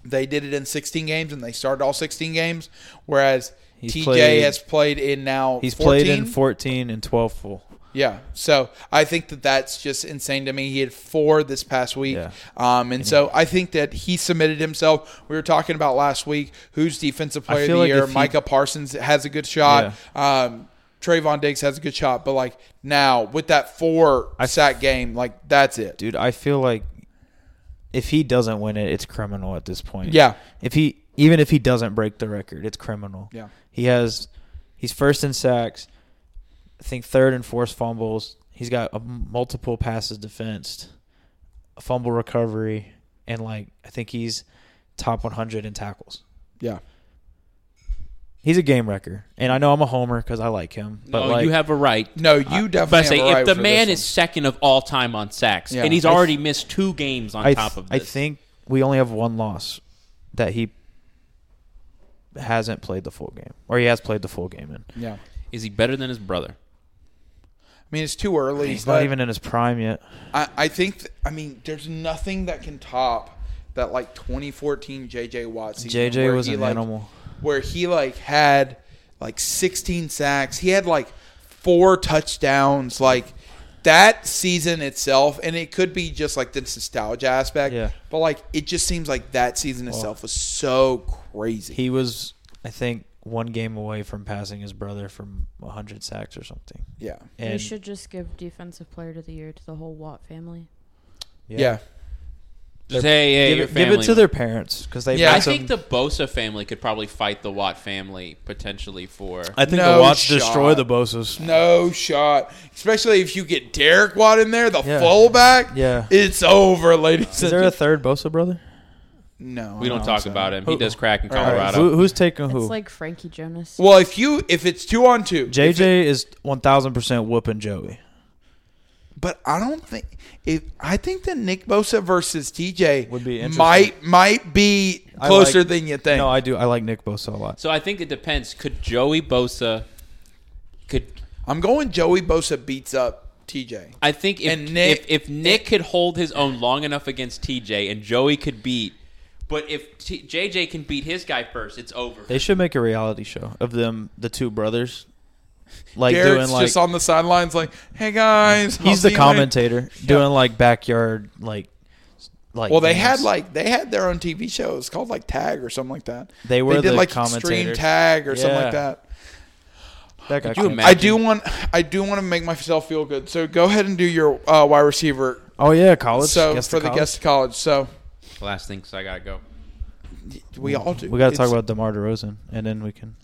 Speaker 1: they did it in 16 games and they started all 16 games, whereas
Speaker 2: He's
Speaker 1: TJ
Speaker 2: played-
Speaker 1: has played in now.
Speaker 2: He's
Speaker 1: 14?
Speaker 2: played in 14 and 12 full.
Speaker 1: Yeah. So I think that that's just insane to me. He had four this past week.
Speaker 2: Yeah.
Speaker 1: Um, and so I think that he submitted himself. We were talking about last week who's defensive player of the
Speaker 2: feel like
Speaker 1: year.
Speaker 2: if he-
Speaker 1: Micah Parsons has a good shot. Um, Trayvon Diggs has a good shot. But like now with that four sack game, like that's it.
Speaker 2: dude. I feel like if he doesn't win it, it's criminal at this point.
Speaker 1: Yeah.
Speaker 2: If he even if he doesn't break the record, it's criminal.
Speaker 1: Yeah.
Speaker 2: He has he's first in sacks. I think third in forced fumbles. He's got a, multiple passes defensed, a fumble recovery, and like I think he's top 100 in tackles.
Speaker 1: Yeah.
Speaker 2: He's a game wrecker, and I know I'm a homer because I like him. But
Speaker 4: no,
Speaker 2: like,
Speaker 4: you have a right.
Speaker 1: No, you
Speaker 4: But I
Speaker 1: definitely.
Speaker 4: say,
Speaker 1: have a right
Speaker 4: if the
Speaker 1: for
Speaker 4: man
Speaker 1: this
Speaker 4: is second of all time on sacks,
Speaker 1: Yeah.
Speaker 4: and he's
Speaker 1: I th-
Speaker 4: already missed two games on
Speaker 2: I,
Speaker 4: top of this,
Speaker 2: I think we only have one loss that he hasn't played the full game, or he has played the full game in.
Speaker 1: one. yeah.
Speaker 4: is he better than his brother?
Speaker 1: I mean, it's too early.
Speaker 2: He's
Speaker 1: but-
Speaker 2: not even in his prime yet.
Speaker 1: I, I think th- I mean there's nothing that can top that like 2014 JJ Watt season.
Speaker 2: JJ
Speaker 1: where
Speaker 2: was
Speaker 1: he,
Speaker 2: an
Speaker 1: like-
Speaker 2: animal.
Speaker 1: Where he like had like 16 sacks. He had like four touchdowns. Like that season itself, and it could be just like the nostalgia aspect.
Speaker 2: Yeah.
Speaker 1: But like it just seems like that season itself was so crazy.
Speaker 2: He was, I think, one game away from passing his brother from 100 sacks or something.
Speaker 1: yeah.
Speaker 3: we
Speaker 2: And
Speaker 3: should just give defensive player of the year to the whole Watt family.
Speaker 1: Yeah.
Speaker 4: Just, hey, hey,
Speaker 2: Give
Speaker 4: your
Speaker 2: it, give it
Speaker 4: family.
Speaker 2: to their parents because they.
Speaker 1: Yeah.
Speaker 2: made
Speaker 4: I
Speaker 1: some-
Speaker 4: think the Bosa family could probably fight the Watt family potentially for.
Speaker 2: I think
Speaker 1: No
Speaker 2: the Watts
Speaker 1: shot.
Speaker 2: destroy the Bosa's.
Speaker 1: No shot. Especially if you get Derek Watt in there, the
Speaker 2: Yeah.
Speaker 1: fullback.
Speaker 2: Yeah.
Speaker 1: It's over, ladies.
Speaker 2: Is
Speaker 1: and
Speaker 2: there a third Bosa brother?
Speaker 1: No,
Speaker 4: we
Speaker 1: I
Speaker 4: don't
Speaker 1: think
Speaker 4: talk
Speaker 1: so.
Speaker 4: about him. He
Speaker 2: Who-
Speaker 4: does crack in
Speaker 1: All right.
Speaker 4: Colorado.
Speaker 2: Who, who's taking who?
Speaker 3: It's like Frankie Jonas.
Speaker 1: Well, if you if it's two on two,
Speaker 2: JJ is 1,000 percent whooping Joey.
Speaker 1: but I don't think if I think that Nick Bosa versus TJ
Speaker 2: Would be interesting.
Speaker 1: might might be
Speaker 2: I
Speaker 1: closer
Speaker 2: like-
Speaker 1: than you think.
Speaker 2: No, I do. I like Nick Bosa a lot.
Speaker 4: So I think it depends. Could Joey Bosa? Could
Speaker 1: I'm going Joey Bosa beats up TJ.
Speaker 4: I think if
Speaker 1: And Nick-
Speaker 4: if, if Nick could hold his own long enough against TJ and Joey could beat, but if T, JJ can beat his guy first, it's over.
Speaker 2: They should make a reality show of them, the two brothers, like
Speaker 1: Derek's
Speaker 2: doing like
Speaker 1: just on the sidelines, like, "Hey guys, I'll
Speaker 2: he's the
Speaker 1: see you later."
Speaker 2: commentator doing like backyard like like.
Speaker 1: Well, they
Speaker 2: games.
Speaker 1: had like they had their own TV show. It's called like Tag or something like that.
Speaker 2: They were
Speaker 1: they did
Speaker 2: the
Speaker 1: like extreme
Speaker 2: commentators.
Speaker 1: tag or something like
Speaker 2: Yeah.
Speaker 1: that.
Speaker 2: That got
Speaker 4: you
Speaker 2: canceled.
Speaker 4: imagine-
Speaker 1: I do want I do want to make myself feel good. So go ahead and do your uh, wide receiver.
Speaker 2: Oh yeah, college.
Speaker 1: so
Speaker 2: guest to
Speaker 1: for the
Speaker 2: college.
Speaker 1: guest to college. So
Speaker 4: Last thing, so I gotta go.
Speaker 1: we all do.
Speaker 2: we got to talk
Speaker 1: It's-
Speaker 2: about Demar Derozan, and then we can.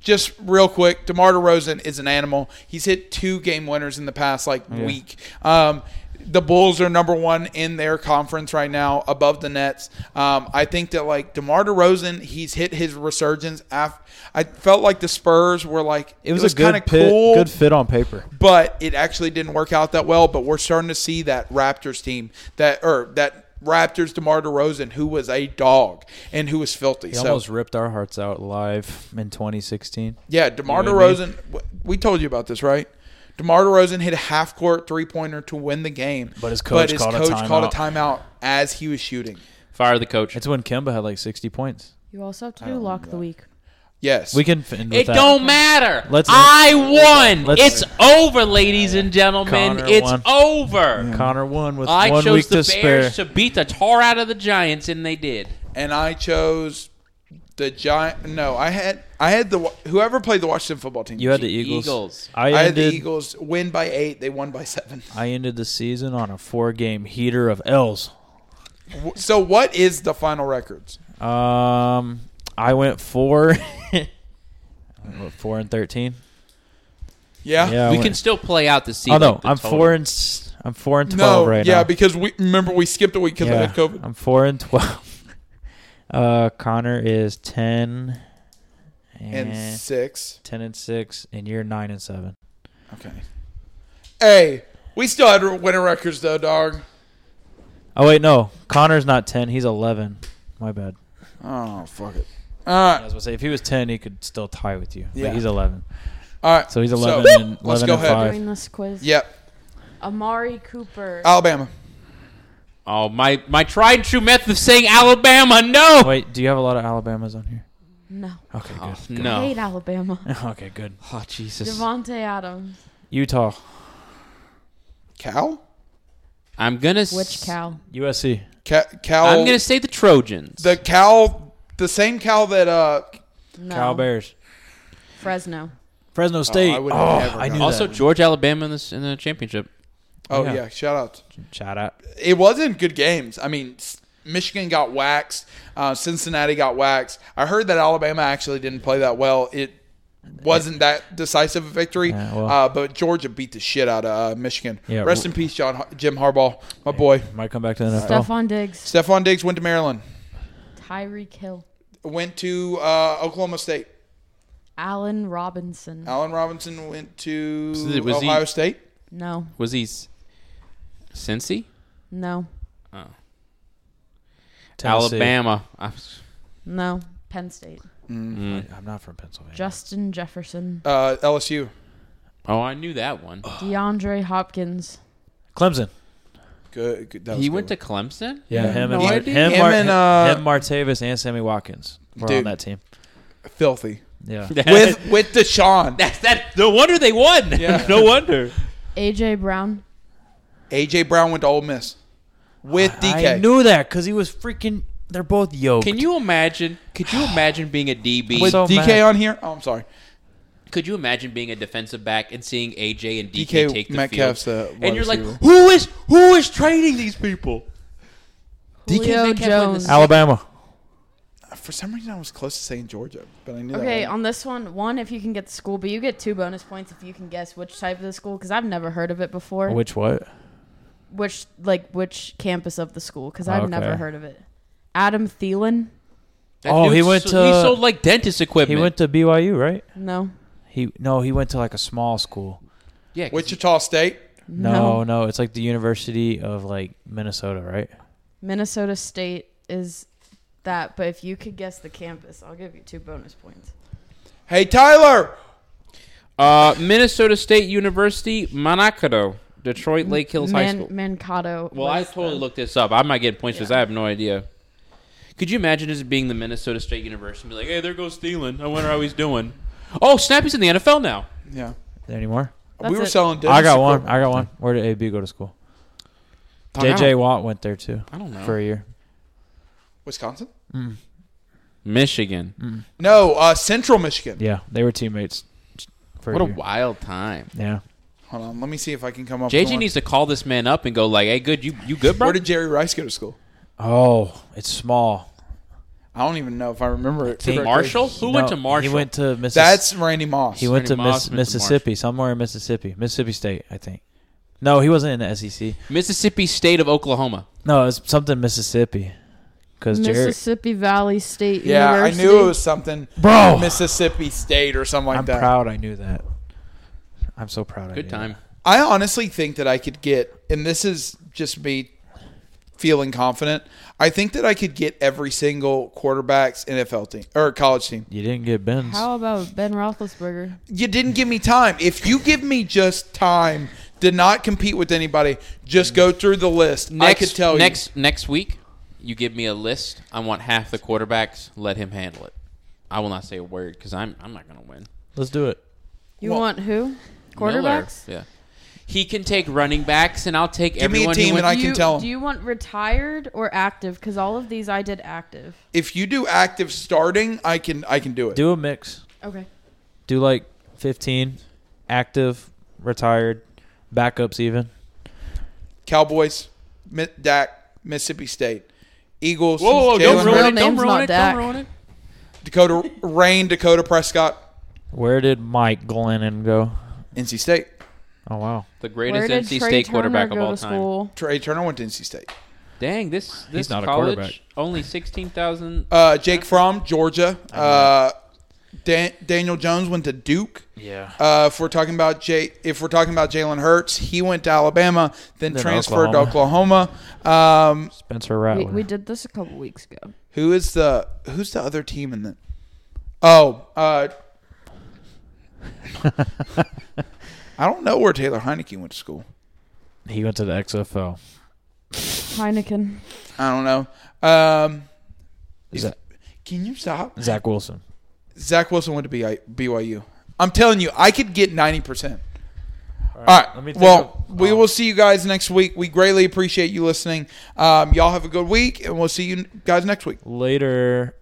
Speaker 1: just real quick, DeMar DeRozan is an animal. He's hit two game winners in the past like
Speaker 2: Yeah.
Speaker 1: week. Um, the Bulls are number one in their conference right now, above the Nets. Um, I think that like DeMar DeRozan, he's hit his resurgence. Af- I felt like the Spurs were like
Speaker 2: It was, a
Speaker 1: kind
Speaker 2: good
Speaker 1: of
Speaker 2: pit,
Speaker 1: cool,
Speaker 2: good fit on paper.
Speaker 1: but it actually didn't work out that well. But we're starting to see that Raptors team that or that Raptors DeMar DeRozan, who was a dog and who was filthy.
Speaker 2: He
Speaker 1: so
Speaker 2: almost ripped our hearts out live in 2016.
Speaker 1: Yeah, DeMar
Speaker 2: You know what I mean?
Speaker 1: DeRozan. w- We told you about this, right? DeMar DeRozan hit a half court three pointer to win the game,
Speaker 2: But his coach called a
Speaker 1: called timeout as he was shooting.
Speaker 4: Fire the coach.
Speaker 2: It's when Kemba had like 60 points.
Speaker 3: You also have to do lock the week.
Speaker 1: Yes,
Speaker 2: We can f- end with
Speaker 4: It
Speaker 2: that.
Speaker 4: don't matter.
Speaker 2: Let's-
Speaker 4: I won.
Speaker 2: let's-
Speaker 4: it's over, ladies and gentlemen.
Speaker 2: Connor
Speaker 4: it's
Speaker 2: won.
Speaker 4: over.
Speaker 2: Connor won with
Speaker 4: I
Speaker 2: one
Speaker 4: chose
Speaker 2: week
Speaker 4: the
Speaker 2: to
Speaker 4: Bears
Speaker 2: spare.
Speaker 4: to beat the tar out of the Giants, and they did.
Speaker 1: and I chose the giant. No, I had I had the Wa- whoever played the Washington football team.
Speaker 2: You had
Speaker 4: The
Speaker 2: the Eagles.
Speaker 4: Eagles.
Speaker 2: I
Speaker 1: I had
Speaker 2: ended.
Speaker 1: the Eagles win by eight. They won by seven.
Speaker 2: I ended the season on a four-game heater of L's.
Speaker 1: W- So what is the final records?
Speaker 2: Um, I went four. I went, what, four and thirteen.
Speaker 1: Yeah.
Speaker 2: Yeah, I
Speaker 4: we
Speaker 2: went-
Speaker 4: can still play out the season.
Speaker 2: Oh no,
Speaker 4: the
Speaker 2: I'm
Speaker 4: total.
Speaker 2: four and s- I'm four and
Speaker 1: No.
Speaker 2: twelve right
Speaker 1: yeah,
Speaker 2: now.
Speaker 1: because we remember we skipped a week because
Speaker 2: Yeah,
Speaker 1: they had COVID.
Speaker 2: I'm four and twelve. Uh, Connor is ten and,
Speaker 1: And six.
Speaker 2: ten and six, and you're nine and seven.
Speaker 1: Okay. Hey, we still had winning records though, dog.
Speaker 2: Oh wait, no, Connor's not ten. He's eleven. My bad.
Speaker 1: Oh, fuck it.
Speaker 2: I
Speaker 1: All
Speaker 2: was
Speaker 1: right.
Speaker 2: gonna say if he was ten, he could still tie with you.
Speaker 1: Yeah.
Speaker 2: But he's eleven.
Speaker 1: All right.
Speaker 2: So he's 11 and-
Speaker 1: let's
Speaker 2: 11
Speaker 1: go
Speaker 2: and
Speaker 1: ahead.
Speaker 2: Five.
Speaker 3: During this quiz.
Speaker 1: Yep.
Speaker 3: Amari Cooper.
Speaker 1: Alabama.
Speaker 4: Oh my! My tried and true method of saying Alabama. No.
Speaker 2: Wait, do you have a lot of Alabamas on here?
Speaker 3: no.
Speaker 2: Okay,
Speaker 4: Oh,
Speaker 2: good.
Speaker 3: I hate
Speaker 4: no.
Speaker 3: Alabama.
Speaker 2: okay, good.
Speaker 4: Oh Jesus.
Speaker 3: Devonte Adams.
Speaker 2: Utah.
Speaker 1: Cal?
Speaker 4: I'm gonna
Speaker 3: Which cow?
Speaker 2: USC.
Speaker 1: Ca- Cal.
Speaker 4: I'm gonna say the Trojans.
Speaker 1: the Cal, the same Cal that uh,
Speaker 3: No.
Speaker 2: Cal Bears.
Speaker 3: Fresno.
Speaker 2: Fresno State.
Speaker 1: I
Speaker 2: Oh,
Speaker 1: would've never
Speaker 2: I,
Speaker 1: known.
Speaker 2: knew
Speaker 4: also
Speaker 2: that.
Speaker 4: George Alabama in the, in the championship.
Speaker 1: oh
Speaker 2: Yeah.
Speaker 1: yeah, shout out.
Speaker 2: Shout out.
Speaker 1: It wasn't good games. I mean, S- Michigan got waxed. Uh, Cincinnati got waxed. I heard that Alabama actually didn't play that well. It wasn't that decisive a victory,
Speaker 2: Yeah, well-
Speaker 1: uh, but Georgia beat the shit out of uh, Michigan.
Speaker 2: Yeah,
Speaker 1: Rest
Speaker 2: w-
Speaker 1: in peace, John Har- Jim Harbaugh, my boy.
Speaker 2: Might come back to the NFL.
Speaker 3: Stephon Diggs.
Speaker 1: Stephon Diggs went to Maryland.
Speaker 3: Tyreek Hill.
Speaker 1: Went to uh, Oklahoma State.
Speaker 3: Allen Robinson.
Speaker 1: Allen Robinson went to
Speaker 4: So was he-
Speaker 1: Ohio State.
Speaker 3: No.
Speaker 4: Was he s- Cincy?
Speaker 3: No.
Speaker 2: Tennessee.
Speaker 4: Alabama. I was-
Speaker 3: No. Penn State.
Speaker 2: I'm not from Pennsylvania.
Speaker 3: Justin Jefferson.
Speaker 1: Uh, LSU.
Speaker 4: Oh, I knew that one.
Speaker 3: DeAndre Hopkins.
Speaker 2: Clemson.
Speaker 1: Good. good that was
Speaker 4: he
Speaker 1: a good
Speaker 4: went
Speaker 1: one.
Speaker 4: to Clemson.
Speaker 2: Yeah, him and
Speaker 1: No
Speaker 2: Mar-
Speaker 1: idea.
Speaker 2: him,
Speaker 1: Him
Speaker 2: Mar-
Speaker 1: and, uh,
Speaker 2: him, Martavis, and Sammy Watkins were on
Speaker 1: Dude.
Speaker 2: that team.
Speaker 1: filthy
Speaker 2: Yeah,
Speaker 1: with with Deshaun.
Speaker 4: that's that. No wonder they won.
Speaker 1: Yeah.
Speaker 4: no wonder.
Speaker 3: AJ Brown.
Speaker 1: AJ Brown went to Ole Miss with DK.
Speaker 2: I knew that because he was freaking. They're both yoked.
Speaker 4: Can you imagine? Could you imagine being a DB?
Speaker 1: with
Speaker 2: so
Speaker 1: DK
Speaker 2: mad.
Speaker 1: on here. Oh, I'm sorry.
Speaker 4: Could you imagine being a defensive back and seeing AJ and DK,
Speaker 1: DK
Speaker 4: take the
Speaker 1: Metcalf's
Speaker 4: field?
Speaker 1: a wide
Speaker 4: and you're like,
Speaker 1: receiver.
Speaker 4: who is who is training these people? Metcalf
Speaker 3: Julio
Speaker 4: went the
Speaker 3: Jones.
Speaker 2: Alabama?
Speaker 1: For some reason, I was close to saying Georgia, but I knew
Speaker 3: Okay,
Speaker 1: that.
Speaker 3: on this one, one if you can get the school, but you get two bonus points if you can guess which type of the school, because I've never heard of it before. Which,
Speaker 2: Which what?
Speaker 3: like which campus of the school? Because I've never
Speaker 2: Okay.
Speaker 3: heard of it. Adam Thielen,
Speaker 4: That
Speaker 2: Oh, he
Speaker 4: dude's
Speaker 2: went
Speaker 4: so-
Speaker 2: to-
Speaker 4: he sold like dentist
Speaker 2: He
Speaker 4: equipment.
Speaker 2: went to BYU, right?
Speaker 3: no,
Speaker 2: He no, he went to like a small school.
Speaker 4: yeah, 'cause
Speaker 3: um,
Speaker 1: Wichita State.
Speaker 2: No, no, it's like the University of like Minnesota, right?
Speaker 3: Minnesota State is that. But if you could guess the campus, I'll give you two bonus points.
Speaker 1: Hey Tyler,
Speaker 4: Uh, Minnesota State University, Mankato, Detroit Lake Hills High School.
Speaker 3: Mankato.
Speaker 4: Well, I
Speaker 3: was
Speaker 4: totally
Speaker 3: the-
Speaker 4: looked this up. I might get points because I have no idea. Could you imagine this being the Minnesota State University and be like, hey, there goes Thielen. I wonder how he's doing. Oh, snap, he's in the NFL now.
Speaker 1: yeah,
Speaker 2: Anymore?
Speaker 3: That's
Speaker 1: we were
Speaker 3: it.
Speaker 1: selling.
Speaker 2: I got
Speaker 1: dentist
Speaker 2: one.
Speaker 1: equipment.
Speaker 2: I got one. Where did AB go to school?
Speaker 4: Time out.
Speaker 2: JJ Watt went there too
Speaker 4: I don't know.
Speaker 2: for a year.
Speaker 1: Wisconsin?
Speaker 4: Michigan.
Speaker 1: No, uh, Central Michigan.
Speaker 2: Yeah, they were teammates. For
Speaker 4: What a
Speaker 2: a year.
Speaker 4: wild time.
Speaker 2: yeah.
Speaker 1: Hold on, let me see if I can come up. with
Speaker 4: JJ
Speaker 1: one.
Speaker 4: needs to call this man up and go like, "Hey, good, you you good, bro?"
Speaker 1: Where did Jerry Rice go to school?
Speaker 2: Oh, it's small.
Speaker 1: I don't even know if I remember it.
Speaker 2: think
Speaker 1: correctly.
Speaker 4: Marshall? Who went to Marshall?
Speaker 2: He went to Mississippi.
Speaker 1: That's Randy Moss.
Speaker 2: He went to
Speaker 4: Randy Moss
Speaker 2: Miss,
Speaker 4: went to
Speaker 2: Mississippi, somewhere in Mississippi, Mississippi State, I think. No, he wasn't in the SEC.
Speaker 4: Mississippi State of Oklahoma.
Speaker 2: No, it was something Mississippi. Because Jerry,
Speaker 3: Mississippi Valley State
Speaker 1: yeah,
Speaker 3: University.
Speaker 1: I knew it was something.
Speaker 2: Bro.
Speaker 1: Mississippi State or something like
Speaker 2: I'm
Speaker 1: that.
Speaker 2: proud I knew that. I'm so proud. I
Speaker 4: Good
Speaker 2: knew
Speaker 4: time.
Speaker 1: I honestly think that I could get, and this is just me feeling confident. I think that I could get every single quarterback's NFL team or college team.
Speaker 2: That. You didn't get Ben's.
Speaker 3: How about Ben Roethlisberger?
Speaker 1: You didn't give me time. If you give me just time, did not compete with anybody, just go through the list. I
Speaker 4: Next,
Speaker 1: could tell
Speaker 4: next next week, you give me a list. I want half the quarterbacks. Let him handle it. I will not say a word because I'm I'm not gonna win.
Speaker 2: Let's do it.
Speaker 3: You
Speaker 1: Well,
Speaker 3: want who? Quarterbacks.
Speaker 4: Miller, yeah. He can take running backs, and I'll take
Speaker 1: me a
Speaker 4: everyone.
Speaker 1: team
Speaker 4: who
Speaker 1: and
Speaker 4: went,
Speaker 1: I
Speaker 3: Do
Speaker 1: can
Speaker 3: you-
Speaker 1: tell 'em.
Speaker 3: Do you want retired or active? Because all of these I did active.
Speaker 1: you. If you do active starting, I can I can do it.
Speaker 2: Do a mix.
Speaker 3: Okay.
Speaker 2: Do like 15, active, retired, backups even.
Speaker 1: Cowboys, Mi- Dak, Mississippi State, Eagles,
Speaker 4: Whoa, whoa, whoa,
Speaker 1: Jalen Hurts,
Speaker 4: don't ruin
Speaker 3: Real
Speaker 4: it! Don't
Speaker 3: name's
Speaker 4: ruin
Speaker 3: not
Speaker 4: it!
Speaker 3: Dak.
Speaker 4: Don't ruin it!
Speaker 1: Dakota Rain, Dakota Prescott,
Speaker 2: Where did Mike Glennon go?
Speaker 1: NC State.
Speaker 2: Oh, wow.
Speaker 4: The greatest NC State
Speaker 3: Turner
Speaker 4: quarterback of
Speaker 3: go
Speaker 4: all
Speaker 3: to
Speaker 4: time.
Speaker 3: school?
Speaker 1: Trey Turner went to NC State.
Speaker 4: Dang, this this
Speaker 2: He's not a
Speaker 4: college
Speaker 2: quarterback.
Speaker 4: only sixteen thousand.
Speaker 1: Uh, Jake Fromm, Georgia. Uh, Dan- Daniel Jones went to Duke.
Speaker 2: Yeah.
Speaker 1: Uh, if we're talking about Jay, if we're talking about Jalen Hurts, he went to Alabama, then,
Speaker 2: Then
Speaker 1: transferred to Oklahoma. Um,
Speaker 2: Spencer
Speaker 3: We,
Speaker 2: Rattler.
Speaker 3: we did this a couple weeks ago.
Speaker 1: who is the who's the other team in the? Oh, uh, I don't know where Taylor Heineke went to school.
Speaker 2: he went to the XFL.
Speaker 3: Heineken.
Speaker 1: I don't know. Um,
Speaker 2: Zach,
Speaker 1: can you stop?
Speaker 2: Zach Wilson.
Speaker 1: Zach Wilson went to BI BYU. I'm telling you, I could get ninety percent. All right.
Speaker 2: Let me think
Speaker 1: well,
Speaker 2: of-
Speaker 1: we
Speaker 2: oh.
Speaker 1: will see you guys next week. We greatly appreciate you listening. Um, y'all have a good week, and we'll see you guys next week.
Speaker 2: Later.